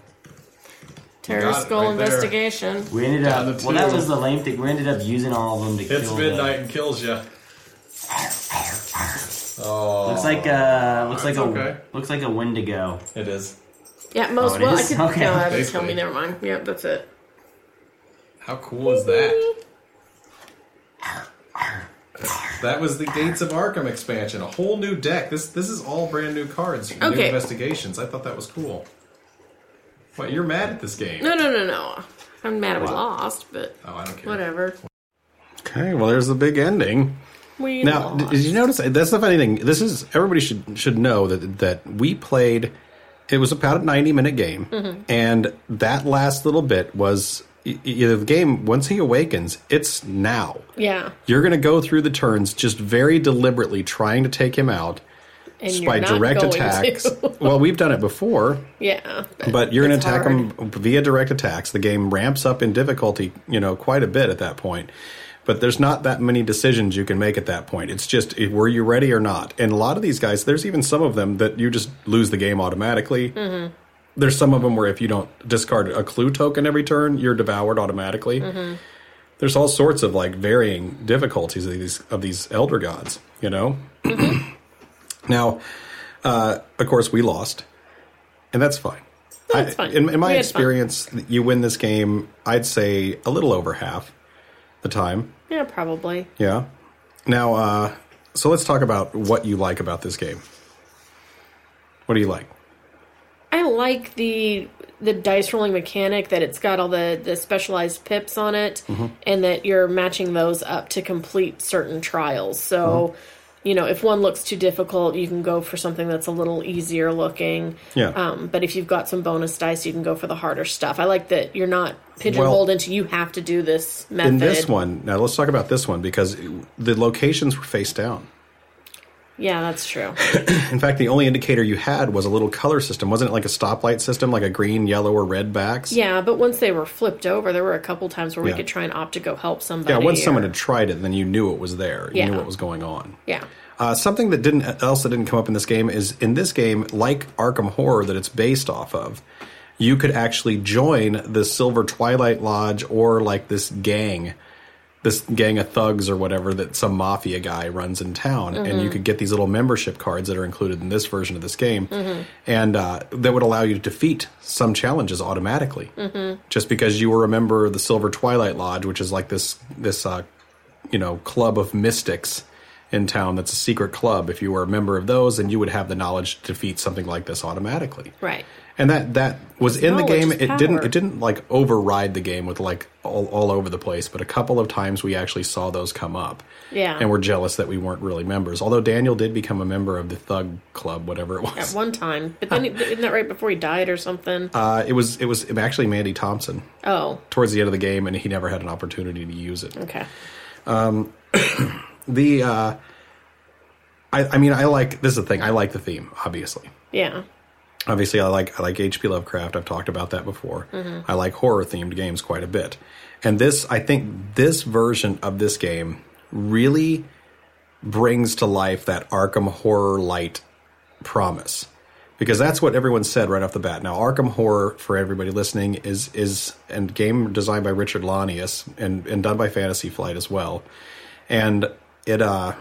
C: terror
I: got it
C: skull
I: right there.
C: investigation.
G: we ended
I: Down
G: up.
I: to
G: Well, that
I: two.
G: was the lame thing. We ended up using all of them to
I: It's
G: kill. the-
I: midnight and kills you. Oh,
G: Looks like a looks like
I: It's
G: a
I: okay.
G: looks like a Wendigo.
I: it is.
C: Yeah, most.
G: Oh, it
C: well, I
G: is?
C: could.
G: Okay.
C: No, that would kill
I: Basically.
C: me. Never mind. Yep, that's it.
I: How cool is that? That was the Gates of Arkham expansion, a whole new deck. This this is all brand new cards, new
C: Okay.
I: investigations. I thought that was cool. What you're mad at this game?
C: No, no, no, no. I'm mad I lost, but
I: Oh, I don't care.
C: whatever.
B: Okay, well, there's the big ending.
C: We
B: Now,
C: lost.
B: did you notice? That's the funny thing. This is everybody should should know that that we played. It was about a ninety minute game,
C: Mm-hmm.
B: and that last little bit was y- y- you know, the game. Once he awakens, it's now.
C: yeah,
B: You're going to go through the turns just very deliberately, trying to take him out
C: and
B: by direct
C: going
B: attacks.
C: to. *laughs*
B: well, we've done it before,
C: yeah,
B: but you're going
C: it's
B: to attack them via direct attacks. The game ramps up in difficulty, you know, quite a bit at that point. But there's not that many decisions you can make at that point. It's just eh, were you ready or not? And a lot of these guys, there's even some of them that you just lose the game automatically. There's some of them where if you don't discard a clue token every turn, you're devoured automatically. There's all sorts of like varying difficulties of these of these elder gods, you know. now, uh, of course, we lost, and that's fine.
C: That's
B: I-
C: fine.
B: in, in my
C: We had fun.
B: experience, you win this game, I'd say a little over half the time.
C: Yeah, probably.
B: Yeah. Now, uh, so let's talk about what you like about this game. What do you like?
C: I like the the dice rolling mechanic that it's got all the the specialized pips on it,
B: Mm-hmm.
C: and that you're matching those up to complete certain trials. So.
B: Mm-hmm.
C: You know, if one looks too difficult, you can go for something that's a little easier looking.
B: Yeah.
C: Um, but if you've got some bonus dice, you can go for the harder stuff. I like that you're not pigeonholed into you have to do this method.
B: In this one, now let's talk about this one because the locations were face down.
C: Yeah, that's true.
B: In fact, the only indicator you had was a little color system. Wasn't it like a stoplight system, like a green, yellow, or red backs?
C: Yeah, but once they were flipped over, there were a couple times where we
B: Yeah.
C: could try and opt to go help somebody.
B: Yeah, once
C: or-
B: someone had tried it, then you knew it was there. You knew
C: Yeah.
B: what was going on.
C: Yeah.
B: Uh, something that didn't else that didn't come up in this game is in this game, like Arkham Horror that it's based off of, you could actually join the Silver Twilight Lodge or like this gang, this gang of thugs or whatever that some mafia guy runs in town, and you could get these little membership cards that are included in this version of this game, and uh, that would allow you to defeat some challenges automatically, just because you were a member of the Silver Twilight Lodge, which is like this this uh, you know club of mystics in town that's a secret club if you were a member of those then you would have the knowledge to defeat something like this automatically
C: Right.
B: and that that was in the
C: knowledge
B: game
C: is
B: it didn't
C: power.
B: it didn't like override the game with like all, all over the place but a couple of times we actually saw those come up
C: Yeah.
B: and we're jealous that we weren't really members although daniel did become a member of the thug club whatever it
C: At
B: was
C: one time. But then, isn't that right before he died or something?
B: uh, it was it was actually mandy thompson
C: oh,
B: towards the end of the game and he never had an opportunity to use it
C: okay.
B: the uh I, I mean i like this is the thing i like the theme obviously
C: Yeah.
B: obviously i like i like hp lovecraft i've talked about that before
C: Mm-hmm.
B: i like horror themed games quite a bit and this i think this version of this game really brings to life that arkham horror light promise because that's what everyone said right off the bat now arkham horror for everybody listening is is and game designed by richard lanius and and done by fantasy flight as well and it uh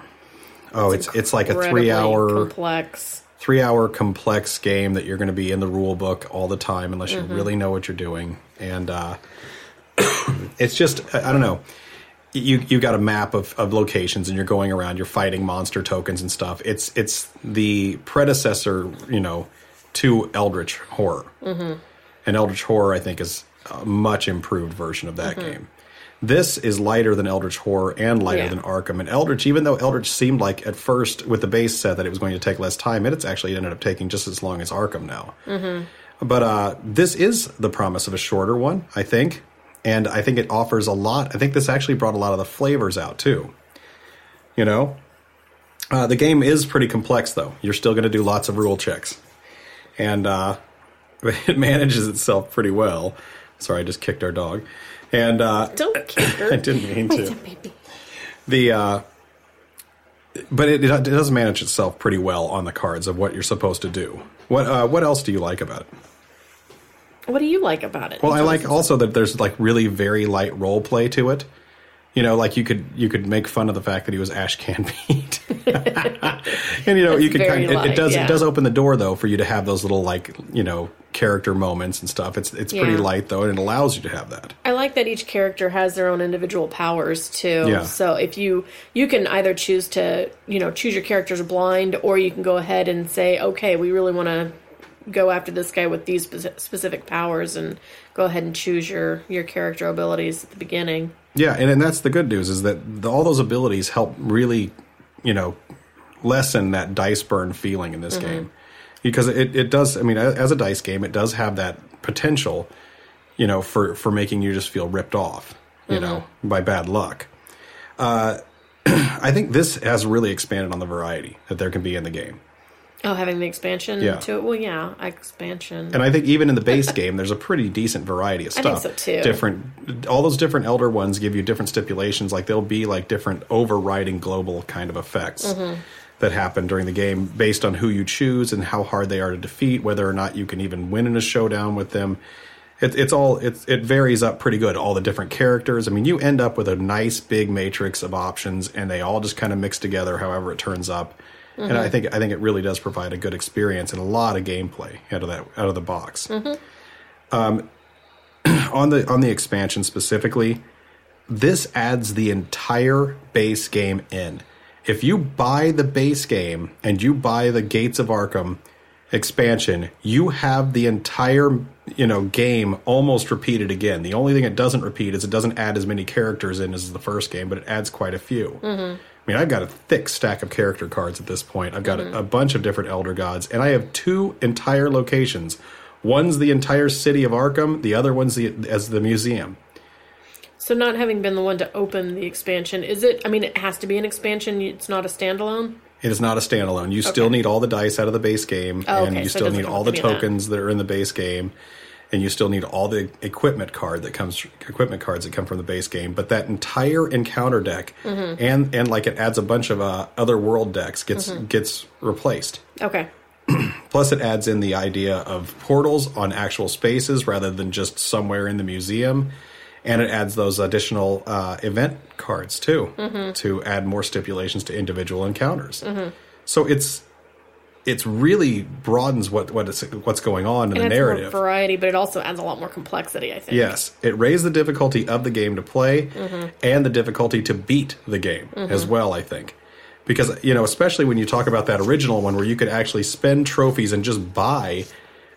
B: oh it's it's, like a
C: Incredibly
B: three hour
C: Complex.
B: three hour complex game that you're going to be in the rule book all the time unless you really know what you're doing and uh, it's just i I don't know you you've got a map of, of locations and you're going around you're fighting monster tokens and stuff it's it's the predecessor you know to eldritch horror and eldritch horror i think is a much improved version of that game this is lighter than Eldritch Horror and lighter
C: Yeah.
B: than Arkham. And Eldritch, even though Eldritch seemed like at first with the base set that it was going to take less time, it's actually ended up taking just as long as Arkham now. But uh, this is the promise of a shorter one, I think. And I think it offers a lot. I think this actually brought a lot of the flavors out too. You know? Uh, the game is pretty complex, though. You're still going to do lots of rule checks. And uh, *laughs* it manages itself pretty well. Sorry, I just kicked our dog, and uh, *laughs*
J: Don't kick
B: *coughs* I
J: her.
B: didn't mean to. The uh, but it, it does manage itself pretty well on the cards of what you're supposed to do. What uh, what else do you like about it?
J: What do you like about it?
B: Well, I like also that there's like really very light role play to it. You know, like you could you could make fun of the fact that he was Ash Canbeat, *laughs* and you know you could
J: very
B: kind of, it,
J: light,
B: it does
J: yeah.
B: it does open the door though for you to have those little like you know character moments and stuff. It's it's pretty
J: Yeah.
B: light though, and it allows you to have that.
J: I like that each character has their own individual powers too.
B: Yeah.
J: So if you you can either choose to you know choose your characters blind, or you can go ahead and say, okay, we really want to go after this guy with these spec- specific powers, and go ahead and choose your your character abilities at the beginning.
B: Yeah, and, and that's the good news is that the, all those abilities help really, you know, lessen that dice burn feeling in this game because it, it does. I mean, a- as a dice game, it does have that potential, you know, for for making you just feel ripped off, you know, by bad luck. Uh, *clears throat* I think this has really expanded on the variety that there can be in the game.
J: Oh, having the expansion
B: Yeah.
J: to it. Well, yeah, expansion.
B: And I think even in the base game, there's a pretty decent variety of
J: I think
B: stuff.
J: so, too.
B: Different, all those different elder ones give you different stipulations. Like there'll be like different overriding global kind of effects
J: Mm-hmm.
B: that happen during the game based on who you choose and how hard they are to defeat, whether or not you can even win in a showdown with them. It, it's all it, it varies up pretty good. All the different characters. I mean, you end up with a nice big matrix of options, and they all just kind of mix together however it turns up. And
J: Mm-hmm.
B: I think I think it really does provide a good experience and a lot of gameplay out of that out of the box.
J: Mm-hmm.
B: Um, on the on the expansion specifically, this adds the entire base game in. If you buy the base game and you buy the Gates of Arkham expansion, you have the entire you know game almost repeated again. The only thing it doesn't repeat is it doesn't add as many characters in as the first game, but it adds quite a few. I mean, I've got a thick stack of character cards at this point. I've got a, a bunch of different Elder Gods, and I have two entire locations. One's the entire city of Arkham. The other one's the as the museum.
J: so not having been the one to open the expansion, is it? I mean, it has to be an expansion. It's not a standalone.
B: It is not a standalone. You still need all the dice out of the base game,
J: Oh,
B: and
J: okay,
B: you
J: so it
B: still
J: doesn't
B: need
J: come
B: all the
J: with any of that.
B: tokens that. are in the base game, and you still need all the equipment card that comes equipment cards that come from the base game. But that entire encounter deck,
J: Mm-hmm.
B: and and like it adds a bunch of uh, other world decks gets
J: Mm-hmm.
B: gets replaced.
J: Okay.
B: Plus, it adds in the idea of portals on actual spaces rather than just somewhere in the museum. And it adds those additional uh, event cards too to add more stipulations to individual encounters. So it's it's really broadens what what is, what's going on in
J: It
B: the
J: adds
B: narrative.
J: more variety, but it also adds a lot more complexity. I think.
B: Yes, it raised the difficulty of the game to play and the difficulty to beat the game as well, I think. Because, you know, especially when you talk about that original one where you could actually spend trophies and just buy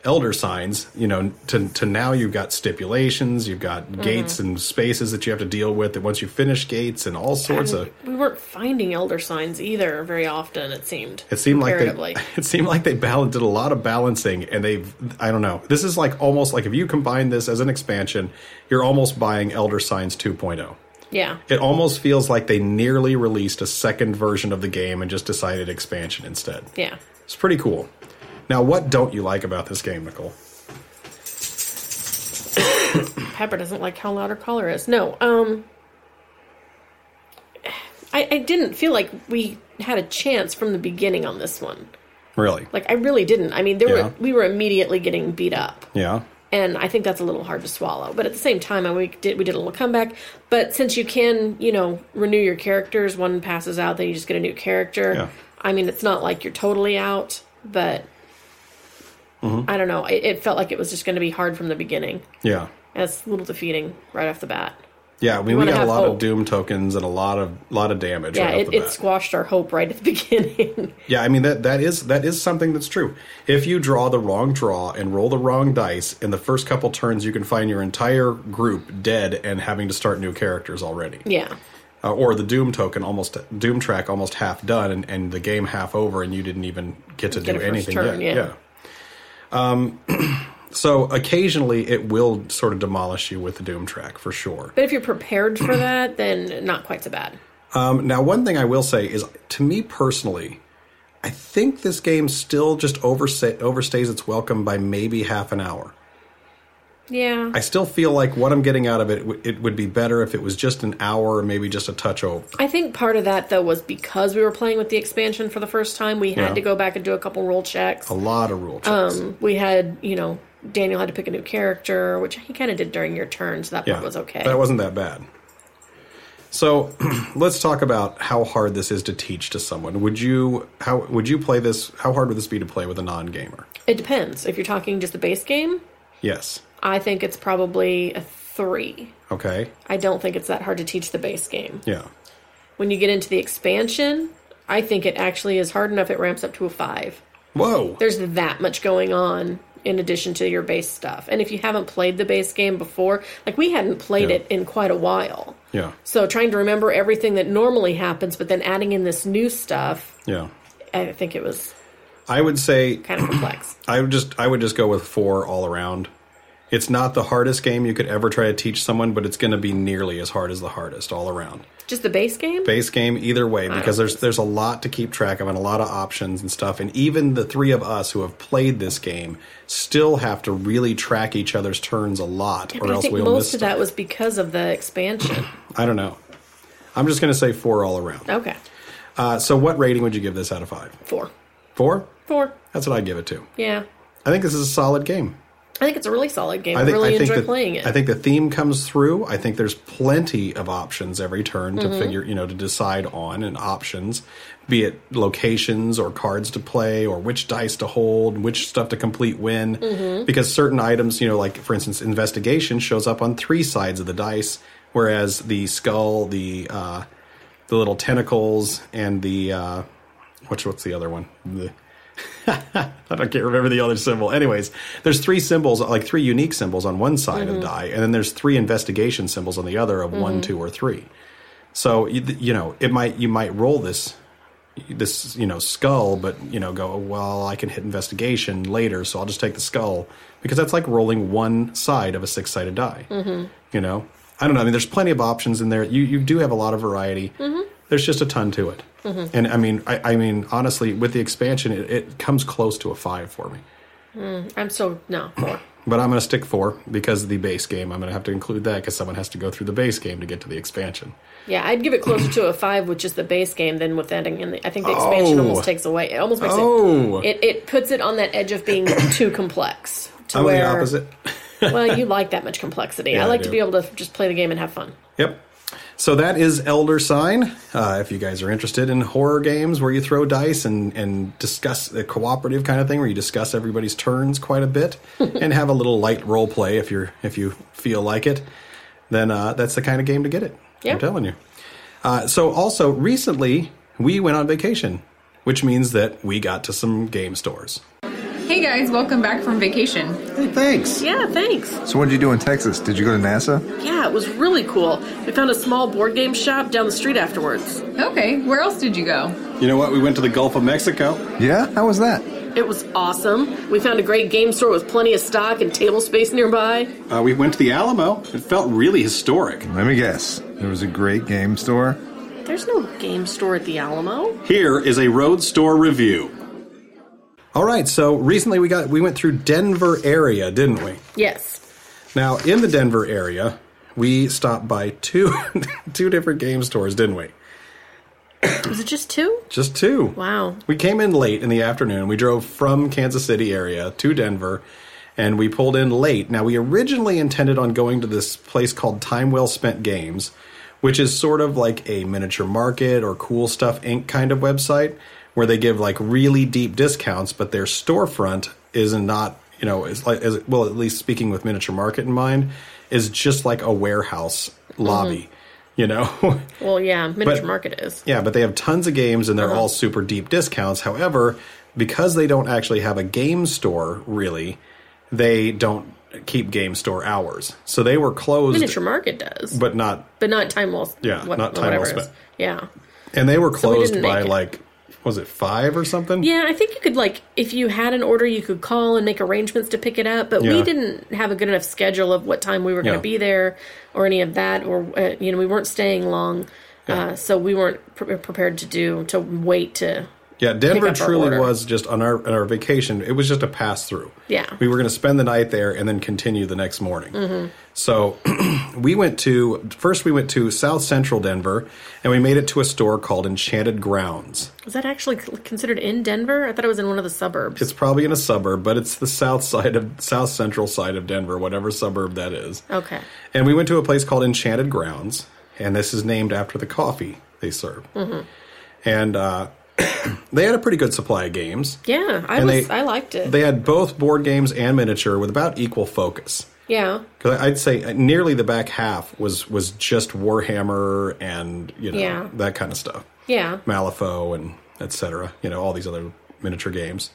B: elder signs, you know, to, to now you've got stipulations, you've got gates and spaces that you have to deal with. And once you finish gates and all sorts of.
J: we weren't finding elder signs either very often it seemed
B: It seemed like they,
J: comparatively.
B: *laughs* it seemed like they bal- did a lot of balancing, and they've I don't know. This is like almost like if you combine this as an expansion, you're almost buying Elder Signs oh. 2.0.
J: yeah
B: It almost feels like they nearly released a second version of the game and just decided expansion instead.
J: yeah
B: It's pretty cool. Now, what don't you like about this game, Nicole?
J: pepper doesn't like how loud her collar is no um I, I didn't feel like we had a chance from the beginning on this one
B: Really?
J: like i really didn't i mean there
B: Yeah.
J: were we were immediately getting beat up
B: yeah.
J: and I think that's a little hard to swallow. But at the same time, I, we did we did a little comeback. But since you can, you know, renew your characters, one passes out, then you just get a new character.
B: Yeah.
J: I mean, it's not like you're totally out, but
B: Mm-hmm.
J: I don't know. It, it felt like it was just going to be hard from the beginning,
B: Yeah.
J: and it's a little defeating right off the bat.
B: Yeah, we, we
J: wanna
B: got a
J: have
B: lot of
J: hope.
B: doom tokens and a lot of lot of damage.
J: Yeah,
B: right off
J: it,
B: the
J: it
B: bat.
J: squashed our hope right at the *laughs* beginning.
B: Yeah, I mean that that is that is something that's true. If you draw the wrong draw and roll the wrong dice in the first couple turns, you can find your entire group dead and having to start new characters already.
J: yeah,
B: Uh, or the Doom token almost Doom track almost half done and, and the game half over and you didn't even get to
J: Get
B: do
J: a first
B: anything
J: turn,
B: yet.
J: yeah.
B: Um, *clears throat* so occasionally it will sort of demolish you with the Doom track for sure.
J: but if you're prepared for that, then not quite so bad.
B: Um, now, one thing I will say is, to me personally, I think this game still just oversta- overstays its welcome by maybe half an hour.
J: Yeah.
B: I still feel like what I'm getting out of it, w- it would be better if it was just an hour or maybe just a touch over.
J: I think part of that though was because we were playing with the expansion for the first time, we had
B: Yeah.
J: to go back and do a couple rule checks.
B: A lot of rule checks.
J: We had, you know, Daniel had to pick a new character, which he kind of did during your turn, so that part was okay.
B: That wasn't that bad. So *clears throat* let's talk about how hard this is to teach to someone. Would you how would you play this? How hard would this be to play with a non gamer?
J: it depends. If you're talking just the base game,
B: Yes.
J: I think it's probably a three.
B: Okay.
J: I don't think it's that hard to teach the base game.
B: Yeah.
J: When you get into the expansion, I think it actually is hard enough it ramps up to a five.
B: Whoa.
J: there's that much going on in addition to your base stuff. And if you haven't played the base game before, like we hadn't played
B: Yeah.
J: it in quite a while.
B: yeah.
J: So trying to remember everything that normally happens, but then adding in this new stuff,
B: Yeah.
J: I think it was
B: I would say
J: kind
B: *clears throat*
J: of complex.
B: I would just I would just go with four all around. It's not the hardest game you could ever try to teach someone, but it's going to be nearly as hard as the hardest all around.
J: Just the base game?
B: base game either way because there's there's a lot to keep track of and a lot of options and stuff and even the three of us who have played this game still have to really track each other's turns a lot
J: But
B: or
J: I
B: else
J: think
B: we'll miss
J: most of
B: stuff.
J: that was because of the
B: *clears throat*
J: expansion.
B: I don't know. I'm just going to say 4 all around.
J: okay.
B: Uh, so what rating would you give this out of 5?
J: Four.
B: 4?
J: Four.
B: That's what I'd give it to.
J: Yeah.
B: I think this is a solid game.
J: I think it's a really solid game. I,
B: I think
J: really
B: I think
J: enjoy
B: that-
J: playing it.
B: I think the theme comes through. I think there's plenty of options every turn
J: Mm-hmm.
B: to figure, you know, to decide on and options, be it locations or cards to play or which dice to hold, which stuff to complete when.
J: Mm-hmm.
B: Because certain items, you know, like for instance, investigation shows up on three sides of the dice, whereas the skull, the uh, the little tentacles, and the uh, which what's the other one? The- I don't can't remember the other symbol. Anyways, there's three symbols, like three unique symbols on one side of the die, and then there's three investigation symbols on the other of one, two, or three. So you, you know, it might you might roll this this you know skull, but you know go well. I can hit investigation later, so I'll just take the skull because that's like rolling one side of a six sided die. Mm-hmm. You know, I don't know. I mean, there's plenty of options in there. You you do have a lot of variety. There's just a ton to it. And I mean, I, I mean, honestly, with the expansion, it, it comes close to a five for me.
J: I'm still no four.
B: But I'm going to stick four because of the base game. I'm going to have to include that because someone has to go through the base game to get to the expansion.
J: Yeah, I'd give it closer
B: *clears throat*
J: to a five with just the base game than with adding in the. I think the expansion
B: Oh.
J: almost takes away. It almost makes
B: Oh.
J: it, it. It puts it on that edge
B: *coughs*
J: of being too complex. To
B: I'm
J: where,
B: the opposite. *laughs*
J: well, you like that much complexity.
B: Yeah,
J: I
B: I
J: like to
B: do.
J: be able to just play the game and have fun.
B: Yep. So that is Elder Sign. Uh, if you guys are interested in horror games where you throw dice and, and discuss the cooperative kind of thing, where you discuss everybody's turns quite a bit and have a little light role play if you're if you feel like it, then uh, that's the kind of game to get it.
J: Yeah.
B: I'm telling you. Uh, so also recently we went on vacation, which means that we got to some game stores.
L: Hey guys, welcome back from vacation.
M: Hey, thanks.
J: Yeah, thanks.
M: So, what did you do in Texas? Did you go to NASA?
J: Yeah, it was really cool. We found a small board game shop down the street afterwards.
L: Okay, where else did you go?
B: You know what? We went to the Gulf of Mexico.
M: Yeah? How was that?
J: It was awesome. We found a great game store with plenty of stock and table space nearby.
B: Uh, we went to the Alamo. It felt really historic.
M: Let me guess. There was a great game store.
J: There's no game store at the Alamo.
B: Here is a road store review. All right, so recently we got we went through Denver area, didn't we?
J: Yes.
B: Now in the Denver area, we stopped by two *laughs* two different game stores, didn't we?
J: Was it just two?
B: Just two.
J: Wow.
B: We came in late in the afternoon. We drove from Kansas City area to Denver and we pulled in late. Now we originally intended on going to this place called Time Well Spent Games, which is sort of like a miniature market or cool stuff inc kind of website where they give like really deep discounts, but their storefront isn't not, you know, is like is, well, at least speaking with miniature market in mind, is just like a warehouse lobby. You know, *laughs*
J: Well, yeah, miniature
B: But-
J: market is.
B: Yeah, but they have tons of games and they're
J: Uh-huh.
B: all super deep discounts. However, because they don't actually have a game store, really, they don't keep game store hours. So they were closed,
J: Miniature market does, but,
B: but not,
J: not time well.
B: Yeah, not time well
J: whatever it is.
B: spent.
J: Yeah,
B: and they were
J: we
B: closed
J: didn't
B: by
J: make it.
B: like, was it five or something?
J: yeah. I think you could like if you had an order, you could call and make arrangements to pick it up. But we
B: Yeah.
J: didn't have a good enough schedule of what time we were going to
B: Yeah.
J: be there or any of that, or uh, you know, we weren't staying long, uh, so we weren't pre- prepared to do to wait to
B: Yeah,
J: pick
B: Denver
J: up our
B: truly
J: order.
B: was just on our on our vacation. It was just a pass through.
J: Yeah.
B: we were going to spend the night there and then continue the next morning.
J: Mhm.
B: So *clears throat* we went to first we went to South Central Denver and we made it to a store called Enchanted Grounds.
J: Was that actually c- considered in Denver? I thought it was in one of the suburbs.
B: It's probably in a suburb, but it's the south side of south central side of Denver, whatever suburb that is.
J: Okay.
B: And we went to a place called Enchanted Grounds, and this is named after the coffee they serve.
J: Mm-hmm.
B: And uh, *clears throat* they had a pretty good supply of games.
J: Yeah, I
B: And
J: was.
B: they-
J: I liked it.
B: They had both board games and miniature with about equal focus.
J: yeah.
B: Because I'd say uh, nearly the back half was was just Warhammer and you know
J: Yeah.
B: that kind of stuff,
J: Yeah.
B: Malifaux and etc. You know all these other miniature games,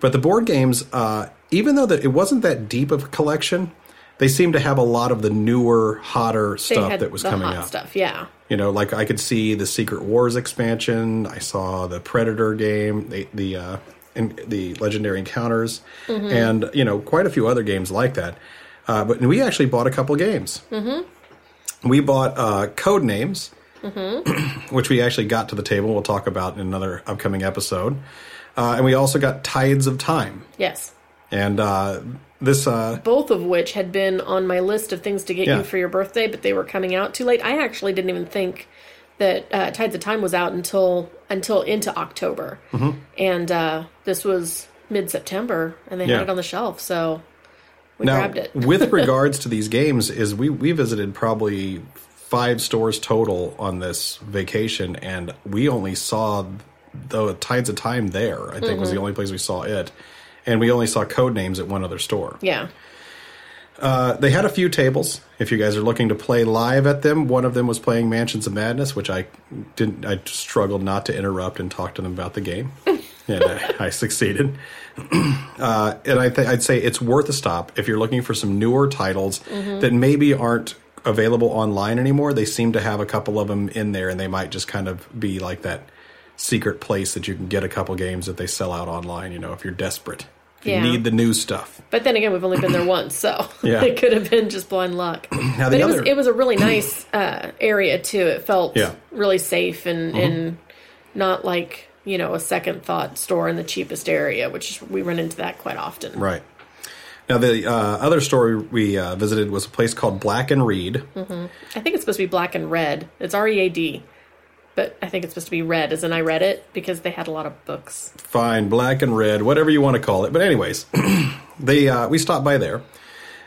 B: but the board games, uh, even though that it wasn't that deep of a collection, they seemed to have a lot of the newer, hotter
J: they
B: stuff
J: had
B: that was
J: the
B: coming
J: hot
B: out.
J: Stuff. Yeah.
B: You know, like I could see the Secret Wars expansion. I saw the Predator game, the, the uh, and the Legendary Encounters,
J: Mhm.
B: and you know, quite a few other games like that. Uh, but we actually bought a couple games.
J: Mm-hmm.
B: We bought uh, Code Names, *clears throat*
J: Mm-hmm.
B: which we actually got to the table. We'll talk about in another upcoming episode. Uh, and we also got Tides of Time,
J: yes.
B: and uh, this uh,
J: Both of which had been on my list of things to get
B: Yeah.
J: you for your birthday, but they were coming out too late. I actually didn't even think that uh, Tides of Time was out until until into October,
B: Mm-hmm.
J: and uh, this was mid September, and they
B: Yeah.
J: had it on the shelf, so we
B: now,
J: grabbed it. *laughs*
B: with regards to these games, is we we visited probably five stores total on this vacation, and we only saw the Tides of Time there. I think was the
J: Mhm.
B: only place we saw it, and we only saw Code Names at one other store.
J: yeah.
B: Uh, they had a few tables. If you guys are looking to play live at them, one of them was playing Mansions of Madness, which I didn't. I struggled not to interrupt and talk to them about the game, and I, I succeeded. *clears throat* uh, and I th- I'd say it's worth a stop if you're looking for some newer titles
N: Mhm.
B: that maybe aren't available online anymore. They seem to have a couple of them in there, and they might just kind of be like that secret place that you can get a couple games that they sell out online. You know, if you're desperate, if
J: Yeah.
B: you need the new stuff.
J: But then again, we've only been
B: *coughs*
J: there once, so *laughs*
B: Yeah.
J: it could have been just blind luck.
B: Now
J: but
B: the
J: it was
B: other-
J: it was a really nice uh, area too. It felt
B: Yeah.
J: really safe and
B: Mhm.
J: and not like you know a second thought store in the cheapest area, which we run into that quite often.
B: Right. Now, the uh, other store we uh, visited was a place called Black and Reed.
J: hmm I think it's supposed to be black and red. It's R E A D, but I think it's supposed to be red. As in, I read it because they had a lot of books.
B: Fine, Black and Red, whatever you want to call it. But anyways, *clears throat* they uh, we stopped by there,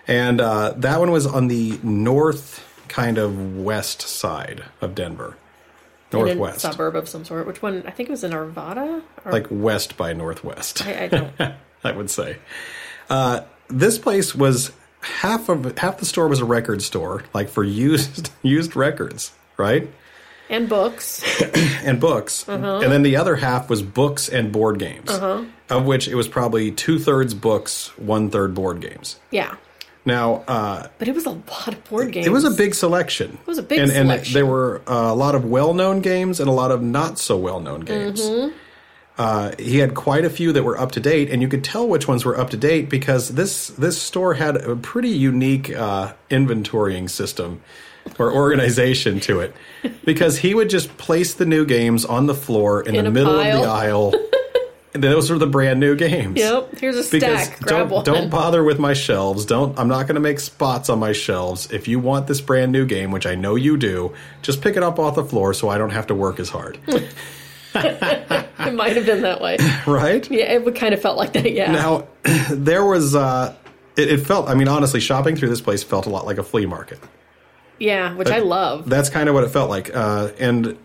B: and uh, that one was on the north kind of west side of Denver,
J: In a
B: northwest,
J: suburb of some sort. Which one? I think it was in Arvada. Or,
B: like west by northwest.
J: I, I don't.
B: *laughs*
J: *laughs*
B: I would say. Uh, this place was half of half the store was a record store, like for used *laughs* used records, right?
J: and books.
B: and books,
J: Uh-huh.
B: and then the other half was books and board games,
J: Uh huh.
B: of which it was probably two thirds books, one third board games.
J: Yeah,
B: Now, uh,
J: but it was a lot of board games.
B: it was a big selection. It
J: was a big
B: and,
J: selection.
B: and there were uh, a lot of well known games and a lot of not so well known games.
J: Mhm.
B: Uh, he had quite a few that were up to date, and you could tell which ones were up to date because this this store had a pretty unique uh, inventorying system or organization to
J: *laughs*
B: it. Because he would just place the new games on the floor in,
J: In
B: the
J: a
B: middle of the
J: pile. *laughs*
B: aisle. and those were the brand new games.
J: Yep. Here's a stack. Grab
B: don't,
J: one.
B: don't bother with my shelves. Don't. I'm not going to make spots on my shelves. If you want this brand new game, which I know you do, just pick it up off the floor so I don't have to work as
J: *laughs*
B: hard.
J: *laughs* it might have been that way.
B: right?
J: Yeah, it would kind of felt like that. Yeah.
B: Now, *clears throat* there was. Uh, it, it felt. I mean, honestly, shopping through this place felt a lot like a flea market.
J: yeah, which I
B: That-
J: love.
B: That's kind of what it felt like. Uh, and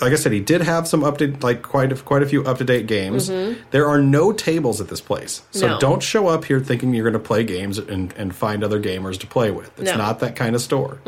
B: like I said, he did have some up to like quite a, quite a few up to date games.
J: Mhm.
B: There are no tables at this place, so
J: No.
B: don't show up here thinking you're going to play games and, and find other gamers to play with. It's
N: No.
B: not that kind of store.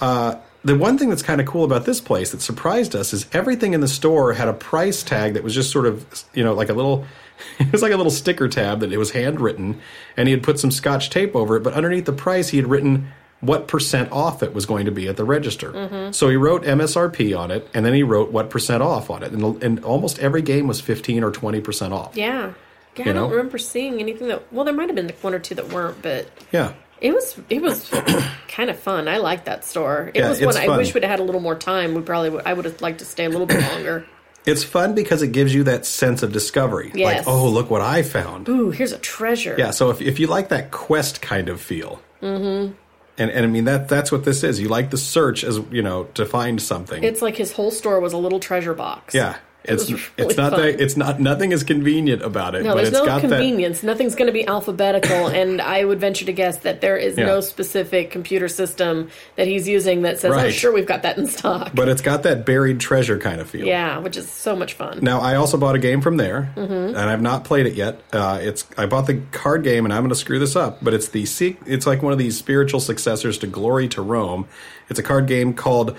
B: Uh, the one thing that's kind of cool about this place that surprised us is everything in the store had a price tag that was just sort of you know like a little *laughs* it was like a little sticker tab that it was handwritten and he had put some scotch tape over it but underneath the price he had written what percent off it was going to be at the register
J: Mm-hmm.
N: Mhm.
B: so he wrote msrp on it and then he wrote what percent off on it and, and almost every game was 15 or 20% off
J: Yeah. Yeah,
B: You
J: I don't
B: know?
J: remember seeing anything that. Well, there might have been one or two that weren't, but
B: yeah
J: it was it was *coughs* kind of fun. I liked that store. It
B: Yeah,
J: was one
B: it's
J: I
B: fun. *coughs*
J: wish we'd had a little more time. We probably would, I would have liked to stay a little bit longer.
B: It's fun because it gives you that sense of discovery.
J: Yes.
B: Like, oh, look what I found.
J: Ooh, here's a treasure.
B: Yeah, so if, if you like that quest kind of feel,
J: Mm-hmm.
B: and, and I mean, that that's what this is. You like the search as, you know, to find something.
J: It's like his whole store was a little treasure box.
B: yeah. It's,
J: was really
B: it's not
J: fun.
B: that it's not nothing is convenient about it,
J: No,
B: but
J: there's
B: it's
J: no
B: got that
J: convenience. Nothing's going to
B: *laughs*
J: be alphabetical, and I would venture to guess that there is
B: Yeah.
J: no specific computer system that he's using that says, "Oh,
B: Right.
J: sure, we've got that in stock."
B: But it's got that buried treasure kind of feel.
J: Yeah, which is so much fun.
B: Now I also bought a game from there,
J: Mhm.
B: and I've not played it yet. Uh, it's I bought the card game, and I'm going to screw this up, but it's the se- it's like one of these spiritual successors to Glory to Rome. It's a card game called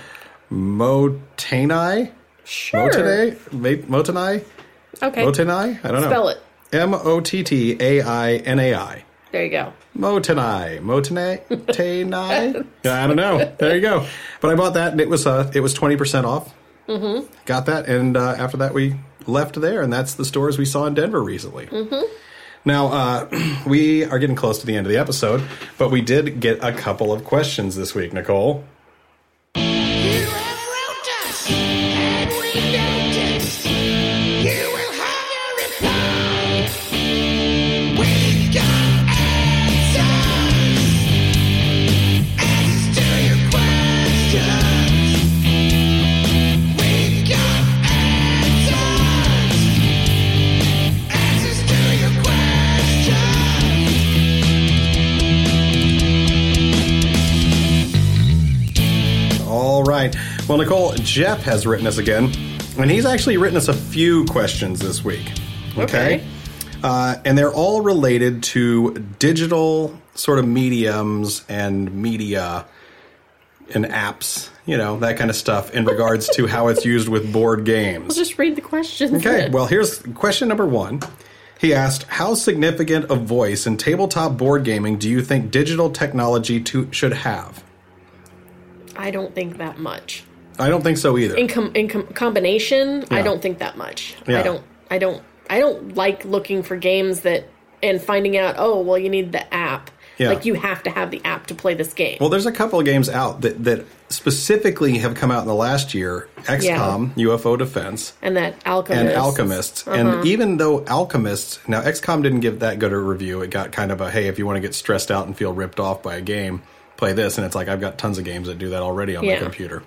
B: Motanai.
J: Sure.
B: Motanai. Ma- Motanai.
J: Okay.
B: Motanai. I don't know.
J: Spell it.
B: M O T T A I N A I.
J: There you go.
B: Motanai. Motanai.
J: *laughs*
B: Tanai. I don't know. There you go. But I bought that, and it was uh, it was twenty percent off
J: Mm-hmm.
B: got that and uh, after that we left there and that's the stores we saw in denver recently
J: Mm-hmm.
B: now uh, *clears throat* we are getting close to the end of the episode but we did get a couple of questions this week nicole all right well nicole jeff has written us again and he's actually written us a few questions this week
J: Okay.
B: Uh, and they're all related to digital sort of mediums and media and apps, you know, that kind of stuff in regards to how it's used with board games.
J: We'll just read the questions.
B: Okay,
J: then.
B: well, here's question number one. He asked, How significant a voice in tabletop board gaming do you think digital technology to, should have?
J: I don't think that much.
B: I don't think so either.
J: In, com- in com- combination, I
B: Yeah.
J: don't think that much. I
B: Yeah.
J: don't. I don't. I don't like looking for games that and finding out. Oh, well, you need the app.
B: Yeah.
J: Like you have to have the app to play this game.
B: Well, there's a couple of games out that, that specifically have come out in the last year XCOM, UFO Defense.
J: and that alchemist
B: and alchemists
J: Uh-huh.
B: and even though alchemists now xcom didn't give that good a review it got kind of a hey if you want to get stressed out and feel ripped off by a game play this and it's like i've got tons of games that do that already on
J: Yeah.
B: my computer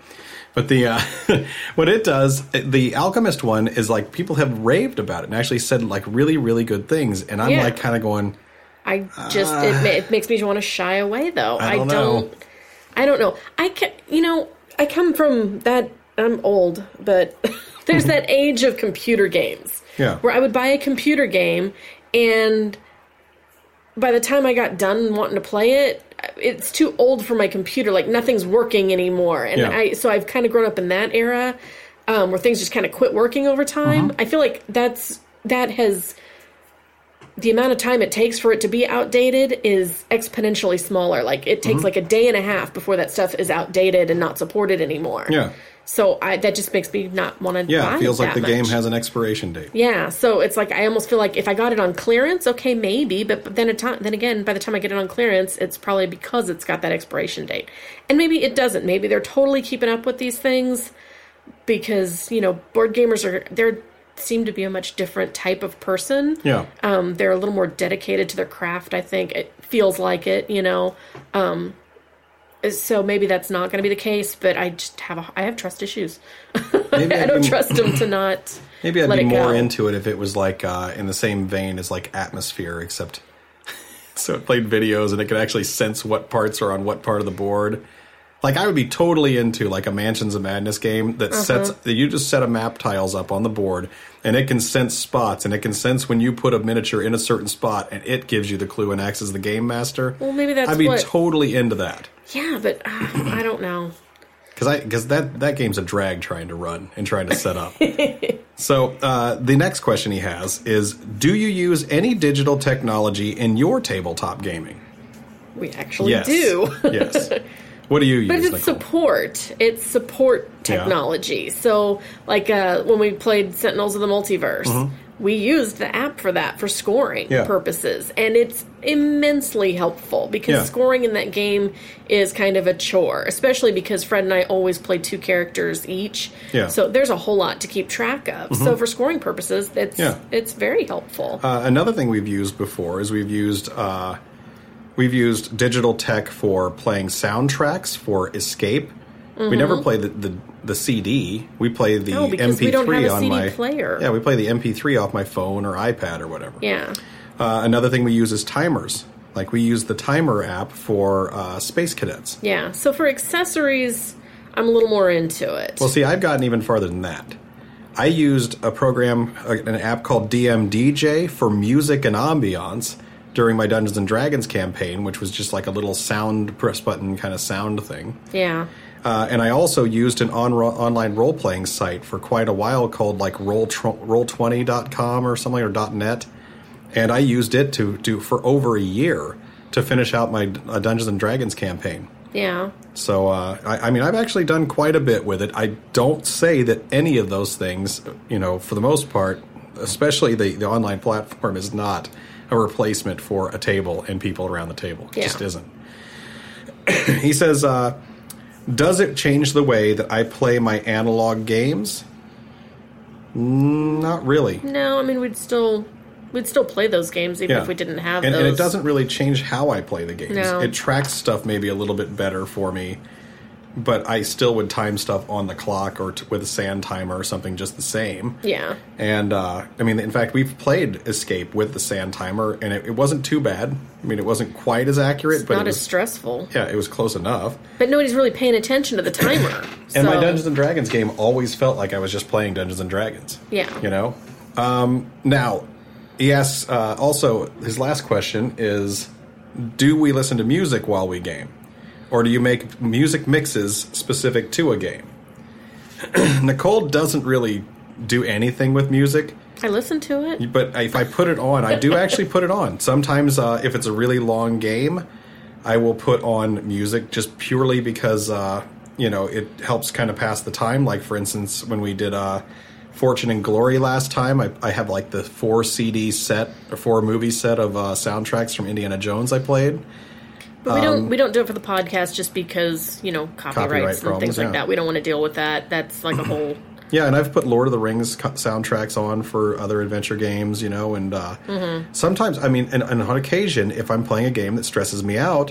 B: but the uh, *laughs* what it does the alchemist one is like people have raved about it and actually said like really really good things and i'm
J: Yeah.
B: like kind of going
J: I just it, ma- it makes me want to shy away though.
B: I don't know.
J: I don't know. I can you know I come from that. I'm old, but *laughs* there's that age of computer games
O: Yeah.
J: where I would buy a computer game and by the time I got done wanting to play it, it's too old for my computer. Like nothing's working anymore, and
O: Yeah.
J: I so I've kind of grown up in that era um, where things just kind of quit working over time.
B: Uh-huh.
J: I feel like that's that has the amount of time it takes for it to be outdated is exponentially smaller. Like it takes
B: Uh-huh.
O: Mhm.
J: like a day and a half before that stuff is outdated and not supported anymore.
B: yeah
J: So I that just makes me not want to.
B: yeah
J: buy
B: it feels
J: it
B: like
J: that
B: the game
J: much.
B: has an expiration date
J: Yeah, so it's like I almost feel like if I got it on clearance, okay, maybe, but, but then a time, then again, by the time I get it on clearance, it's probably because it's got that expiration date, and maybe it doesn't. Maybe they're totally keeping up with these things because you know board gamers are they seem to be a much different type of person.
O: Yeah.
J: um, they're a little more dedicated to their craft. I think it feels like it, you know. Um, so maybe that's not going to be the case, but I just have a, I have trust issues. *laughs* I
B: I'd
J: don't
B: be-
J: trust them to not.
B: Maybe I'd
J: let
B: be
J: it
B: more
J: go.
B: into it if it was like uh, in the same vein as like atmosphere, except *laughs* so it played videos and it could actually sense what parts are on what part of the board. Like I would be totally into like a Mansions of Madness game
J: Mm-hmm.
B: that
P: Uh-huh.
B: sets that you just set a map tiles up on the board and it can sense spots and it can sense when you put a miniature in a certain spot and it gives you the clue and acts as the game master.
J: Well, maybe that's
B: I'd be
J: what.
B: totally into that
J: yeah, but uh, I don't know.
B: because I because that that game's a drag trying to run and trying to set
C: *laughs*
B: up. so uh, the next question he has is: Do you use any digital technology in your tabletop gaming?
J: We actually
B: Yes.
J: do.
B: Yes. What do you
J: But
B: use?
J: it's
B: Nicole?
J: support. It's support
B: Yeah.
J: technology. So, like uh, when we played Sentinels of the Multiverse,
B: Mhm.
C: we used the app for that for scoring
B: Yeah.
C: purposes and it's immensely helpful because
B: Yeah.
C: scoring in that game is kind of a chore especially because fred and i always play two characters each
B: Yeah.
C: so there's a whole lot to keep track of so
B: Mhm.
C: for scoring purposes it's
B: Yeah.
C: it's very helpful
B: Uh, another thing we've used before is we've used uh, we've used digital tech for playing soundtracks for Escape. We never
C: Mhm.
B: play the, the the CD. We play the
C: No, because
B: MP3
C: we don't have a
B: on
C: CD
B: my
C: player.
B: Yeah, we play the MP3 off my phone or iPad or whatever.
C: yeah
B: Uh, another thing we use is timers. Like we use the timer app for uh, Space Cadets.
C: yeah so for accessories i'm a little more into it
B: Well, see, I've gotten even farther than that. I used a program, uh, an app called DMDJ for music and ambiance during my Dungeons and Dragons campaign, which was just like a little sound press button kind of sound thing.
C: yeah
B: Uh, and I also used an on- online role playing site for quite a while called like roll tr- roll20.com or something or .net. And I used it to do for over a year to finish out my uh, Dungeons and Dragons campaign.
C: yeah
B: So, uh, I, I mean, I've actually done quite a bit with it. I don't say that any of those things, you know, for the most part, especially the, the online platform, is not a replacement for a table and people around the table. It
J: Yeah.
B: just isn't. *clears throat* he says, uh, Does it change the way that I play my analog games? Mm, Not really.
C: no i mean we'd still we'd still play those games even
B: Yeah.
C: if we didn't have
B: and,
C: those
B: and it doesn't really change how I play the games.
C: No.
B: It tracks stuff maybe a little bit better for me, but I still would time stuff on the clock or t- with a sand timer or something just the same.
C: yeah
B: And uh, I mean, in fact, we've played Escape with the sand timer, and it, it wasn't too bad. I mean, it wasn't quite as accurate,
C: it's
B: but
C: not
B: it
C: as
B: was,
C: stressful
B: yeah, it was close enough.
C: but nobody's really paying attention to the timer
B: And my
C: so-
B: Dungeons and Dragons game always felt like I was just playing Dungeons and Dragons.
C: Yeah.
B: You know? Um, now, he asks uh, also, his last question is Do we listen to music while we game? Or do you make music mixes specific to a game? *clears throat* Nicole doesn't really do anything with music,
C: I listened to it.
B: but if I put it on, I do actually put it on. Sometimes, uh, if it's a really long game, I will put on music just purely because uh, you know it helps kind of pass the time. Like for instance, when we did uh, Fortune and Glory last time, I, I have like the four CD set or four movie set of uh, soundtracks from Indiana Jones I played.
C: But we
B: Um,
C: don't we don't do it for the podcast just because, you know, copyrights
B: Copyright
C: and
B: problems,
C: things like
B: yeah.
C: that. We don't want to deal with that. That's like a whole
B: Yeah, and I've put Lord of the Rings co- soundtracks on for other adventure games, you know, and uh,
C: Mhm.
B: sometimes, I mean, and, and on occasion, if I'm playing a game that stresses me out,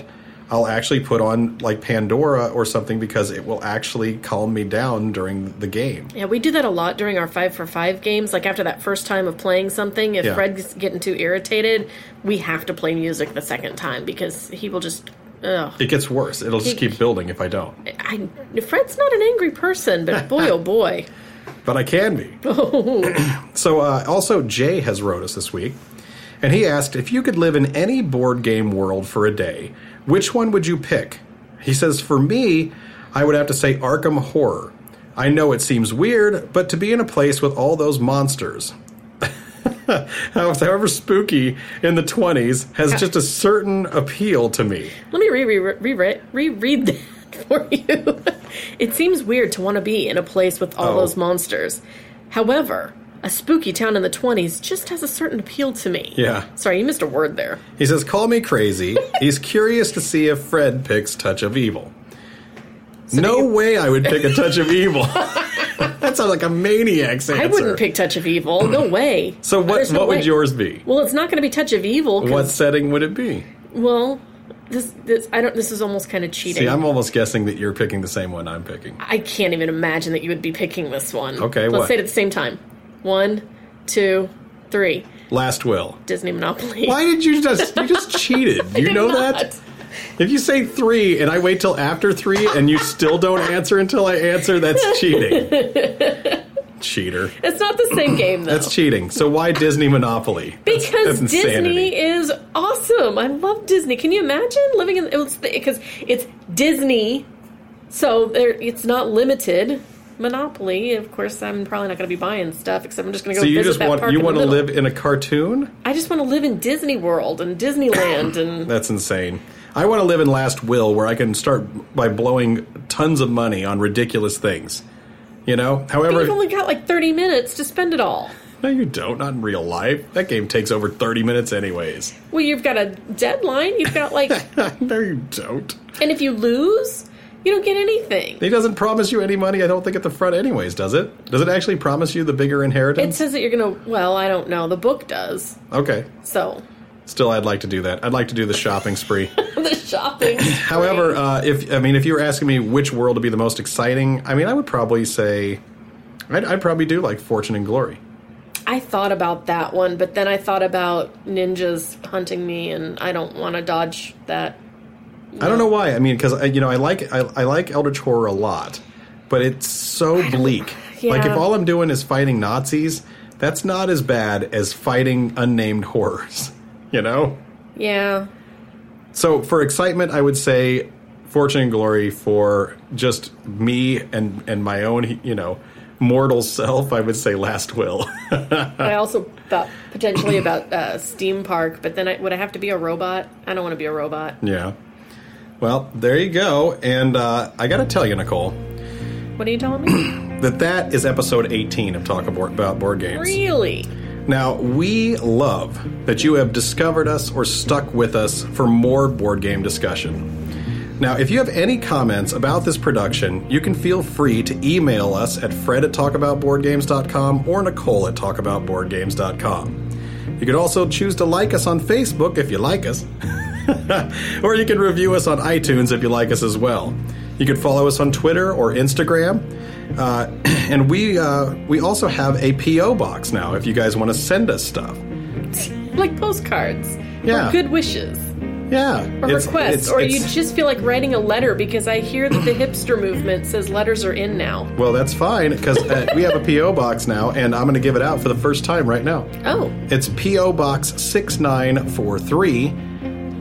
B: I'll actually put on like Pandora or something because it will actually calm me down during the game.
C: Yeah, we do that a lot during our five for five games. Like after that first time of playing something, if
B: Yeah.
C: Fred's getting too irritated, we have to play music the second time because he will just ugh.
B: It gets worse. It'll just
C: He-
B: keep building if I don't.
C: I, Fred's not an angry
B: *laughs*
C: person, but boy oh boy.
B: But I can be.
C: Oh
B: So, uh, also, Jay has wrote us this week, and he asked if you could live in any board game world for a day, which one would you pick? He says, For me, I would have to say Arkham Horror. I know it seems weird, but to be in a place with all those monsters, *laughs* however spooky in the 20s, has just a certain appeal to me.
C: Let me re re reread that *laughs* for you. it seems weird to want to be in a place with all
B: Oh.
C: those monsters. However, a spooky town in the 20s just has a certain appeal to me.
B: Yeah.
C: Sorry, you missed a word there.
B: He says, Call me crazy. He's curious to see if Fred picks Touch of Evil. no way I would pick a Touch of
C: *laughs*
B: Evil. that sounds like a maniac's answer.
C: I wouldn't pick Touch of
B: *clears throat*
C: Evil. No way.
B: So what,
C: There's no
B: what
C: way.
B: would yours be?
C: Well, it's not going to be Touch of Evil. 'cause-
B: What setting would it be?
C: Well, this this I don't. This is almost kind of cheating.
B: See, I'm almost guessing that you're picking the same one I'm picking.
C: I can't even imagine that you would be picking this one.
B: Okay,
C: Let's
B: what?
C: say it at the same time. One, two, three.
B: Last Will.
C: Disney Monopoly.
B: Why did you just you
C: *laughs*
B: just cheated? You know that? If you say three and I wait till after three and you still don't answer until I answer, that's
C: *laughs*
B: cheating. Cheater.
C: it's not the
B: *clears throat*
C: same game though.
B: That's cheating. So why Disney Monopoly? That's-
C: because
B: that's insanity.
C: Disney is awesome. I love Disney. Can you imagine living in it was because it's Disney, so there it's not limited. Monopoly. Of course, I'm probably not going to be buying stuff except I'm just going to go
B: So you
C: visit
B: just
C: that
B: want
C: park
B: you
C: in the
B: want to
C: middle.
B: live in a cartoon?
C: I just want to live in Disney World and
B: *coughs*
C: Disneyland and
B: That's insane. I want to live in Last Will, where I can start by blowing tons of money on ridiculous things. You know.
C: But
B: However,
C: you've only got like 30 minutes to spend it all.
B: No, you don't. Not in real life. That game takes over 30 minutes, anyways. *laughs*
C: Well, you've got a deadline. You've got like.
B: no, you don't.
C: And if you lose, you don't get anything.
B: He doesn't promise you any money, I don't think, at the front, anyways, does it? Does it actually promise you the bigger
C: It
B: inheritance?
C: says that you're gonna. Well, I don't know. The book does.
B: okay.
C: So *laughs*
B: Still, I'd like to do that. I'd like to do the shopping spree.
C: the shopping.
B: However, uh, if I mean, if you were asking me which world would be the most exciting, I mean, I would probably say, I'd, I'd probably do like Fortune and Glory.
C: I thought about that one, but then I thought about ninjas hunting me, and I don't want to dodge that.
B: I don't know why. I mean, because you know, I like I, I like Eldritch horror a lot, but it's so bleak. Like if
C: Yeah.
B: all I'm doing is fighting Nazis, that's not as bad as fighting unnamed horrors. *laughs* You know.
C: Yeah.
B: So for excitement, I would say Fortune and Glory for just me and and my own you know mortal *laughs* self. I would say Last Will. *laughs*
C: I also thought potentially about uh, Steam Park, but then I, would I have to be a robot? I don't want to be a robot.
B: yeah. Well, there you go. And uh, I got to tell you, Nicole,
C: What are you telling me?
B: that that is episode 18 of Talk Abor- About Board Games.
C: really?
B: Now, we love that you have discovered us or stuck with us for more board game discussion. Now, if you have any comments about this production, you can feel free to email us at fred at talkaboutboardgames.com or nicole at talkaboutboardgames.com. You can also choose to like us on Facebook if you like us, *laughs* or you can review us on iTunes if you like us as well. You can follow us on Twitter or Instagram. Uh, *clears throat* and we uh, we also have a PO box now. If you guys want to send us stuff,
C: Like postcards.
B: Yeah.
C: Or good wishes.
B: yeah,
C: Or
B: it's-
C: requests.
B: it's-
C: or
B: it's-
C: you just feel like writing a letter because I hear that the hipster movement says letters are in now.
B: well, that's fine because uh, we have a PO box now, and I'm going to give it out for the first time right now.
C: Oh.
B: It's PO Box six nine four three,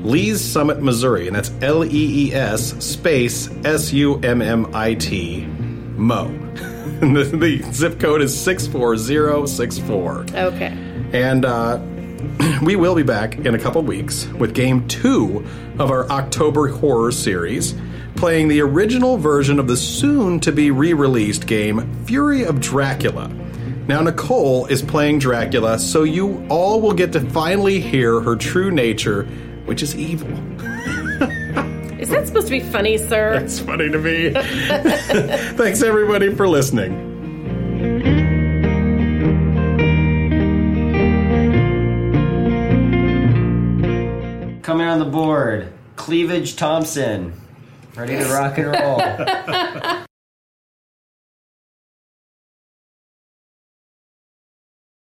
B: Lee's Summit, Missouri, and that's L E E S space S U M M I T, Mo. *laughs* And the, the zip code is six four zero six four.
C: Okay.
B: And uh, *clears throat* we will be back in a couple weeks with game two of our October horror series, playing the original version of the soon to be re released game Fury of Dracula. Now, Nicole is playing Dracula, so you all will get to finally hear her true nature, which is evil. *laughs*
C: Is that supposed to be funny, sir?
B: It's funny to me. *laughs* Thanks, everybody, for listening.
G: Coming on the board, Cleavage Thompson. Ready to rock and roll.